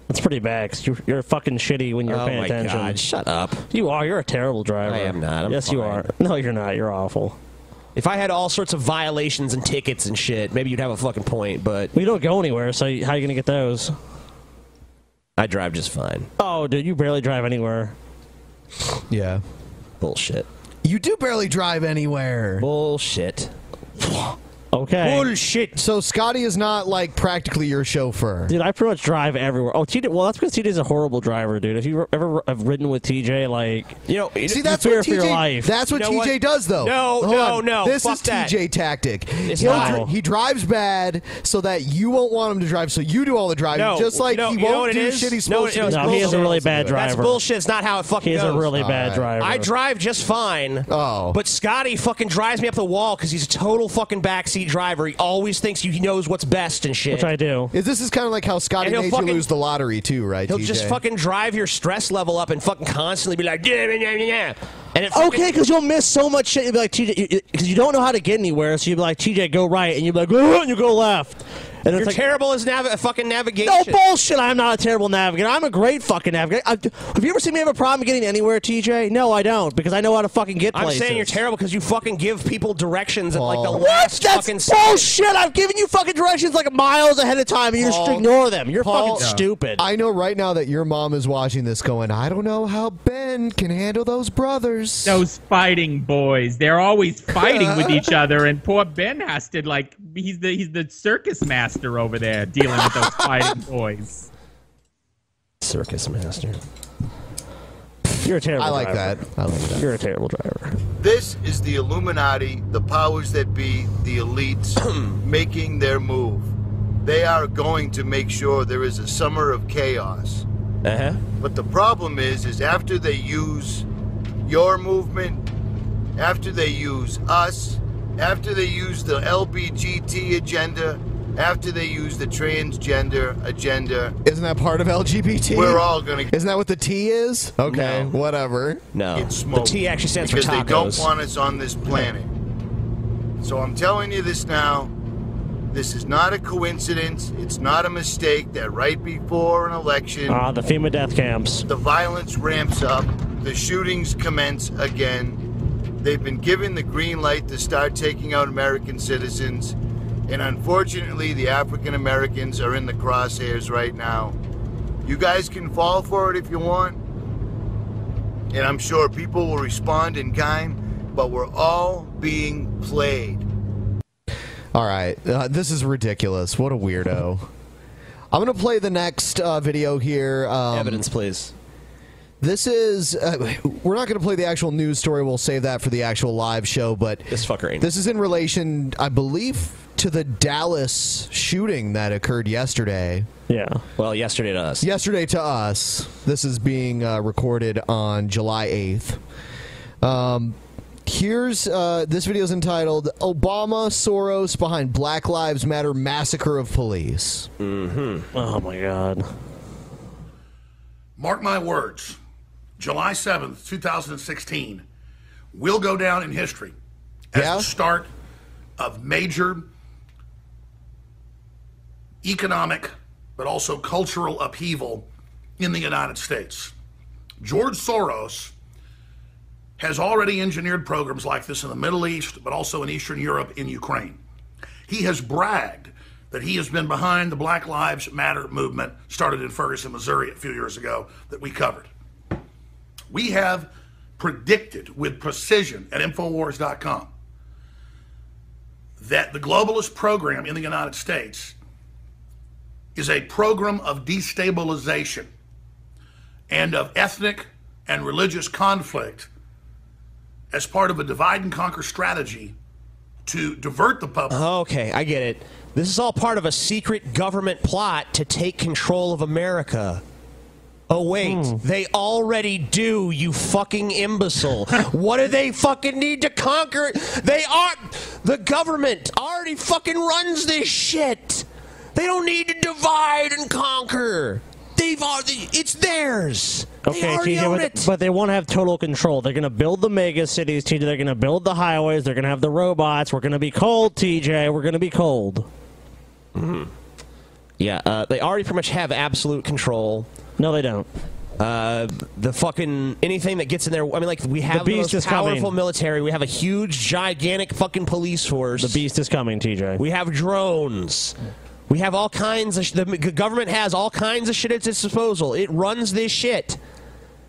E: That's pretty bad. you you're, you're fucking shitty when you're
G: Oh
E: paying
G: my
E: attention.
G: God, shut up.
E: You are. You're a terrible driver.
G: I am not. I'm
E: yes, you
G: fine.
E: are. No, you're not. You're awful.
G: If I had all sorts of violations and tickets and shit, maybe you'd have a fucking point. But
E: We don't go anywhere, so how are you gonna get those?
G: I drive just fine.
E: Oh, dude, you barely drive anywhere.
B: Yeah.
G: Bullshit.
B: You do barely drive anywhere.
G: Bullshit.
E: Okay.
G: Bullshit.
B: So Scotty is not like practically your chauffeur.
E: Dude, I pretty much drive everywhere. Oh, TJ. Well, that's because TJ's a horrible driver, dude. If you re- ever have ridden with TJ, like
G: you know,
B: See, that's what
E: for your
B: TJ
E: life.
B: That's what TJ does, though.
G: No,
B: Hold
G: no,
B: on.
G: no,
B: This
G: fuck
B: is
G: that.
B: TJ tactic.
G: It's
B: He'll
G: not.
B: dri- he drives bad so that you won't want him to drive, so you do all the driving. just like
G: no,
B: he
G: you know
B: won't
G: what it
B: do
G: is?
B: shit he's
G: No,
B: supposed
G: no,
B: to.
G: it's
B: do.
G: bullshit.
E: bad
G: That's
E: driver.
G: bullshit. It's not how it fucking
E: He's a
G: goes.
E: really All bad right. driver.
G: I drive just fine. Oh. But Scotty fucking drives me up the wall because he's a total fucking backseat driver. He always thinks he knows what's best and shit.
E: do.
B: Is this is kind of like how Scotty
G: And he'll
B: made
G: fucking-
B: you lose the lottery too, right?
G: He'll
B: TJ?
G: just fucking drive your stress level up and fucking constantly be like, yeah, yeah, yeah, yeah. And it fucking-
E: Okay, because you'll miss so much shit. You'll be like TJ, because you don't know how to get anywhere. So you'll be like TJ, go right, and you'll be like, "Ugh," and you go left. And
G: You're
E: it's like,
G: terrible as nav- fucking navigation.
E: No bullshit. I'm not a terrible navigator. I'm a great fucking navigator. I, have you ever seen me have a problem getting anywhere, TJ? No, I don't, because I know how to fucking get
G: I'm
E: places.
G: saying you're terrible because you fucking give people directions at like the
E: What?
G: last
E: That's
G: fucking
E: bullshit. I've given you fucking directions like miles ahead of time, and you just
B: Paul-
E: ignore them. You're
B: Paul,
E: fucking stupid.
B: I know right now that your mom is watching this, going, "I don't know how Ben can handle those brothers."
H: Those fighting boys, they're always fighting with each other, and poor Ben has to like he's the he's the circus master over there dealing with those fighting boys.
G: Circus master.
E: You're a terrible.
B: I like that. I like that.
E: You're a terrible driver.
N: This is the Illuminati, the powers that be, the elites making their move. They are going to make sure there is a summer of chaos.
G: Uh huh.
N: But the problem is, is after they use your movement, after they use us, after they use the LBGT agenda, after they use the transgender agenda,
B: Isn't that part of LGBT?
N: We're all gonna-
B: Isn't that what the T is? Okay, whatever.
G: No.
N: It's smoke. because they don't want us on this planet. So I'm telling you this now. This is not a coincidence. It's not a mistake that right before an election,
E: Ah, the FEMA death camps.
N: the violence ramps up, the shootings commence again. They've been given the green light to start taking out American citizens, and unfortunately, the African Americans are in the crosshairs right now. You guys can fall for it if you want, and I'm sure people will respond in kind, but we're all being played.
B: All right. Uh, this is ridiculous. What a weirdo. I'm going to play the next uh, video here. Um, Evidence,
G: please.
B: This is. Uh, we're not going to play the actual news story. We'll save that for the actual live show, but.
G: This fucker ain't.
B: This is in relation, I believe, to the Dallas shooting that occurred yesterday.
E: Yeah.
G: Well, yesterday to us.
B: Yesterday to us. This is being uh, recorded on July 8th. Um, here's uh, this video is entitled Obama Soros Behind Black Lives Matter Massacre of Police.
E: Mm-hmm. Oh, my God.
O: Mark my words, July 7th, 2016, will go down in history as the start of major economic but also cultural upheaval in the United States. George Soros has already engineered programs like this in the Middle East, but also in Eastern Europe, in Ukraine. He has bragged that he has been behind the Black Lives Matter movement started in Ferguson, Missouri a few years ago that we covered. We have predicted with precision at Infowars.com that the globalist program in the United States is a program of destabilization and of ethnic and religious conflict as part of a divide and conquer strategy to divert the public.
P: Okay, I get it. This is all part of a secret government plot to take control of America. Oh, wait. They already do, you fucking imbecile. what do they fucking need to conquer? They are. The government already fucking runs this shit. They don't need to divide and conquer. They've already. It's theirs. they
E: Okay,
P: already
E: TJ,
P: own
E: but,
P: it.
E: but they won't have total control. They're going to build the mega cities, TJ. They're going to build the highways. They're going to have the robots. We're going to be cold, TJ. We're going to be cold.
G: Mhm. Yeah, uh, they already pretty much have absolute control.
E: No, they don't.
G: Uh, the fucking anything that gets in there. I mean, like we have the, most
E: beast is coming.
G: powerful military. We have a huge, gigantic fucking police force. The
E: beast is coming, TJ.
G: We have drones. We have all kinds of. Sh- the g- government has all kinds of shit at its disposal. It runs this shit.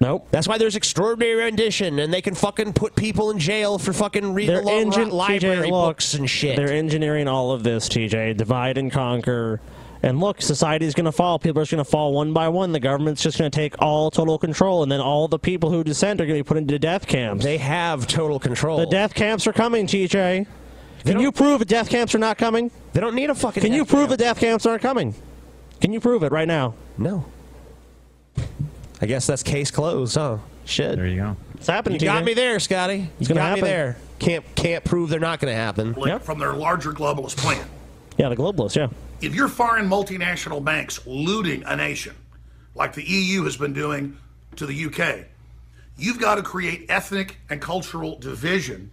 E: Nope.
G: That's why there's extraordinary rendition, and they can fucking put people in jail for fucking reading
E: They're
G: long
E: engin-
G: rot library
E: TJ, look,
G: books and shit.
E: They're engineering all of this, TJ. Divide and conquer. And look, society's going to fall. People are just going to fall one by one. The government's just going to take all total control, and then all the people who dissent are going to be put into death camps.
G: They have total control.
E: The death camps are coming, TJ. Can you prove the death camps are not coming?
G: They don't need a fucking.
E: Can you prove the death camps aren't coming? Can you prove it right now?
G: No. I guess that's case closed, huh? Shit. There
A: you go.
E: It's happening.
G: You got
E: TJ.
G: me there, Scotty.
E: It's
G: you
E: gonna
G: got
E: happen.
G: me there. Can't can't prove they're not going to happen.
O: from their larger globalist plan.
E: Yeah, the globalists. Yeah.
O: If you're foreign multinational banks looting a nation, like the EU has been doing to the UK, you've got to create ethnic and cultural division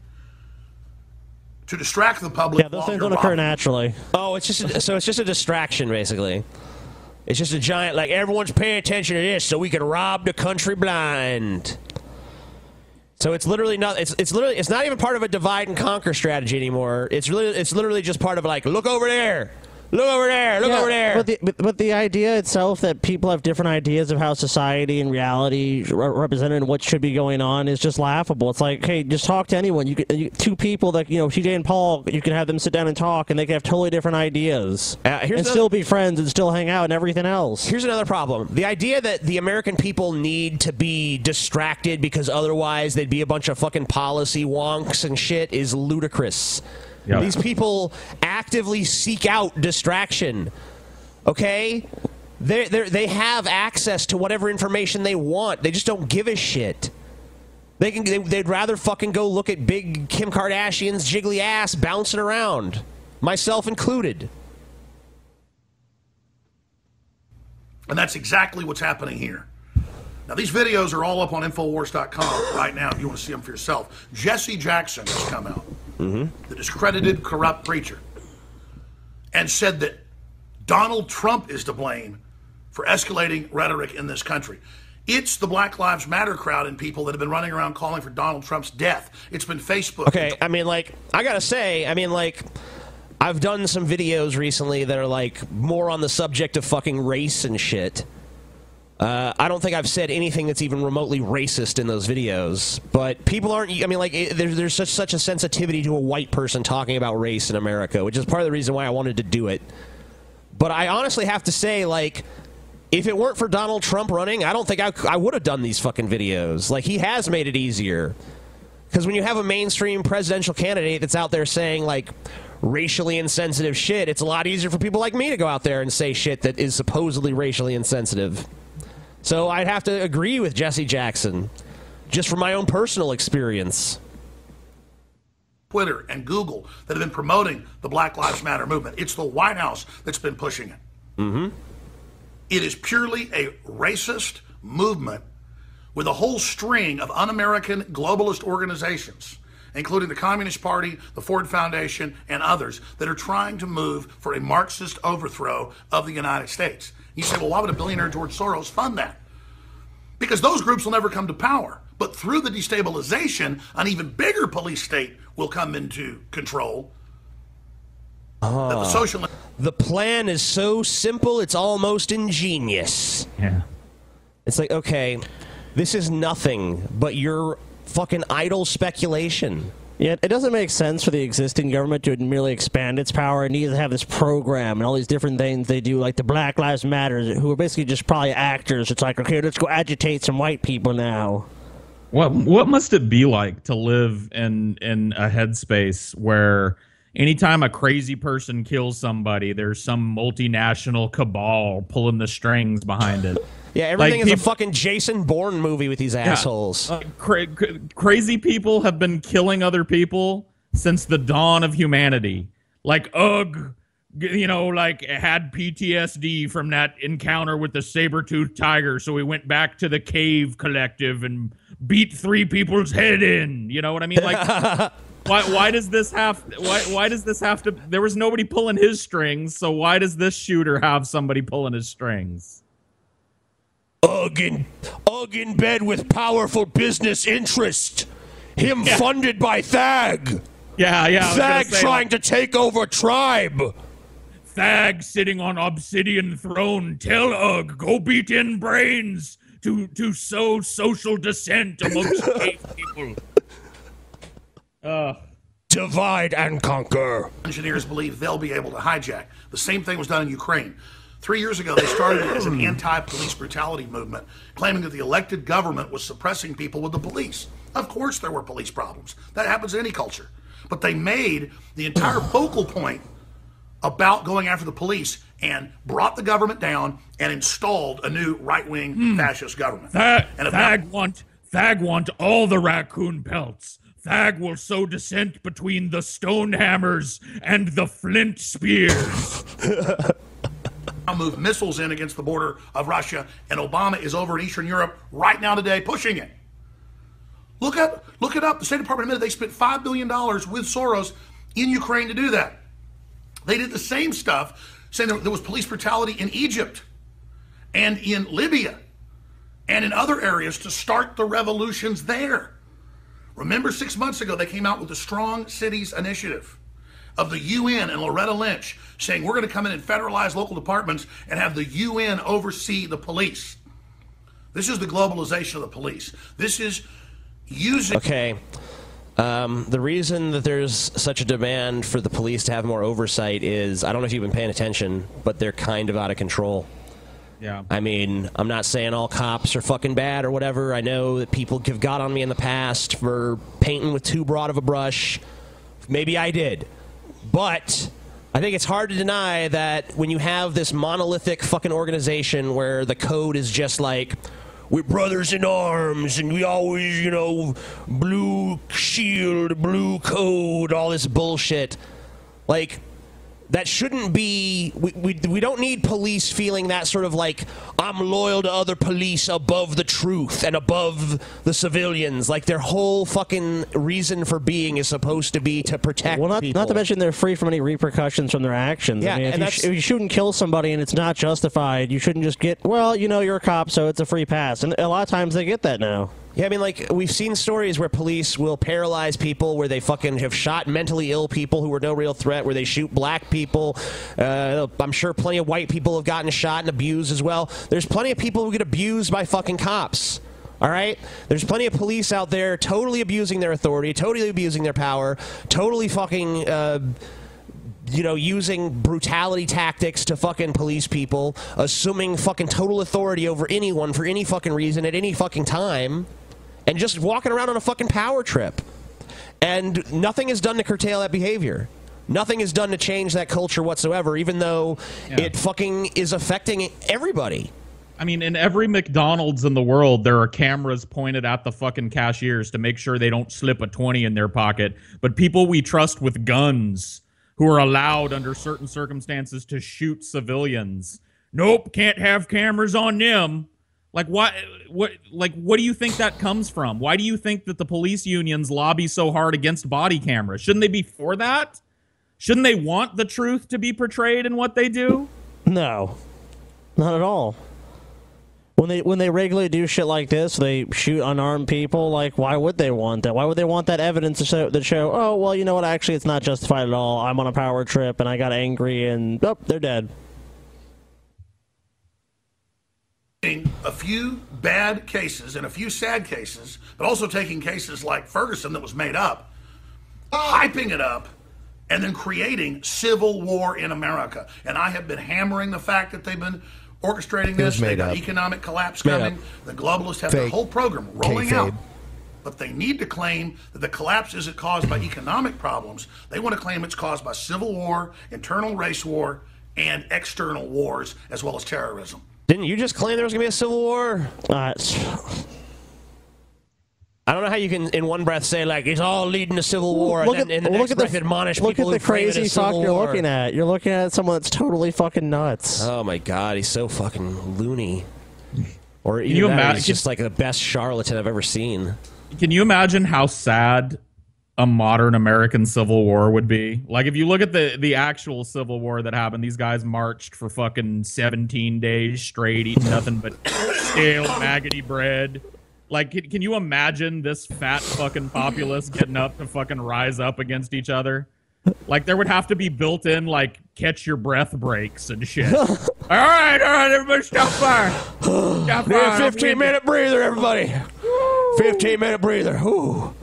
O: to distract the public.
E: Yeah, those
O: while
E: things
O: you're
E: don't occur
O: robbing.
E: naturally.
G: Oh, it's just a, so it's just a distraction, basically. It's just a giant like everyone's paying attention to this, so we can rob the country blind. So it's literally not. It's it's literally it's not even part of a divide and conquer strategy anymore. It's really it's literally just part of like look over there, look over there, look
E: Yeah,
G: over there.
E: But the, but, but the idea itself that people have different ideas of how society and reality re- represented and what should be going on is just laughable. It's like, hey, just talk to anyone. You, can, you two people that you know, TJ and Paul, you can have them sit down and talk, and they can have totally different ideas and
G: Uh, here's another-
E: still be friends and still hang out and everything else.
G: Here's another problem. The idea that the American people need to be distracted because otherwise they'd be a bunch of fucking policy wonks and shit is ludicrous.
A: Yeah.
G: These people actively seek out distraction. Okay? They they they have access to whatever information they want. They just don't give a shit. They can they, they'd rather fucking go look at big Kim Kardashian's jiggly ass bouncing around, myself included.
O: And that's exactly what's happening here. Now, these videos are all up on Infowars.com right now if you want to see them for yourself. Jesse Jackson has come out,
Q: Mm-hmm.
O: the discredited, corrupt preacher, and said that Donald Trump is to blame for escalating rhetoric in this country. It's the Black Lives Matter crowd and people that have been running around calling for Donald Trump's death. It's been Facebook.
G: Okay, I mean, like, I gotta say, I mean, like, I've done some videos recently that are like more on the subject of fucking race and shit. Uh, I don't think I've said anything that's even remotely racist in those videos, but people aren't. I mean, like, it, there, there's such such a sensitivity to a white person talking about race in America, which is part of the reason why I wanted to do it. But I honestly have to say, like, if it weren't for Donald Trump running, I don't think I, c- I would have done these fucking videos. Like, he has made it easier. Because when you have a mainstream presidential candidate that's out there saying, like, racially insensitive shit, it's a lot easier for people like me to go out there and say shit that is supposedly racially insensitive. So I'd have to agree with Jesse Jackson, just from my own personal experience.
O: Twitter and Google that have been promoting the Black Lives Matter movement. It's the White House that's been pushing it.
G: Mm hmm.
O: It is purely a racist movement with a whole string of un American globalist organizations, including the Communist Party, the Ford Foundation, and others, that are trying to move for a Marxist overthrow of the United States. You say, well, why would a billionaire George Soros fund that? Because those groups will never come to power. But through the destabilization, an even bigger police state will come into control.
G: Ah.
O: the social-
G: The plan is so simple, it's almost ingenious.
H: Yeah.
G: It's like, okay, this is nothing but your fucking idle speculation.
E: Yet it doesn't make sense for the existing government to merely expand its power. It needs to have this program and all these different things they do, like the Black Lives Matters, who are basically just probably actors. It's like, okay, let's go agitate some white people now.
H: What what must it be like to live in in a headspace where anytime a crazy person kills somebody, there's some multinational cabal pulling the strings behind it.
G: Yeah, everything is
H: Like,
G: a fucking Jason Bourne movie with these
H: Yeah.
G: assholes.
H: Like, cra- cra- crazy people have been killing other people since the dawn of humanity. Like, oh, ugh, g- you know, like had PTSD from that encounter with the saber-toothed tiger, so we went back to the cave collective and beat three people's head in. You know what I mean? Like, why why does this have why why does this have to? There was nobody pulling his strings, so why does this shooter have somebody pulling his strings?
L: Ugh in, ugh in bed with powerful business interest. Him funded by Thag.
H: Yeah, yeah, I was gonna
L: Thag
H: say,
L: trying to take over tribe.
H: Thag sitting on obsidian throne. Tell Ugg, go beat in brains to to sow social dissent amongst cave people.
L: Uh, Divide and conquer.
O: Engineers believe they'll be able to hijack. The same thing was done in Ukraine. Three years ago, they started it as an anti police brutality movement, claiming that the elected government was suppressing people with the police. Of course, there were police problems. That happens in any culture. But they made the entire focal point about going after the police and brought the government down and installed a new right wing
L: Hmm.
O: fascist government.
H: Thag,
O: And if
H: Thag want Thag want all the raccoon pelts. Thag will sow dissent between the stone hammers and the flint spears.
O: now move missiles in against the border of Russia, and Obama is over in Eastern Europe right now today pushing it. Look up, look it up. The State Department admitted they spent five billion dollars with Soros in Ukraine to do that. They did the same stuff, saying there, there was police brutality in Egypt, and in Libya, and in other areas to start the revolutions there. Remember, six months ago they came out with the Strong Cities Initiative of the UN and Loretta Lynch saying we're going to come in and federalize local departments and have the UN oversee the police. This is the globalization of the police. This is using
G: Okay. Um, the reason that there's such a demand for the police to have more oversight is I don't know if you've been paying attention, but they're kind of out of control.
H: Yeah.
G: I mean, I'm not saying all cops are fucking bad or whatever. I know that people have got on me in the past for painting with too broad of a brush. Maybe I did. But I think it's hard to deny that when you have this monolithic fucking organization where the code is just like, we're brothers in arms and we always, you know, blue shield, blue code, all this bullshit. Like, that shouldn't be we, we, we don't need police feeling that sort of like i'm loyal to other police above the truth and above the civilians like their whole fucking reason for being is supposed to be to protect
E: Well, not,
G: people
E: not to mention they're free from any repercussions from their actions.
G: Yeah,
E: I mean, if,
G: and
E: you
G: that's-
E: if you shoot and kill somebody and it's not justified, you shouldn't just get, well, you know, you're a cop, so it's a free pass. And a lot of times they get that now.
G: Yeah, I mean, like, we've seen stories where police will paralyze people, where they fucking have shot mentally ill people who were no real threat, where they shoot black people. Uh, I'm sure plenty of white people have gotten shot and abused as well. There's plenty of people who get abused by fucking cops. All right? There's plenty of police out there totally abusing their authority, totally abusing their power, totally fucking. Uh, you know, using brutality tactics to fucking police people, assuming fucking total authority over anyone for any fucking reason at any fucking time, and just walking around on a fucking power trip. And nothing is done to curtail that behavior. Nothing is done to change that culture whatsoever, even though it fucking is affecting everybody.
H: I mean, in every McDonald's in the world, there are cameras pointed at the fucking cashiers to make sure they don't slip a 20 in their pocket. But people we trust with guns who are allowed under certain circumstances to shoot civilians. Nope, can't have cameras on them. Like what what like what do you think that comes from? Why do you think that the police unions lobby so hard against body cameras? Shouldn't they be for that? Shouldn't they want the truth to be portrayed in what they do?
E: No, not at all. When they when they regularly do shit like this, they shoot unarmed people. Like, why would they want that? Why would they want that evidence to show, to show? Oh, well, you know what? Actually, it's not justified at all. I'm on a power trip and I got angry and oh, they're dead.
O: taking a few bad cases and a few sad cases, but also taking cases like Ferguson that was made up, hyping it up, and then creating civil war in America. And I have been hammering the fact that they've been orchestrating
B: It was
O: this. They've
B: made
O: got
B: up.
O: economic collapse
B: Made
O: coming.
B: up.
O: The globalists have their
B: Fake.
O: whole program rolling
B: Kayfabe.
O: out. But they need to claim that the collapse isn't caused by economic problems. They want to claim it's caused by civil war, internal race war, and external wars, as well as terrorism.
G: Didn't you just claim there was going to be a civil war?
E: Uh,
G: I don't know how you can, in one breath, say like it's all leading to civil war, and then in the next breath admonish
E: look
G: people
E: at the
G: who frame it
E: crazy
G: as
E: talk
G: civil
E: you're
G: war.
E: looking at. You're looking at someone that's totally fucking nuts.
G: Oh my god, he's so fucking loony. Or
H: Can
G: even
H: you
G: that,
H: imagine-
G: he's just like the best charlatan I've ever seen.
H: Can you imagine how sad a modern American Civil War would be? Like if you look at the the actual Civil War that happened, these guys marched for fucking 17 days straight, eating nothing but stale maggoty bread. Like, can, can you imagine this fat fucking populace getting up to fucking rise up against each other? Like, there would have to be built in, like, catch your breath breaks and shit. all right, all right, everybody stop fire. Stop
G: Need a
H: fire.
G: 15 minute breather, everybody. 15 minute breather. Whoo.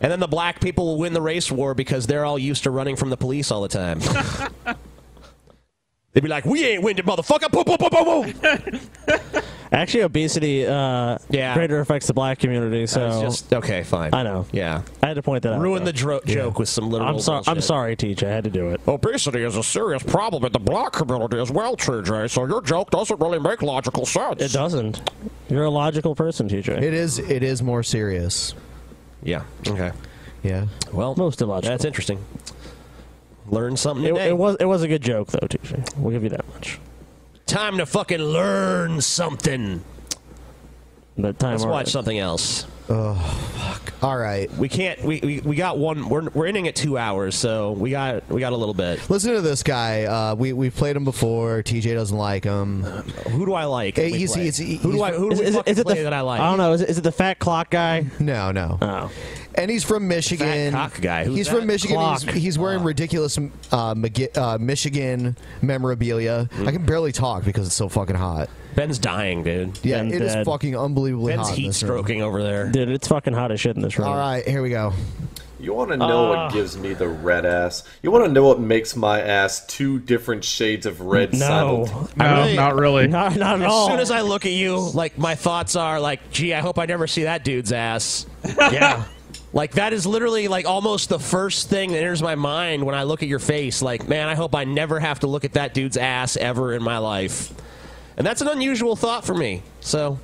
G: And then the black people will win the race war because they're all used to running from the police all the time. They'd be like, we ain't winning, motherfucker. Boom, boom, boom, boom, boom.
E: Actually, obesity uh, greater affects the black community. So
G: just- okay, fine.
E: I know.
G: Yeah,
E: I had to point that out.
G: Ruin
E: though.
G: the dro- joke with some literal
E: I'm sorry. I'm
G: bullshit.
E: sorry, TJ. I had to do it.
R: Obesity is a serious problem in the black community as well, TJ, so your joke doesn't really make logical sense.
E: It doesn't. You're a logical person, TJ.
B: It is. It is more serious.
G: Yeah. Okay.
B: Yeah.
G: Well,
E: most illogical.
G: That's interesting. Learn something
E: It,
G: today.
E: it was. It was a good joke, though, TJ. We'll give you that much.
G: Time to fucking learn something.
E: But time.
G: Let's
E: already-
G: watch something else. Oh fuck!
B: All right,
G: we can't. We, we, we got one. We're, we're ending at two hours, so we got we got a little bit.
B: Listen to this guy. Uh, we we've played him before. TJ doesn't like
E: Um,
B: him. Who
G: do I like?
E: we
B: he's,
E: play?
B: he's, he's,
E: Who do I- who do Is- we is- fucking is it play the- that I like? I don't know. Is it- is it the fat clock guy?
B: No, no.
E: Oh.
B: And he's from Michigan.
G: cock guy. Who's
B: he's
G: that?
B: from Michigan. He's,
G: Clock.
B: he's
E: Oh.
B: wearing ridiculous uh, Magi- uh, Michigan memorabilia.
E: Mm.
B: I can barely talk because it's so fucking hot.
G: Ben's dying, dude.
B: Yeah, it is fucking unbelievably
G: Ben's
B: hot. in
G: heat
B: this room.
G: stroking over there.
E: Dude, it's fucking hot as shit in this room.
B: All right, here we go.
S: You want to know
E: Ah.
S: what gives me the red ass? You want to know what makes my ass two different shades of red?
E: No.
S: simultaneously?
E: No, not really. Not- not at
G: as
E: all.
G: soon as I look at you, like my thoughts are like, gee, I hope I never see that dude's ass. yeah. Like that is literally like almost the first thing that enters my mind when I look at your face. Like, man, I hope I never have to look at that dude's ass ever in my life. And that's an unusual thought for me. So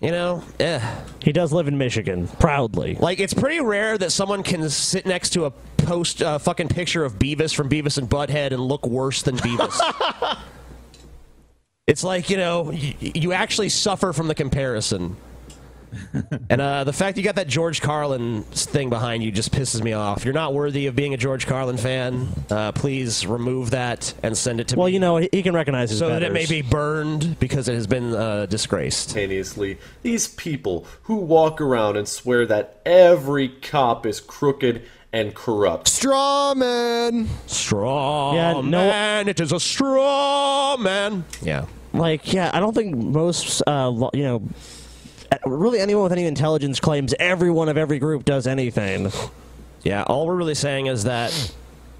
G: You know, eh.
E: He does live in Michigan, proudly.
G: Like it's pretty rare that someone can sit next to a post uh, fucking picture of Beavis from Beavis and Butthead and look worse than Beavis. it's like you know y- you actually suffer from the comparison. and uh, the fact you got that George Carlin thing behind you just pisses me off. You're not worthy of being a George Carlin fan. Uh, please remove that and send it to
E: well,
G: me
E: you know, he he can recognize his
G: so that it may
E: betters.
G: be burned because it has been uh, disgraced.
S: Simultaneously, these people who walk around and swear that every cop is crooked and corrupt.
B: Straw man.
G: Straw
E: Yeah, no-
G: man. It is a straw man. Yeah.
E: Like, yeah, I don't think most, uh, lo- you know, really anyone with any intelligence claims everyone of every group does anything.
G: Yeah, all we're really saying is that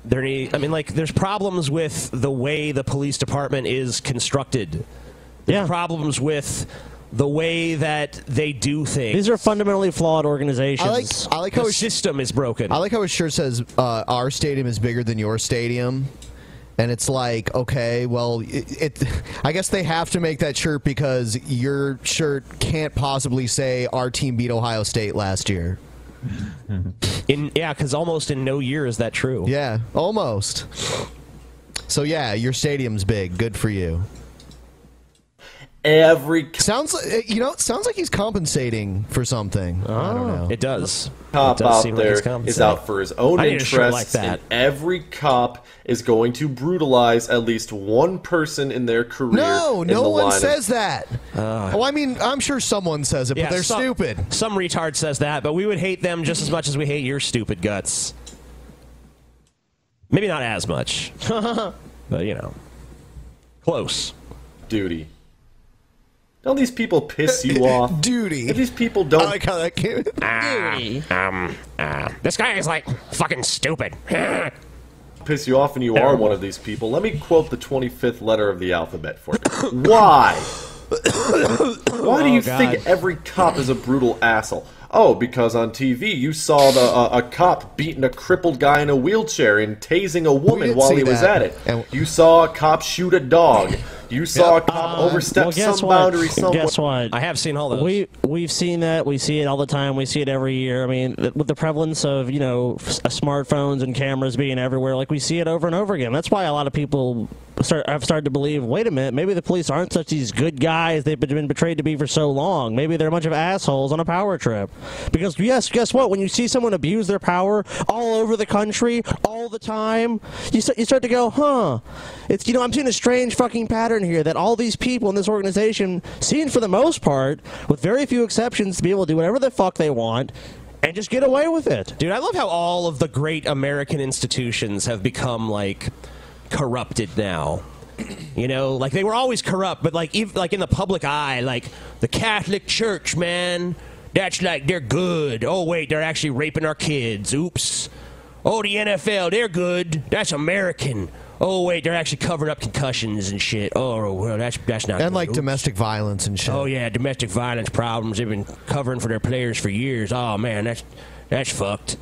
G: there need. I mean, like, there's problems with the way the police department is constructed. There's problems with the way that they do things.
E: These are fundamentally flawed organizations.
B: I like I like
G: the
B: how his
G: system is broken.
B: I like how his shirt says uh, our stadium is bigger than your stadium. And it's like, okay, well, it, it. I guess they have to make that shirt because your shirt can't possibly say our team beat Ohio State last year.
G: in yeah, because almost in no year is that true.
B: Yeah, almost. So yeah, your stadium's big. Good for you.
S: Every
B: sounds like you know. It sounds like he's compensating for something. I don't know.
G: Ah. It does.
S: Cop out there is out for his own interests, and every cop is going to brutalize at least one person in their career.
B: No,
S: in
B: no
S: the
B: one
S: line of-
B: says that.
G: Uh,
B: oh, I mean, I'm sure someone says it,
G: Yeah,
B: but they're
G: some-
B: stupid.
G: Some retard says that, but we would hate them just as much as we hate your stupid guts. Maybe not as much, but you know, close.
S: Duty. Don't these people piss you off?
B: Duty.
S: If these people don't.
G: um, uh, this guy is like fucking stupid.
S: piss you off and you are one of these people, let me quote the 25th letter of the alphabet for you. Why? Why do
G: Oh,
S: you
G: God.
S: think every cop is a brutal asshole? Oh, because on TV you saw the, uh, a cop beating a crippled guy in a wheelchair and tasing a woman
B: did
S: while
B: see
S: he was
B: that.
S: at it. You saw a cop shoot a dog. You saw
B: uh,
S: a cop uh, overstep
E: well, guess
S: some
E: what?
S: boundary somewhere.
E: Guess what? I
G: have seen all
E: those. We we've seen that. We see it all the time. We see it every year. I mean, th- with the prevalence of you know s- uh, smartphones and cameras being everywhere, like we see it over and over again. That's why a lot of people start have started to believe. Wait a minute, maybe the police aren't such these good guys they've been betrayed to be for so long. Maybe they're a bunch of assholes on a power trip. Because yes, guess what? When you see someone abuse their power all over the country all the time, you start, you start to go, huh? It's you know I'm seeing a strange fucking pattern here that all these people in this organization seem for the most part, with very few exceptions, to be able to do whatever the fuck they want and just get away with it.
G: Dude, I love how all of the great American institutions have become like corrupted now. You know, like they were always corrupt, but like ev like in the public eye, like the Catholic Church, man, that's like they're good. Oh wait, they're actually raping our kids. Oops. Oh, the NFL, they're good. That's American. Oh wait, they're actually covering up concussions and shit. Oh, well, that's that's not.
B: And
G: good.
B: like
G: Oops.
B: domestic violence and shit.
G: Oh yeah, domestic violence problems they've been covering for their players for years. Oh man, that's that's fucked.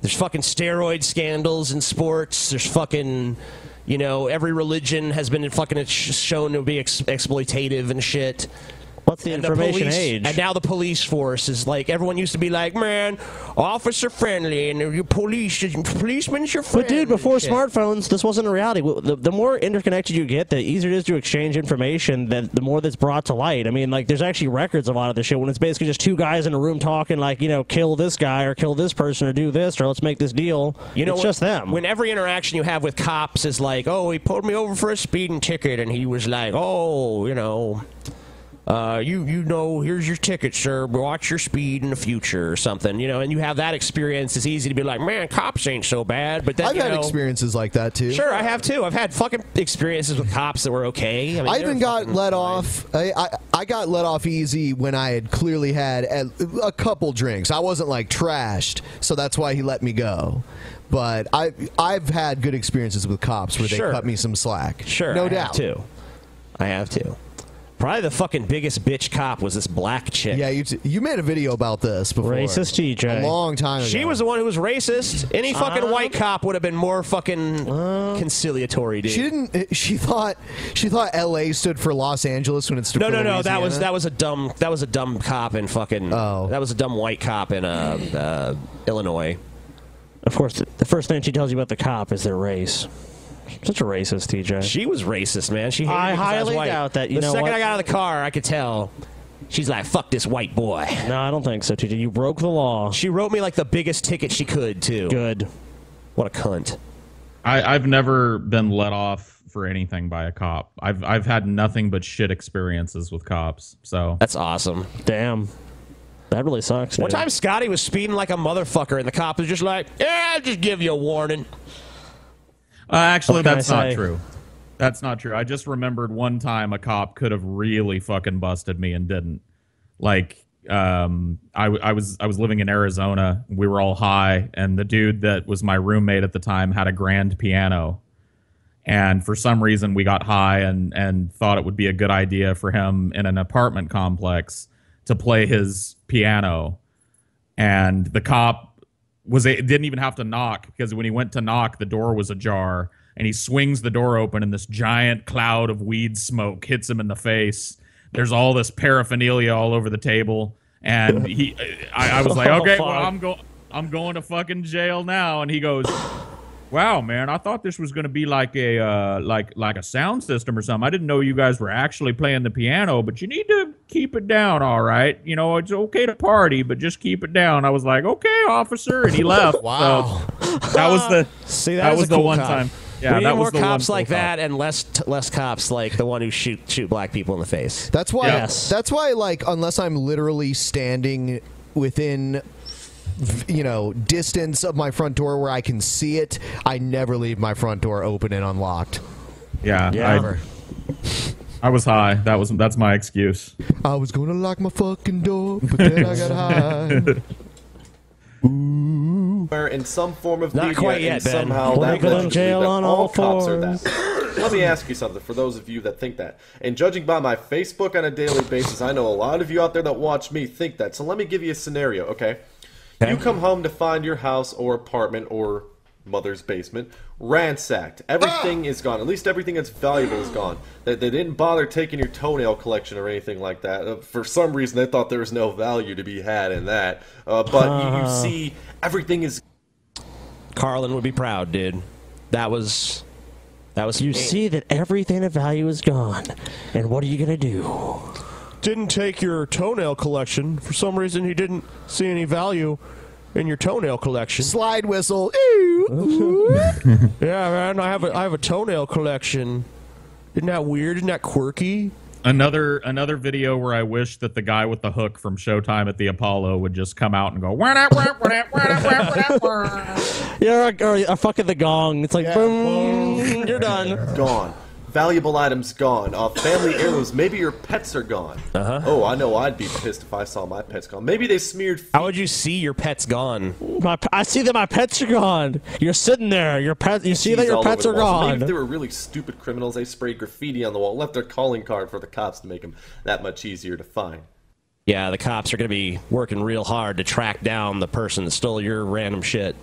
G: There's fucking steroid scandals in sports. There's fucking you know, every religion has been fucking sh- shown to be ex- exploitative and shit.
E: What's the
G: and
E: information
G: police,
E: age?
G: And now the police force is like everyone used to be like, man, officer friendly, and your police, policemen's your friend.
E: But dude, before
G: Shit.
E: smartphones, this wasn't a reality. W- The, the more interconnected you get, the easier it is to exchange information. Then the more that's brought to light. I mean, like there's actually records of a lot of this shit when it's basically just two guys in a room talking, like you know, kill this guy or kill this person or do this or let's make this deal.
G: You know,
E: it's
G: when-
E: just them.
G: When every interaction you have with cops is like, "Oh, he pulled me over for a speeding ticket," and he was like, "Oh, you know, uh, you you know, here's your ticket, sir. Watch your speed in the future or something." You know, and you have that experience. It's easy to be like, "Man, cops ain't so bad," but then
B: I've
G: you
B: had
G: know-
B: experiences like that too.
G: Sure, I have too. I've had fucking experiences with cops that were okay. I, mean,
B: I
G: they
B: even
G: were
B: got
G: fucking
B: let
G: fine.
B: off. I, I I got let off easy when I had clearly had a, a couple drinks. I wasn't like trashed, so that's why he let me go. But I I've had good experiences with cops where they
G: Sure.
B: cut me some slack.
G: Sure,
B: no
G: I have
B: doubt
G: too. I have too. Probably the fucking biggest bitch cop was this black chick.
B: Yeah, you t- you made a video about this before.
G: Racist
B: DJ. A long time ago.
G: She was the one who was racist. Any
E: Uh,
G: fucking white cop would have been more fucking conciliatory, dude.
B: She didn't. eh, She thought she thought L.A. stood for Los Angeles when it's
G: no, no, no. That was that was a dumb that was a dumb cop in fucking. Oh. That was a dumb white cop in uh, uh, Illinois.
E: Of course, the, the first thing she tells you about the cop is their race. Such a racist, DJ.
G: She was racist, man. She. hated
E: I
G: me 'cause was
E: highly
G: white.
E: doubt that. You
G: the
E: know
G: second
E: what?
G: I got out of the car, I could tell. She's like, "Fuck this white boy."
E: No, I don't think so, TJ. You broke the law.
G: She wrote me like the biggest ticket she could too.
E: Good.
G: What a cunt.
H: I, I've never been let off for anything by a cop. I've I've had nothing but shit experiences with cops. So
G: that's awesome.
E: Damn, that really sucks.
G: One
E: dude.
G: time, Scotty was speeding like a motherfucker, and the cop was just like, "Yeah, I'll just give you a warning."
H: Uh, actually,
G: What can
H: that's
G: I
H: not
G: say?
H: true. That's not true. I just remembered one time a cop could have really fucking busted me and didn't. Like, um, I, w- I was I was living in Arizona. We were all high, and the dude that was my roommate at the time had a grand piano, and for some reason we got high and and thought it would be a good idea for him in an apartment complex to play his piano and the cop was a, didn't even have to knock because when he went to knock the door was ajar and he swings the door open and this giant cloud of weed smoke hits him in the face there's all this paraphernalia all over the table and he i, I was like
A: Oh,
H: okay well
A: fuck.
H: i'm going i'm going to fucking jail now and he goes wow man i thought this was going to be like a uh, like like a sound system or something i didn't know you guys were actually playing the piano but you need to keep it down all right you know it's okay to party but just keep it down i was like okay officer and he left
G: Wow.
H: So, that was the
G: See,
H: that,
G: that,
H: was
G: a
H: the
G: cool
H: one
G: cop.
H: time yeah
G: we need
H: that
G: more
H: was the one
G: cops
H: cool
G: like
H: cop.
G: that, and less t- less cops like the one who shoot shoot black people in the face.
B: That's why.
G: Yes.
B: That's why. Like, unless I'm literally standing within, v- you know, distance of my front door where I can see it, I never leave my front door open and unlocked.
H: yeah, I-
B: Never.
H: I, was high that was that's my excuse
B: I was gonna lock my fucking door, but then I got high.
S: Where in some form of
B: Not
S: media
B: quite
S: and
B: yet, Ben.
S: somehow
B: We'll
S: that
B: make them
S: led you to
B: jail
S: believe that
B: on all
S: cops are that. Let me ask you something for those of you that think that. And judging by my Facebook on a daily basis, I know a lot of you out there that watch me think that. So let me give you a scenario, okay? You come home to find your house or apartment or mother's basement ransacked. Everything is gone. At least everything that's valuable is gone. They, they didn't bother taking your toenail collection or anything like that. Uh, For some reason, they thought there was no value to be had in that. Uh, but you, you
G: Uh.
S: see, everything is
G: Carlin would be proud, dude. That was that was.
E: You see that everything of value is gone, and what are you gonna do?
L: Didn't take your toenail collection. For some reason, he didn't see any value in your toenail collection.
B: Slide whistle.
L: yeah, man. I have a I have a toenail collection. Isn't that weird? Isn't that quirky?
H: Another another video where I wish that the guy with the hook from Showtime at the Apollo would just come out and go, "Wah, nah, wah, wah, nah, wah, nah, wah, wah, wah."
E: You're a, or a fucking the gong. It's like boom. You're done.
S: Gone. Valuable items gone. Uh, family heirlooms. Maybe your pets are gone. Uh-huh. Oh, I know. I'd be pissed if I saw my pets gone. Maybe they smeared.
G: How would you see your pets gone?
E: My, p- I see that my pets are gone. You're sitting there. Your pet. You see that
S: feces
E: your
S: all over
E: pets
S: the
E: are
S: walls. Maybe if they
E: gone.
S: were really stupid criminals, they sprayed graffiti on the wall, left their calling card for the cops to make them that much easier to find.
G: Yeah, the cops are going to be working real hard to track down the person that stole your random shit.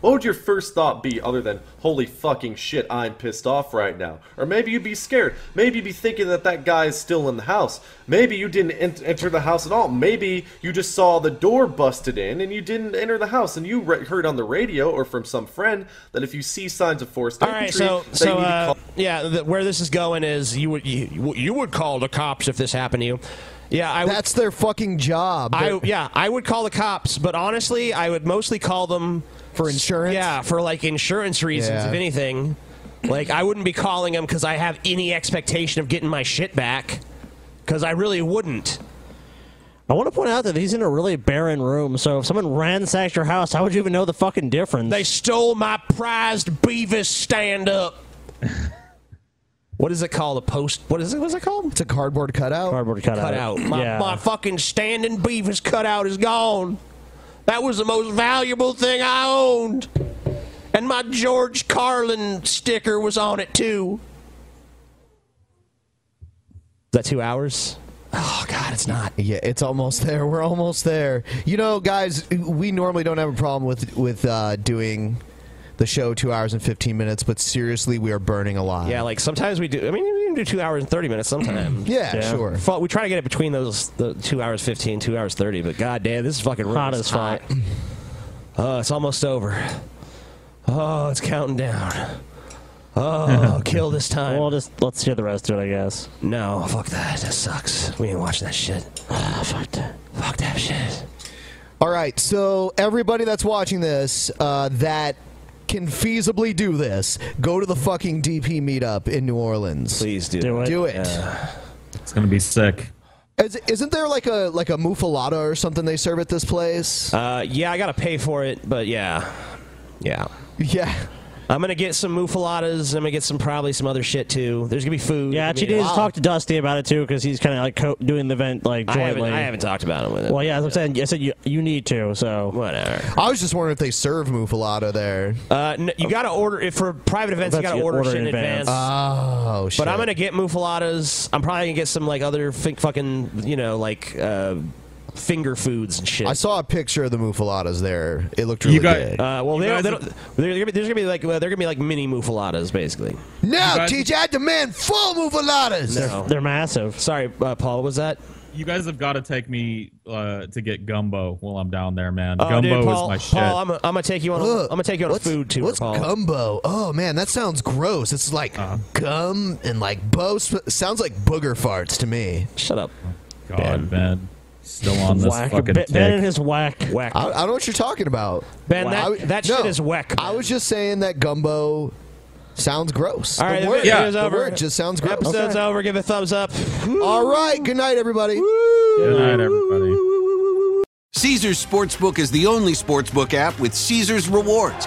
S: What would your first thought be other than "Holy fucking shit, I'm pissed off right now"? Or maybe you'd be scared. Maybe you'd be thinking that that guy is still in the house. Maybe you didn't ent- enter the house at all. Maybe you just saw the door busted in and you didn't enter the house. And you re- heard on the radio or from some friend that if you see signs of forced
G: All
S: entry,
G: right, so
S: that you
G: so
S: need to
G: uh,
S: call.
G: yeah, th- where this is going is you would you, you would call the cops if this happened to you. Yeah, I
B: That's their fucking job.
G: I yeah, I would call the cops, but honestly, I would mostly call them
B: for insurance.
G: Yeah, for like insurance reasons,
B: Yeah.
G: if anything. Like I wouldn't be calling them because I have any expectation of getting my shit back, because I really wouldn't.
E: I want to point out that he's in a really barren room. So if someone ransacked your house, how would you even know the fucking difference?
G: They stole my prized Beavis stand up. what is it called? A post? What is it? What's it called? It's
B: a cardboard cutout.
E: Cardboard
G: Cut out. My, my fucking standing Beavis cutout is gone. That was the most valuable thing I owned. And my George Carlin sticker was on it too. that two hours? Oh God, it's not.
B: Yeah, it's almost there. We're almost there. You know, guys, we normally don't have a problem with with uh, doing the show two hours and fifteen minutes, but seriously, we are burning alive.
G: Yeah, like sometimes we do. I mean, we even do two hours and thirty minutes sometimes.
B: Yeah, sure.
G: Fu- We try to get it between those the two hours fifteen, two hours thirty. But goddamn, this is fucking room
E: Hot
G: is
E: as fuck.
G: Oh, it's almost over. Oh, it's counting down. Oh, kill this time.
E: Well, just let's hear the rest of it, I guess.
G: No, fuck that. That sucks. We ain't watching that shit. Ah, fuck that. Fuck that shit.
B: All right, so everybody that's watching this uh, that can feasibly do this, go to the fucking DP meetup in New Orleans.
G: Please
B: Do it. Do it.
H: It's gonna be sick.
B: Is, isn't there like a like a mufalata or something they serve at this place?
G: Uh, yeah, I gotta pay for it, but yeah, yeah,
B: yeah.
G: I'm gonna get some mufaladas. I'm gonna get some probably some other shit too. There's gonna be food.
E: Yeah,
G: I mean,
E: she needs
G: wow.
E: to talk to Dusty about it too, because he's kind of like co- doing the event like
G: I
E: jointly.
G: haven't, I haven't talked about it with him.
E: Well, yeah, as I'm saying, I said you, you need to, so
G: whatever.
B: I was just wondering if they serve mufalata there. Oh.
G: Uh, n- you gotta order if for private events. You
B: That's
G: gotta
B: you
G: order,
B: order
G: shit in
B: in
G: advance.
B: advance. Oh, shit.
G: But I'm gonna get mufaladas. I'm probably gonna get some like other f- fucking you know like uh, finger foods and shit.
B: I saw a picture of the mufalatas there. It looked really good.
G: Uh, well,
B: You
G: they,
B: guys
G: they
B: have-
G: don't, they're, gonna be, there's gonna be like well, they're gonna be like mini mufaladas basically.
B: Now, TJ, I demand full mufaladas.
E: massive.
G: Sorry, uh, Paul. What was that?
H: You guys have got to take me uh, to get gumbo while I'm down there, man.
G: Oh,
H: gumbo
G: dude, Paul,
H: is my shit.
G: Paul, I'm, I'm gonna take you on. A, I'm gonna take you on a
B: what's-
G: food tour.
B: What's
G: Paul.
B: gumbo? Oh man, that sounds gross. It's like
H: Uh-huh.
B: gum and like bo. sp- Sounds like booger farts to me.
G: Shut up,
H: God, Ben. Still on this
B: Whack.
H: fucking
B: Ben- Ben
H: tick.
B: and
E: his whack. Whack.
B: I, I don't know what you're talking about,
G: Ben, Whack. that-
B: I-
G: that shit is whack,
B: I was just saying that gumbo sounds gross.
G: All right,
B: the
G: the
B: word,
G: video's
B: the
G: over.
B: word just sounds gross.
G: Episode's over. Give it a thumbs up.
B: All right, good night, everybody.
H: Good night, everybody.
T: Caesar's Sportsbook is the only sportsbook app with Caesar's rewards.